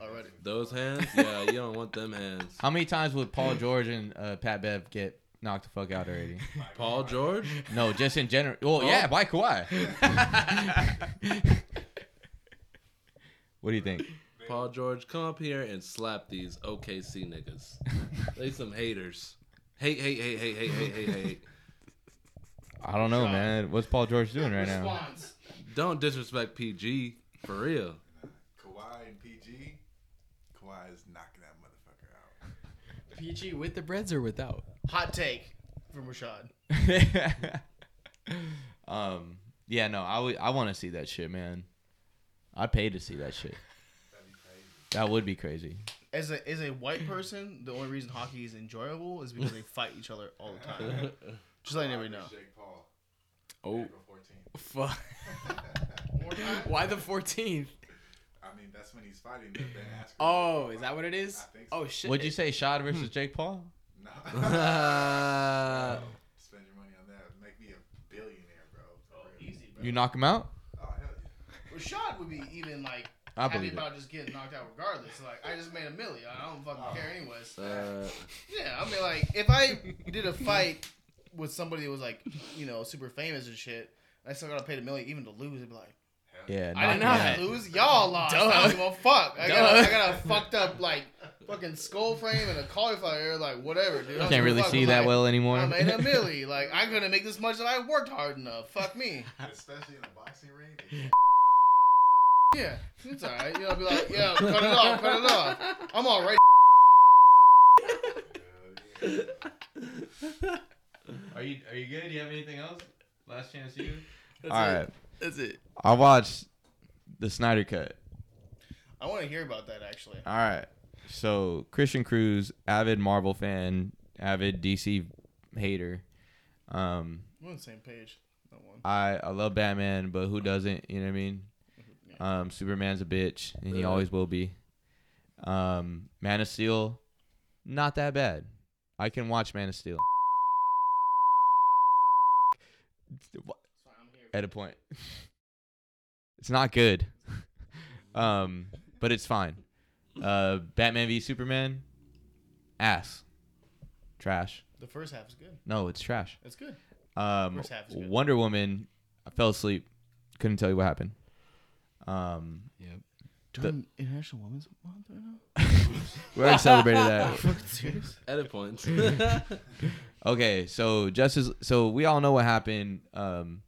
E: already.
F: Those hands? Yeah, you don't want them hands.
D: How many times would Paul George and uh, Pat Bev get knocked the fuck out already?
F: Paul George?
D: No, just in general.
E: Oh.
D: Well, yeah, by Kawhi. what do you think?
F: Paul George, come up here and slap these OKC niggas. they some haters. Hate, hate, hate, hate, hate, hate, hate, hate.
D: I don't know, man. What's Paul George doing right now?
E: Response.
F: Don't disrespect PG for real.
H: Kawhi and PG. Kawhi is knocking that motherfucker out.
G: PG with the breads or without?
E: Hot take from Rashad.
D: um, yeah, no, I would. I want to see that shit, man. I'd pay to see that shit. That would be crazy.
E: As a as a white person, the only reason hockey is enjoyable is because they fight each other all the time. Just letting everybody know.
H: Jake Paul.
G: Oh,
H: April 14th.
G: fuck. Why the 14th?
H: I mean, that's when he's fighting. the Ben Askren.
G: Oh, is that what it is?
H: I think so.
G: Oh, shit.
D: Would
E: eh,
D: you say Shad
E: hmm.
D: versus Jake Paul?
H: No. Spend your money on that. Make me a billionaire, bro. Oh,
E: Easy, bro.
D: You knock him out?
H: oh hell yeah.
E: Rashad would be even like
D: I
E: happy
D: believe it.
E: about just getting knocked out regardless. Like I just made a milli. I don't fucking care anyways.
F: Uh,
E: Yeah, I mean, like if I did a fight with somebody that was like, you know, super famous and shit, I still gotta pay the million even to lose. It'd be like,
D: Yeah,
E: I didn't
D: knock him
E: have
D: out.
E: to lose. Y'all lost. I don't give a fuck. I got, a, I got a fucked up like fucking skull frame and a cauliflower. Like whatever, dude. I
D: I
E: don't
D: can't
E: give a
D: really
E: fuck.
D: see
E: I'm
D: that
E: like,
D: well anymore.
E: I made a milli. Like I couldn't make this much if I worked hard enough. Fuck me.
H: Especially in a boxing ring. They
E: Yeah, it's alright. You know, I'll be like, yeah, cut it off, cut it off. I'm already.
D: Are you are you good? Do you have anything else? Last chance you.
G: That's
D: All
G: it.
D: right.
G: That's it.
D: I watched the Snyder Cut.
E: I want to hear about that actually.
D: All right. So Christian Cruz, avid Marvel fan, avid DC hater. Um,
E: We're on the same page. No one.
D: I I love Batman, but who doesn't? You know what I mean? Um, Superman's a bitch, and he always will be. Um, Man of Steel, not that bad. I can watch Man of Steel. At a point, it's not good, um, but it's fine. Uh, Batman v Superman, ass, trash.
E: The first half is good.
D: No, it's trash.
E: It's good.
D: Um,
E: First half is good.
D: Wonder Woman, I fell asleep. Couldn't tell you what happened. Um,
E: During International Women's Month right now.
D: we already celebrated that.
E: Fucking serious.
F: edit points.
D: Okay, so Justice. So we all know what happened. Um,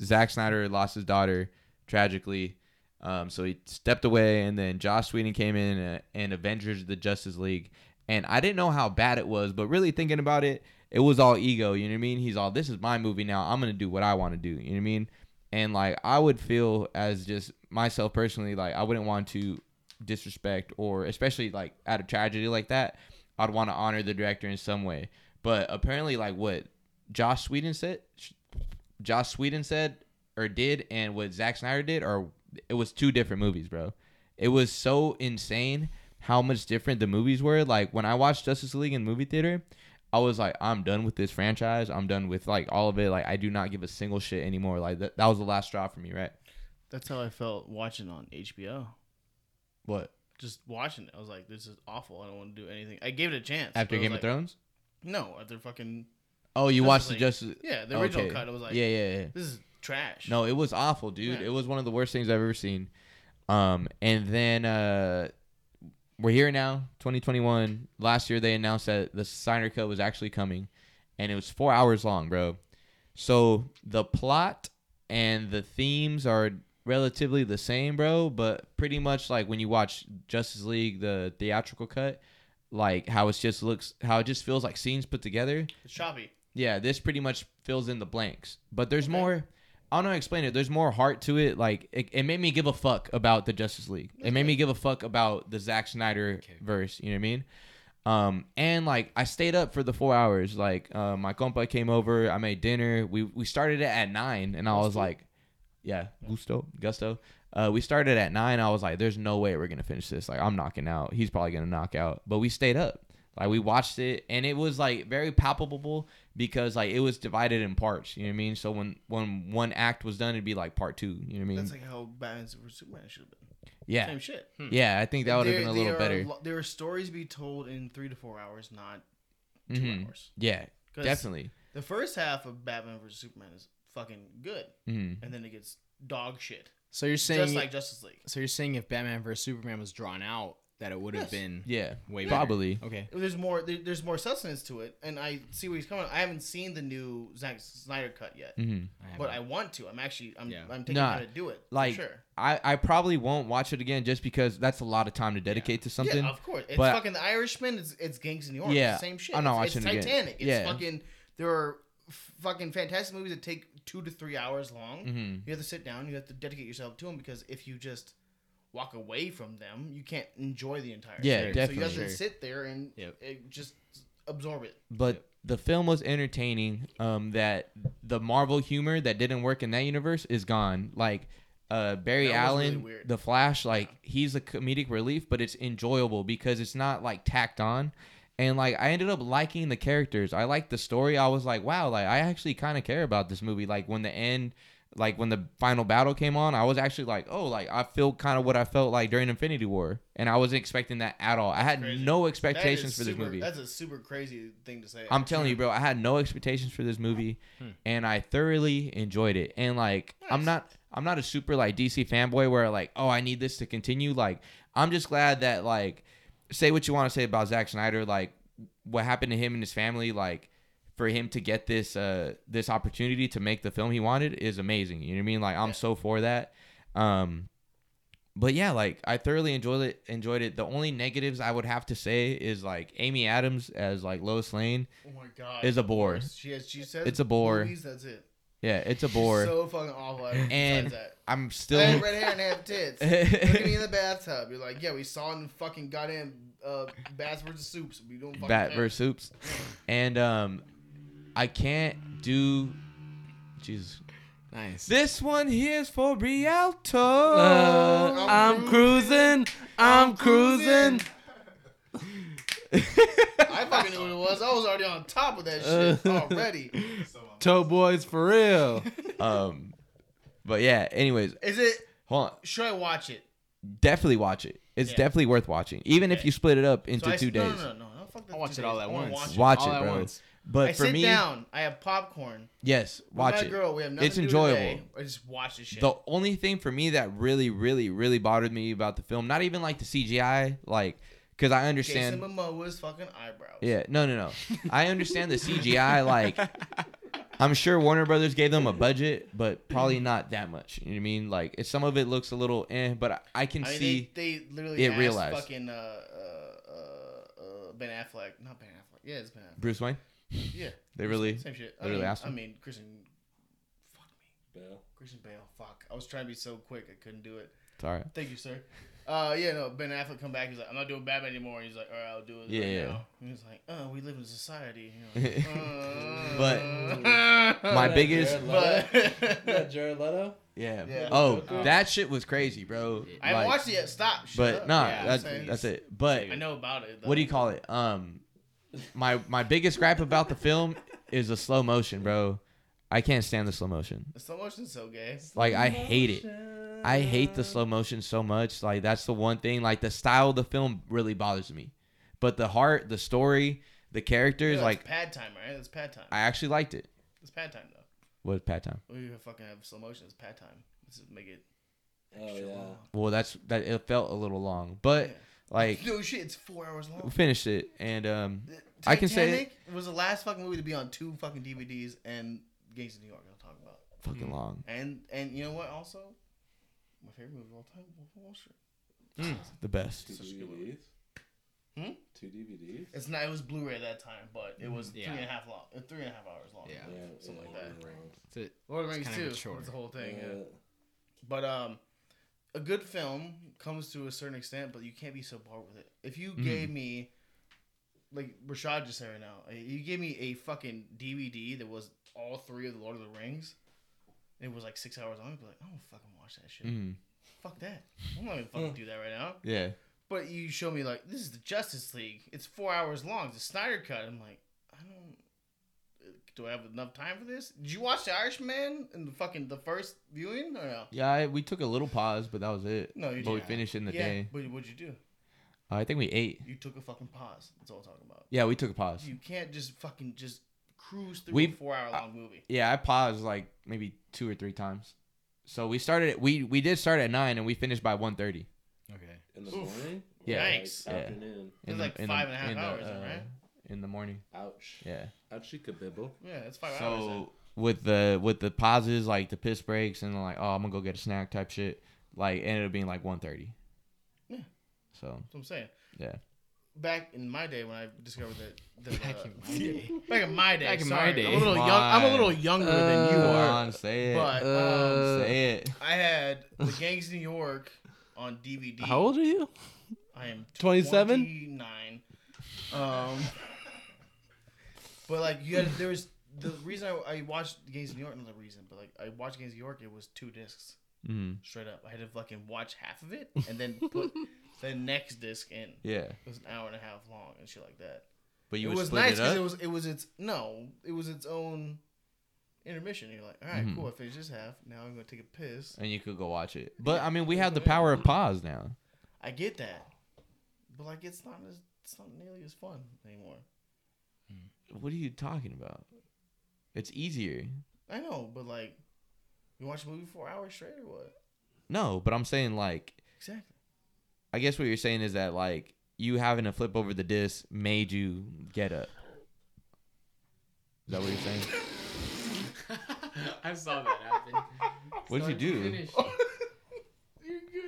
D: Zack Snyder lost his daughter tragically. Um, so he stepped away, and then Josh Sweden came in and, and Avengers the Justice League. And I didn't know how bad it was, but really thinking about it, it was all ego. You know what I mean? He's all, this is my movie now. I'm gonna do what I want to do. You know what I mean? And like I would feel as just myself personally, like I wouldn't want to disrespect or especially like at a tragedy like that, I'd want to honor the director in some way. But apparently, like what Josh Sweden said, Josh Sweden said or did, and what Zack Snyder did, or it was two different movies, bro. It was so insane how much different the movies were. Like when I watched Justice League in the movie theater, I was like, I'm done with this franchise. I'm done with like all of it. Like I do not give a single shit anymore. Like that, that was the last straw for me, right?
E: That's how I felt watching on HBO.
D: What
E: Just watching it, I was like, "This is awful. I don't want to do anything." I gave it a chance
D: after
E: but I was
D: Game
E: like,
D: of Thrones?
E: No, after fucking
D: Oh, you
E: Justice
D: watched the
E: League.
D: Justice?
E: yeah, the original
D: okay.
E: cut. I was like,
D: yeah, yeah, yeah.
E: this is trash."
D: No, it was awful, dude.
E: Yeah.
D: It was one of the worst things I've ever seen. Um, and then uh, we're here now, 2021. Last year they announced that the Snyder Cut was actually coming, and it was four hours long, bro. So the plot and the themes are relatively the same, bro. But pretty much like when you watch Justice League, the theatrical cut, like how it just looks, how it just feels like scenes put together.
E: it's choppy.
D: Yeah, this pretty much fills in the blanks. But there's more. I don't know how to explain it. There's more heart to it. Like it, it made me give a fuck about the Justice League. It made me give a fuck about the Zack Snyder verse. You know what I mean? Um, and like I stayed up for the four hours. Like uh, my compa came over. I made dinner. We we started it at nine, and I was like, yeah, gusto, gusto. Uh, we started at nine. I was like, "There's no way we're gonna finish this. Like, I'm knocking out. He's probably gonna knock out." But we stayed up. Like, we watched it, and it was like very palpable because like it was divided in parts. You know what I mean? So when when one act was done, it'd be like part two. You know what I mean?
E: That's like how Batman vs Superman should have been.
D: yeah,
E: Same shit.
D: yeah. I think that would have
E: There-
D: been a
E: there
D: little
E: are
D: better.
E: lo- There are stories to be told in three to four hours, not 2
D: Mhm.
E: hours.
D: Yeah,
E: 'Cause
D: definitely.
E: The first half of Batman vs Superman is fucking good,
D: hmm
E: and then it gets dog shit,
G: So you're saying
E: just like Justice League.
G: so you're saying if Batman vs Superman was drawn out, that it would have
E: Yes.
G: been
D: Yeah,
G: way better.
D: probably.
G: Okay.
E: There's more. There, there's more substance to it, and I see where he's coming. I haven't seen the new Zack Snyder cut yet,
D: hmm
G: I
E: but
G: haven't.
E: I want to. I'm actually. I'm.
G: Yeah.
E: I'm taking
D: Nah,
E: time to do it. for
D: like
E: sure.
D: I, I probably won't watch it again just because that's a lot of time to dedicate to something.
E: Yeah, of course. It's
D: but-
E: fucking The Irishman. It's, it's Gangs in New York. Yeah,
D: Yeah, Oh,
E: it's the same shit.
D: I'm not
E: it's, it's
D: watching it again.
E: Titanic. It's
D: Yeah.
E: fucking. There are f- fucking fantastic movies that take two to three hours long.
D: Mhm.
E: You have to sit down. You have to dedicate yourself to them because if you just walk away from them, you can't enjoy the entire.
D: Yeah,
E: thing. So you have
D: definitely.
E: to sit there and
G: Yep.
E: it, just absorb it.
D: But the film was entertaining. Um, that the Marvel humor that didn't work in that universe is gone. Like, uh, Barry
E: That was
D: Allen,
E: really weird.
D: The Flash, like he's a comedic relief, but it's enjoyable because it's not like tacked on. And like I ended up liking the characters. I liked the story. I was like, wow, like I actually kind of care about this movie. Like when the end, like when the final battle came on, I was actually like, oh, like I feel kind of what I felt like during Infinity War, and I wasn't expecting that at all. I had
E: Crazy.
D: no
E: That
D: expectations
E: is
D: for this
E: super-
D: movie.
E: That's a super crazy thing to say.
D: I'm telling you, bro, I had no expectations for this movie, and I thoroughly enjoyed it. And like, I'm not, I'm not a super like DC fanboy where like, oh, I need this to continue. Like, I'm just glad that like, say what you want to say about Zack Snyder, like what happened to him and his family, like for him to get this uh this opportunity to make the film he wanted is amazing. You know what I mean? Like, I'm so for that. Um, but yeah, like I thoroughly enjoyed it. Enjoyed it. The only negatives I would have to say is like Amy Adams as like Lois Lane.
E: Oh my god.
D: It's a bore.
E: She has. She says
D: It's a bore.
E: Movies, that's it.
D: Yeah, it's a
E: She's
D: bore.
E: So fucking awful. And
D: and
E: that.
D: I'm
E: I
D: still
E: have red hair and I have tits. Look at me in the bathtub. You're like, yeah, we saw it in fucking goddamn uh, Bats versus Soups. We don't fucking
D: Bat
E: care.
D: versus Oops, and um, I can't do. Jesus,
G: Nice.
D: this one here's for Rialto.
F: Uh, I'm cruising. I'm cruising.
E: I fucking knew what it was. I was already on top of that shit already.
F: Toe boys for real.
D: um, but yeah. Anyways,
E: Is it?
D: hold on.
E: Should I watch it?
D: Definitely watch it. It's
E: Yeah.
D: definitely worth watching, even if you split it up
E: So
D: into
E: I s-
D: two
E: no,
D: days.
E: No, no, no, no. Fuck that.
G: I'll watch
E: two
G: it all
E: days.
G: at
E: I wanna Watch
G: once.
E: it.
D: Watch
F: All
D: it,
F: at
D: bro.
F: once.
D: But
E: I
D: for
E: sit
D: me,
E: down. I have popcorn.
D: yes,
E: Watch
D: watch
E: my
D: it.
E: girl. We have nothing
D: It's
E: to do
D: enjoyable.
E: today. I just watch this shit.
D: The only thing for me that really, really, really bothered me about the film, not even like the CGI, like, because I
E: Jason
D: understand.
E: Momoa's fucking eyebrows.
D: Yeah, no, no, no. I understand the CGI. Like, I'm sure Warner Brothers gave them a budget, but
E: Mm-hmm.
D: probably not that much. You know what I mean? Like, if some of it looks a little eh, but I, I can
E: I mean,
D: see.
E: they, they literally
D: it
E: asked
D: realized.
E: fucking uh, uh, uh, uh, Ben Affleck. Not Ben Affleck. Yeah, it's Ben Affleck.
D: Bruce Wayne.
E: Yeah.
D: They really.
E: Same shit. I
D: Literally
E: mean,
D: asked
E: I
D: him.
E: mean, Christian. Fuck me. Bale. Christian Bale. Fuck. I was trying to be so quick, I couldn't do it.
D: It's all right.
E: Thank you, sir. Uh, yeah, no. Ben Affleck come back. He's like, I'm not doing Batman anymore. He's like, all right, I'll do it.
D: Yeah,
E: right
D: yeah.
E: Now. And he's like, oh, we live in society. And you're like,
D: But
E: uh,
D: my biggest.
E: but
F: Jared Leto.
D: Yeah.
E: Yeah. Uh,
D: Oh, that shit was crazy, bro.
E: I haven't
D: Like,
E: watched it yet. Stop. Shut
D: But
E: up.
D: nah,
E: Yeah,
D: that's,
E: I'm saying-
D: that's it. But
E: I know about it.
D: what do you call it? Um, my my biggest gripe about the film is the slow motion, bro. I can't stand the slow motion.
E: though. Slow motion's so gay.
D: Like I hate it. I hate the slow motion so much. Like that's the one thing. Like the style of the film really bothers me, but the heart, the story, the characters.
E: It's
D: like
E: pad time, right? It's pad time.
D: I actually liked it.
E: It's pad time though.
D: What Pat time?
E: We could fucking have slow motion. It's pad time. Let's just make it.
F: Oh yeah.
D: Well, that's that. It felt a little long, but like
E: No shit, it's four hours long.
D: we finished it, and um,
E: Mm.
D: I can say it.
E: Titanic was the last fucking movie to be on two fucking DVDs and Gangs of New York. I'll talk about
D: fucking long.
E: and and you know what? Also, my favorite movie of all time, Wolf of Wall Street. Mm.
D: The best.
F: Two DVDs.
E: Hmm?
F: Two DVDs.
E: It's not. It was Blu-ray at that time, but it was
G: Mm, Yeah.
E: three and a half long, uh, three and a half hours long.
G: Yeah.
E: something like that.
G: It's a-
E: Lord of the Rings
G: It's
E: too.
G: kind of
E: It's
G: mature.
E: the whole thing. Yeah. But um, a good film comes to a certain extent, but you can't be so bored with it. If you gave me, like Rashad just said right now, uh, you gave me a fucking DVD that was all three of the Lord of the Rings, it was like six hours long. I'd be like, I don't fucking watch that shit.
D: Mm.
E: Fuck that. I'm not gonna fucking do that right now.
D: Yeah.
E: But you show me like this is the Justice League. It's four hours long. It's a Snyder cut. I'm like, I don't. eh, Do I have enough time for this? Did you watch The Irishman in the fucking the first viewing or no?
D: Yeah, I, we took a little pause, but that was it.
E: No, you
D: But we
E: didn't.
D: finished in the
E: yeah,
D: day.
E: But what'd you do?
D: Uh, I think we ate.
E: You took a fucking pause. That's all I'm talking about.
D: Yeah, we took a pause.
E: You can't just fucking just cruise through a
D: We've-
E: four hour long movie.
D: Yeah, I paused like maybe two or three times. So we started. At, we we did start at nine, and we finished by one thirty.
G: Okay.
F: Uh,
L: In the
E: Oof.
L: morning?
D: Yeah.
L: Like
E: Yikes.
D: Yeah.
L: Afternoon.
E: It's like five and a half hours then, right?
D: uh, In the morning.
L: Ouch.
D: Yeah.
L: Ouchie kabibble.
E: Yeah, it's five hours.
D: So with the with the pauses, like the piss breaks, and like oh, I'm gonna go get a snack type shit. Like ended up being like one thirty.
E: Yeah.
D: So
E: That's what I'm saying.
D: yeah.
E: Back in my day when I discovered that. that back, in my day. back in my day.
J: Back in my
E: sorry.
J: day.
E: I'm a little young. I'm a little younger than you
D: Come
F: uh,
E: are.
D: on, say it.
E: But um,
D: say it.
E: I had The Gangs of New York on DVD.
F: How old are you?
E: I am
F: 27?
E: 29. Um, but like you had there was the reason I, I watched Games of New York, not the reason, but like I watched Games of New York. It was two discs
D: Mm,
E: straight up. I had to fucking watch half of it and then put the next disc in.
D: yeah.
E: It was an hour and a half long and shit like that.
D: But you
E: it
D: would
E: was
D: split
E: nice
D: it up.
E: it was it was its no, it was its own intermission. You're like, all right,
D: Mm-hmm.
E: cool. I finished this half. Now I'm gonna take a piss.
D: and you could go watch it. But I mean, we have the power of pause now.
E: I get that, but like it's not as it's not nearly as fun anymore.
D: What are you talking about? It's easier.
E: I know, but like, you watch a movie four hours straight or what?
D: No, but I'm saying like,
E: Exactly.
D: I guess what you're saying is that like you having to flip over the disc made you get up. Is that what you're saying?
J: I saw that happen.
D: what did you do?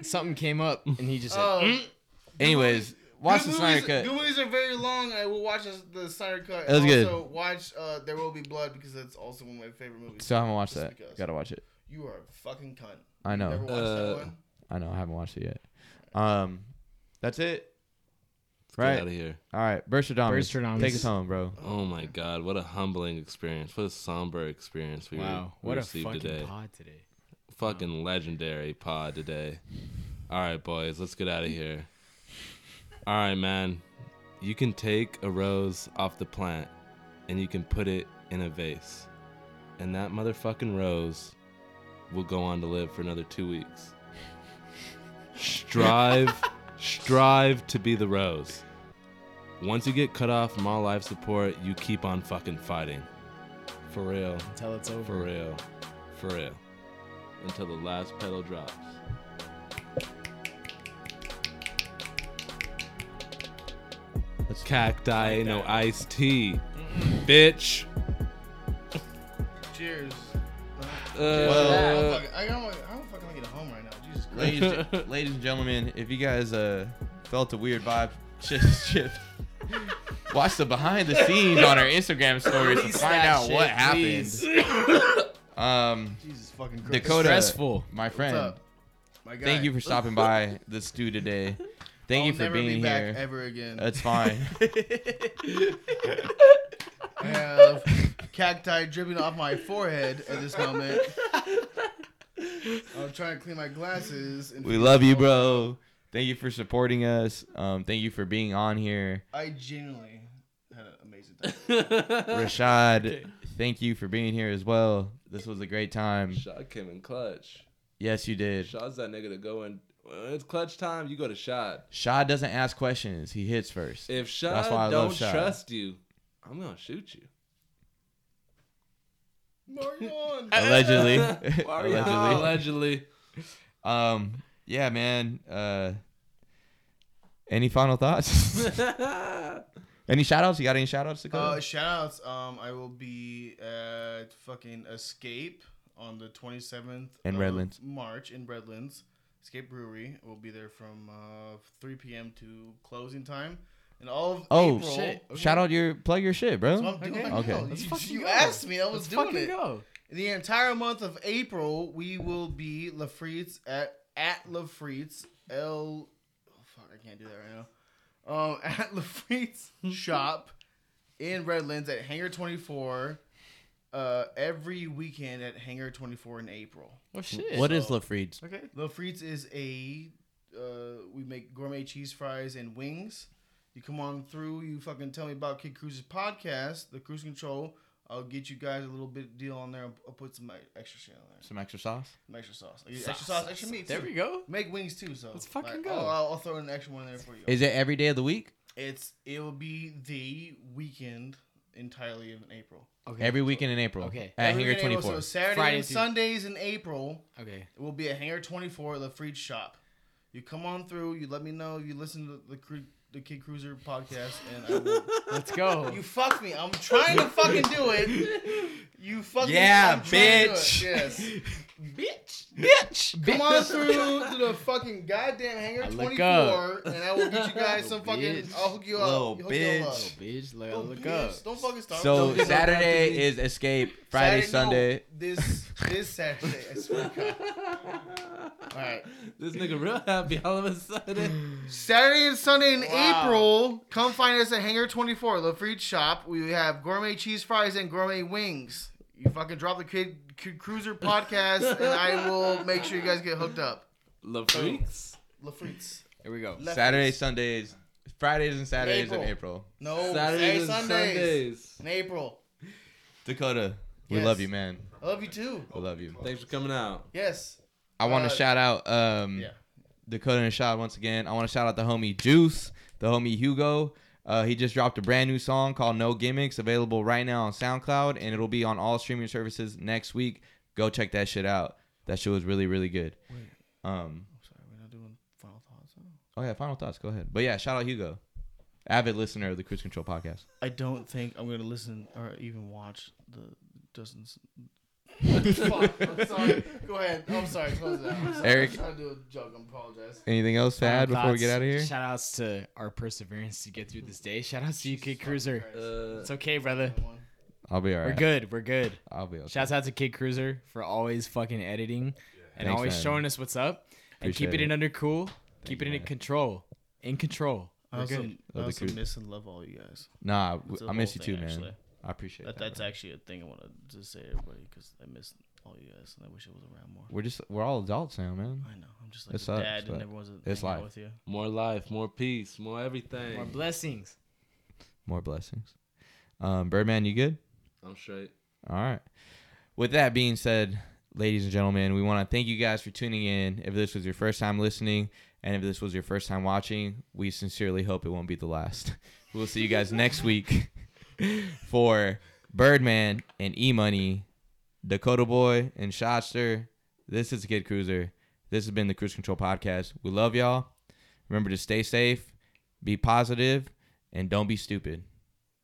G: Something came up and he just said,
E: Oh,
D: Anyways, Mm-hmm. watch the
E: good
D: Snyder
E: movies,
D: cut.
E: Good movies are very long. I will watch this- the Snyder cut.
D: That was good.
E: Also, watch uh, There Will Be Blood because that's also one of my favorite movies.
D: So I haven't watched
E: Just
D: that.
E: because.
D: Gotta Oh. watch it.
E: You are a fucking cunt.
D: I know.
E: Never watched
F: Uh,
E: that one.
D: I know. I haven't watched it yet. Um, that's it.
F: Get out of
D: Right.
F: here.
D: All right. Burstradamus.
G: Burstradamus.
D: Take us home, bro.
F: Oh my God! What a humbling experience. What a somber experience we,
G: "Wow,
F: we
G: what a
F: received
G: fucking
F: today.
G: pod today."
F: Fucking legendary pod today. All right, boys, let's get out of here. All right, man. You can take a rose off the plant and you can put it in a vase. And that motherfucking rose will go on to live for another two weeks. Strive, strive to be the rose. Once you get cut off from all life support, you keep on fucking fighting. For real.
G: Until it's over.
D: Mm-hmm.
F: For real. For real. Until the last pedal drops. Cacti, no iced tea. Bitch.
E: Cheers.
F: Uh,
E: I'm fucking, I, don't, I don't fucking wanna get home right now. Jesus Christ.
D: ladies, ladies and gentlemen, if you guys uh felt a weird vibe, just, just watch the behind the scenes on our Instagram stories to find out what happened. Um,
E: Jesus fucking Christ.
D: Dakota,
G: Stressful.
D: my friend,
E: up? My guy.
D: thank you for stopping by the stew today. Thank
E: I'll
D: you for
E: never
D: being
E: be
D: here.
E: back ever again.
D: That's fine.
E: I have cacti dripping off my forehead at this moment. I'm trying to clean my glasses. And
D: we love you, bro. Thank you for supporting us. Um, thank you for being on here,
E: I genuinely had an amazing time.
D: Rashad. Thank you for being here as well. This was a great time.
F: Shaw came in clutch.
D: Yes, you did.
F: Shaw's that nigga to go in. When it's clutch time, you go to Shaw.
D: Shad doesn't ask questions. He hits first.
F: If
D: That's why I
F: Shaw
D: love
F: don't
D: Shaw.
F: trust you, I'm going to shoot you.
E: Marion!
D: Allegedly. Allegedly.
F: Allegedly.
D: Um, yeah, man. Uh, any final thoughts? any shout outs? You got any shout outs to go?
E: Uh, shout outs. Um, I will be at fucking Escape on the 27th
D: In
E: of
D: Redlands.
E: March in Redlands. Escape Brewery. We'll be there from uh, 3 p.m. to closing time. And all of
D: oh,
E: April.
D: shit. Shout out your, plug your shit, bro.
E: That's what I'm doing.
D: Okay.
E: No,
D: Let's
E: you-
J: fucking
E: you
J: go.
E: asked me. I was
J: Let's
E: doing
J: fucking
E: it.
J: go.
E: The entire month of April, we will be Lafritz at at Lafritz L. Oh fuck, I can't do that right now. Um, at Lafritz shop in Redlands at Hangar Twenty Four. uh, every weekend at Hangar 24 in April.
G: Oh shit.
M: What is Lafride's?
E: Okay. Le Frites is a uh, we make gourmet cheese fries and wings. You come on through. You fucking tell me about Kid Cruz's podcast, The Cruise Control. I'll get you guys a little bit deal on there. I'll- I'll put some extra shit on there,
D: Some extra sauce.
E: some extra sauce, extra sauce, extra meat.
G: There
E: too.
G: we go.
E: Make wings too. So
G: Let's fucking
E: like,
G: go.
E: I'll, I'll- I'll throw an extra one in there for you.
D: Is it every day of the week?
E: It's it will be the weekend entirely in April.
G: Okay.
D: Every weekend in April.
G: Okay.
D: At
E: Every
D: Hangar
E: day, well,
D: 24.
E: So Saturday
G: Friday
E: and
G: through-
E: Sundays in April.
G: Okay.
E: It will be a Hangar 24 at Lafrite Shop. You come on through. You let me know. You listen to the cru- the Kid Cruiser podcast, and I will.
G: Let's go.
E: you fuck me. I'm trying to fucking do it. You fucking
D: Yeah,
E: I'm trying to do it.
D: bitch.
E: Yes,
G: bitch. Bitch.
E: come on through to the fucking goddamn Hangar
G: I look
E: 24,
G: up.
E: and I will get you guys some
G: Little
E: fucking.
G: bitch.
E: I'll hook you
D: Little
E: up. Hook you up.
D: bitch.
G: Bitch, like,
E: Little
G: look
E: Oh, bitch.
G: up.
E: Don't fucking start.
D: So
E: Don't get
D: Saturday is escape. Friday, Sunday.
E: no, this this Saturday. I swear to God. All right.
F: This nigga real happy all of a sudden.
E: Saturday and Sunday in April. Come find us at Hangar 24, Lafrite Shop. We have gourmet cheese fries and gourmet wings. You fucking drop the Kid, Kid Cruiser podcast, and I will make sure you guys get hooked up.
F: La Freaks.
E: Lafrite's.
G: Here we go.
D: Saturday, Sundays. Fridays and Saturdays
E: April.
D: in April.
E: No,
F: Saturdays
E: Saturday,
F: and
E: Sundays.
F: Sundays.
E: In April.
D: Dakota, we
E: Yes.
D: love you, man.
E: I love you too.
D: We love you.
F: Thanks for coming out.
E: Yes.
D: I want
E: Uh,
D: to shout out um,
E: yeah.
D: Dakota and Shad once again. I want to shout out the homie Juice, the homie Hugo. Uh, he just dropped a brand new song called No Gimmicks, available right now on SoundCloud, and it'll be on all streaming services next week. Go check that shit out. That shit was really, really good. Um,
E: Oh, Sorry, we're not doing final thoughts.
D: oh, yeah, final thoughts. Go ahead. But yeah, shout out Hugo, avid listener of the Cruise Control podcast.
E: I don't think I'm gonna listen or even watch the Dustin's. I'm sorry. Go ahead. I'm sorry. Close it out. I'm sorry.
D: Eric-
E: I'm trying to do a joke. I apologize.
D: Anything else to
G: Final
D: add before we get
G: thoughts.
D: out of here?
G: Shout outs to our perseverance to get through this day. Shout outs to you, Kid Cruiser.
F: Uh,
G: It's okay, brother.
D: I'll be all
G: We're
D: right.
G: good. We're good.
D: I'll be okay.
G: Shouts out to Kid Cruiser for always fucking editing and
D: Thanks,
G: always
D: man.
G: showing us what's up and
D: Appreciate
G: keeping
D: it.
G: it under cool, keeping
D: you,
G: it in
D: man.
G: control. In control.
E: I
G: We're
E: also,
G: good.
E: I
D: Love the
E: also
D: cruise.
E: miss and love all you guys.
D: Nah, w-
E: It's a
D: I miss
E: whole
D: you
E: thing,
D: too, man.
E: actually.
D: I appreciate
E: That,
D: that.
E: that's
D: bro.
E: actually a thing I want to just say to everybody because I miss all you guys and I wish I was around more.
D: We're just we're all adults now, man.
E: I know. I'm just like
D: It
E: a
D: sucks,
E: dad
D: but
E: and everyone's
D: it's
E: it's
D: life.
E: with you.
F: more life, more peace, more everything.
G: More blessings.
D: More blessings. Um, Birdman, you good?
F: I'm straight.
D: All right. With that being said, ladies and gentlemen, we want to thank you guys for tuning in. If this was your first time listening and if this was your first time watching, we sincerely hope it won't be the last. We'll see you guys next week for Birdman and E Money, Dakota Boy and Shotster. This is Kid Cruiser. This has been the Cruise Control Podcast. We love y'all. Remember to stay safe, be positive, and don't be stupid.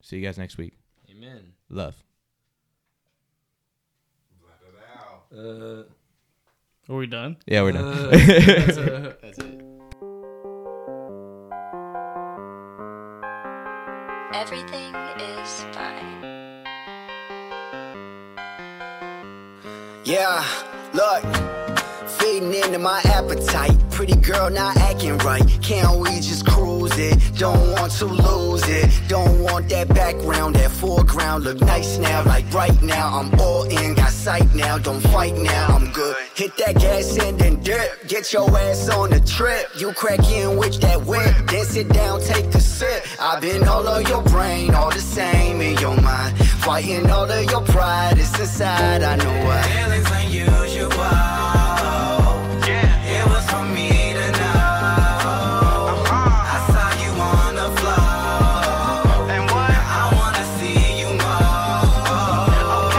D: See you guys next week.
F: Amen.
D: Love.
N: Let it out.
F: Uh,
E: Are we done?
D: Yeah, we're done.
G: That's it.
A: Everything is fine.
H: Yeah, look, feeding into my appetite. Pretty girl not acting right. Can't we just cruise it? Don't want to lose it. Don't want that background, that foreground. Look nice now, like right now. I'm all in, got sight now. Don't fight now, I'm good. Hit that gas and then dip. Get your ass on the trip. You crack in with that whip. Then sit down, take a sip. I've been all of your brain, all the same in your mind. Fighting all of your pride, it's inside, I know I. Feelings unusual. Yeah. It was for me to know. I saw you on the floor. And what? I wanna see you more.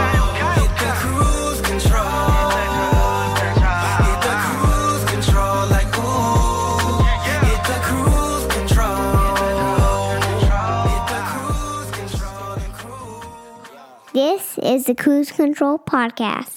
H: Hit the cruise control. Hit the cruise control, like ooh. Hit the cruise control. Hit the cruise control and cruise.
B: This is the Cruise Control Podcast.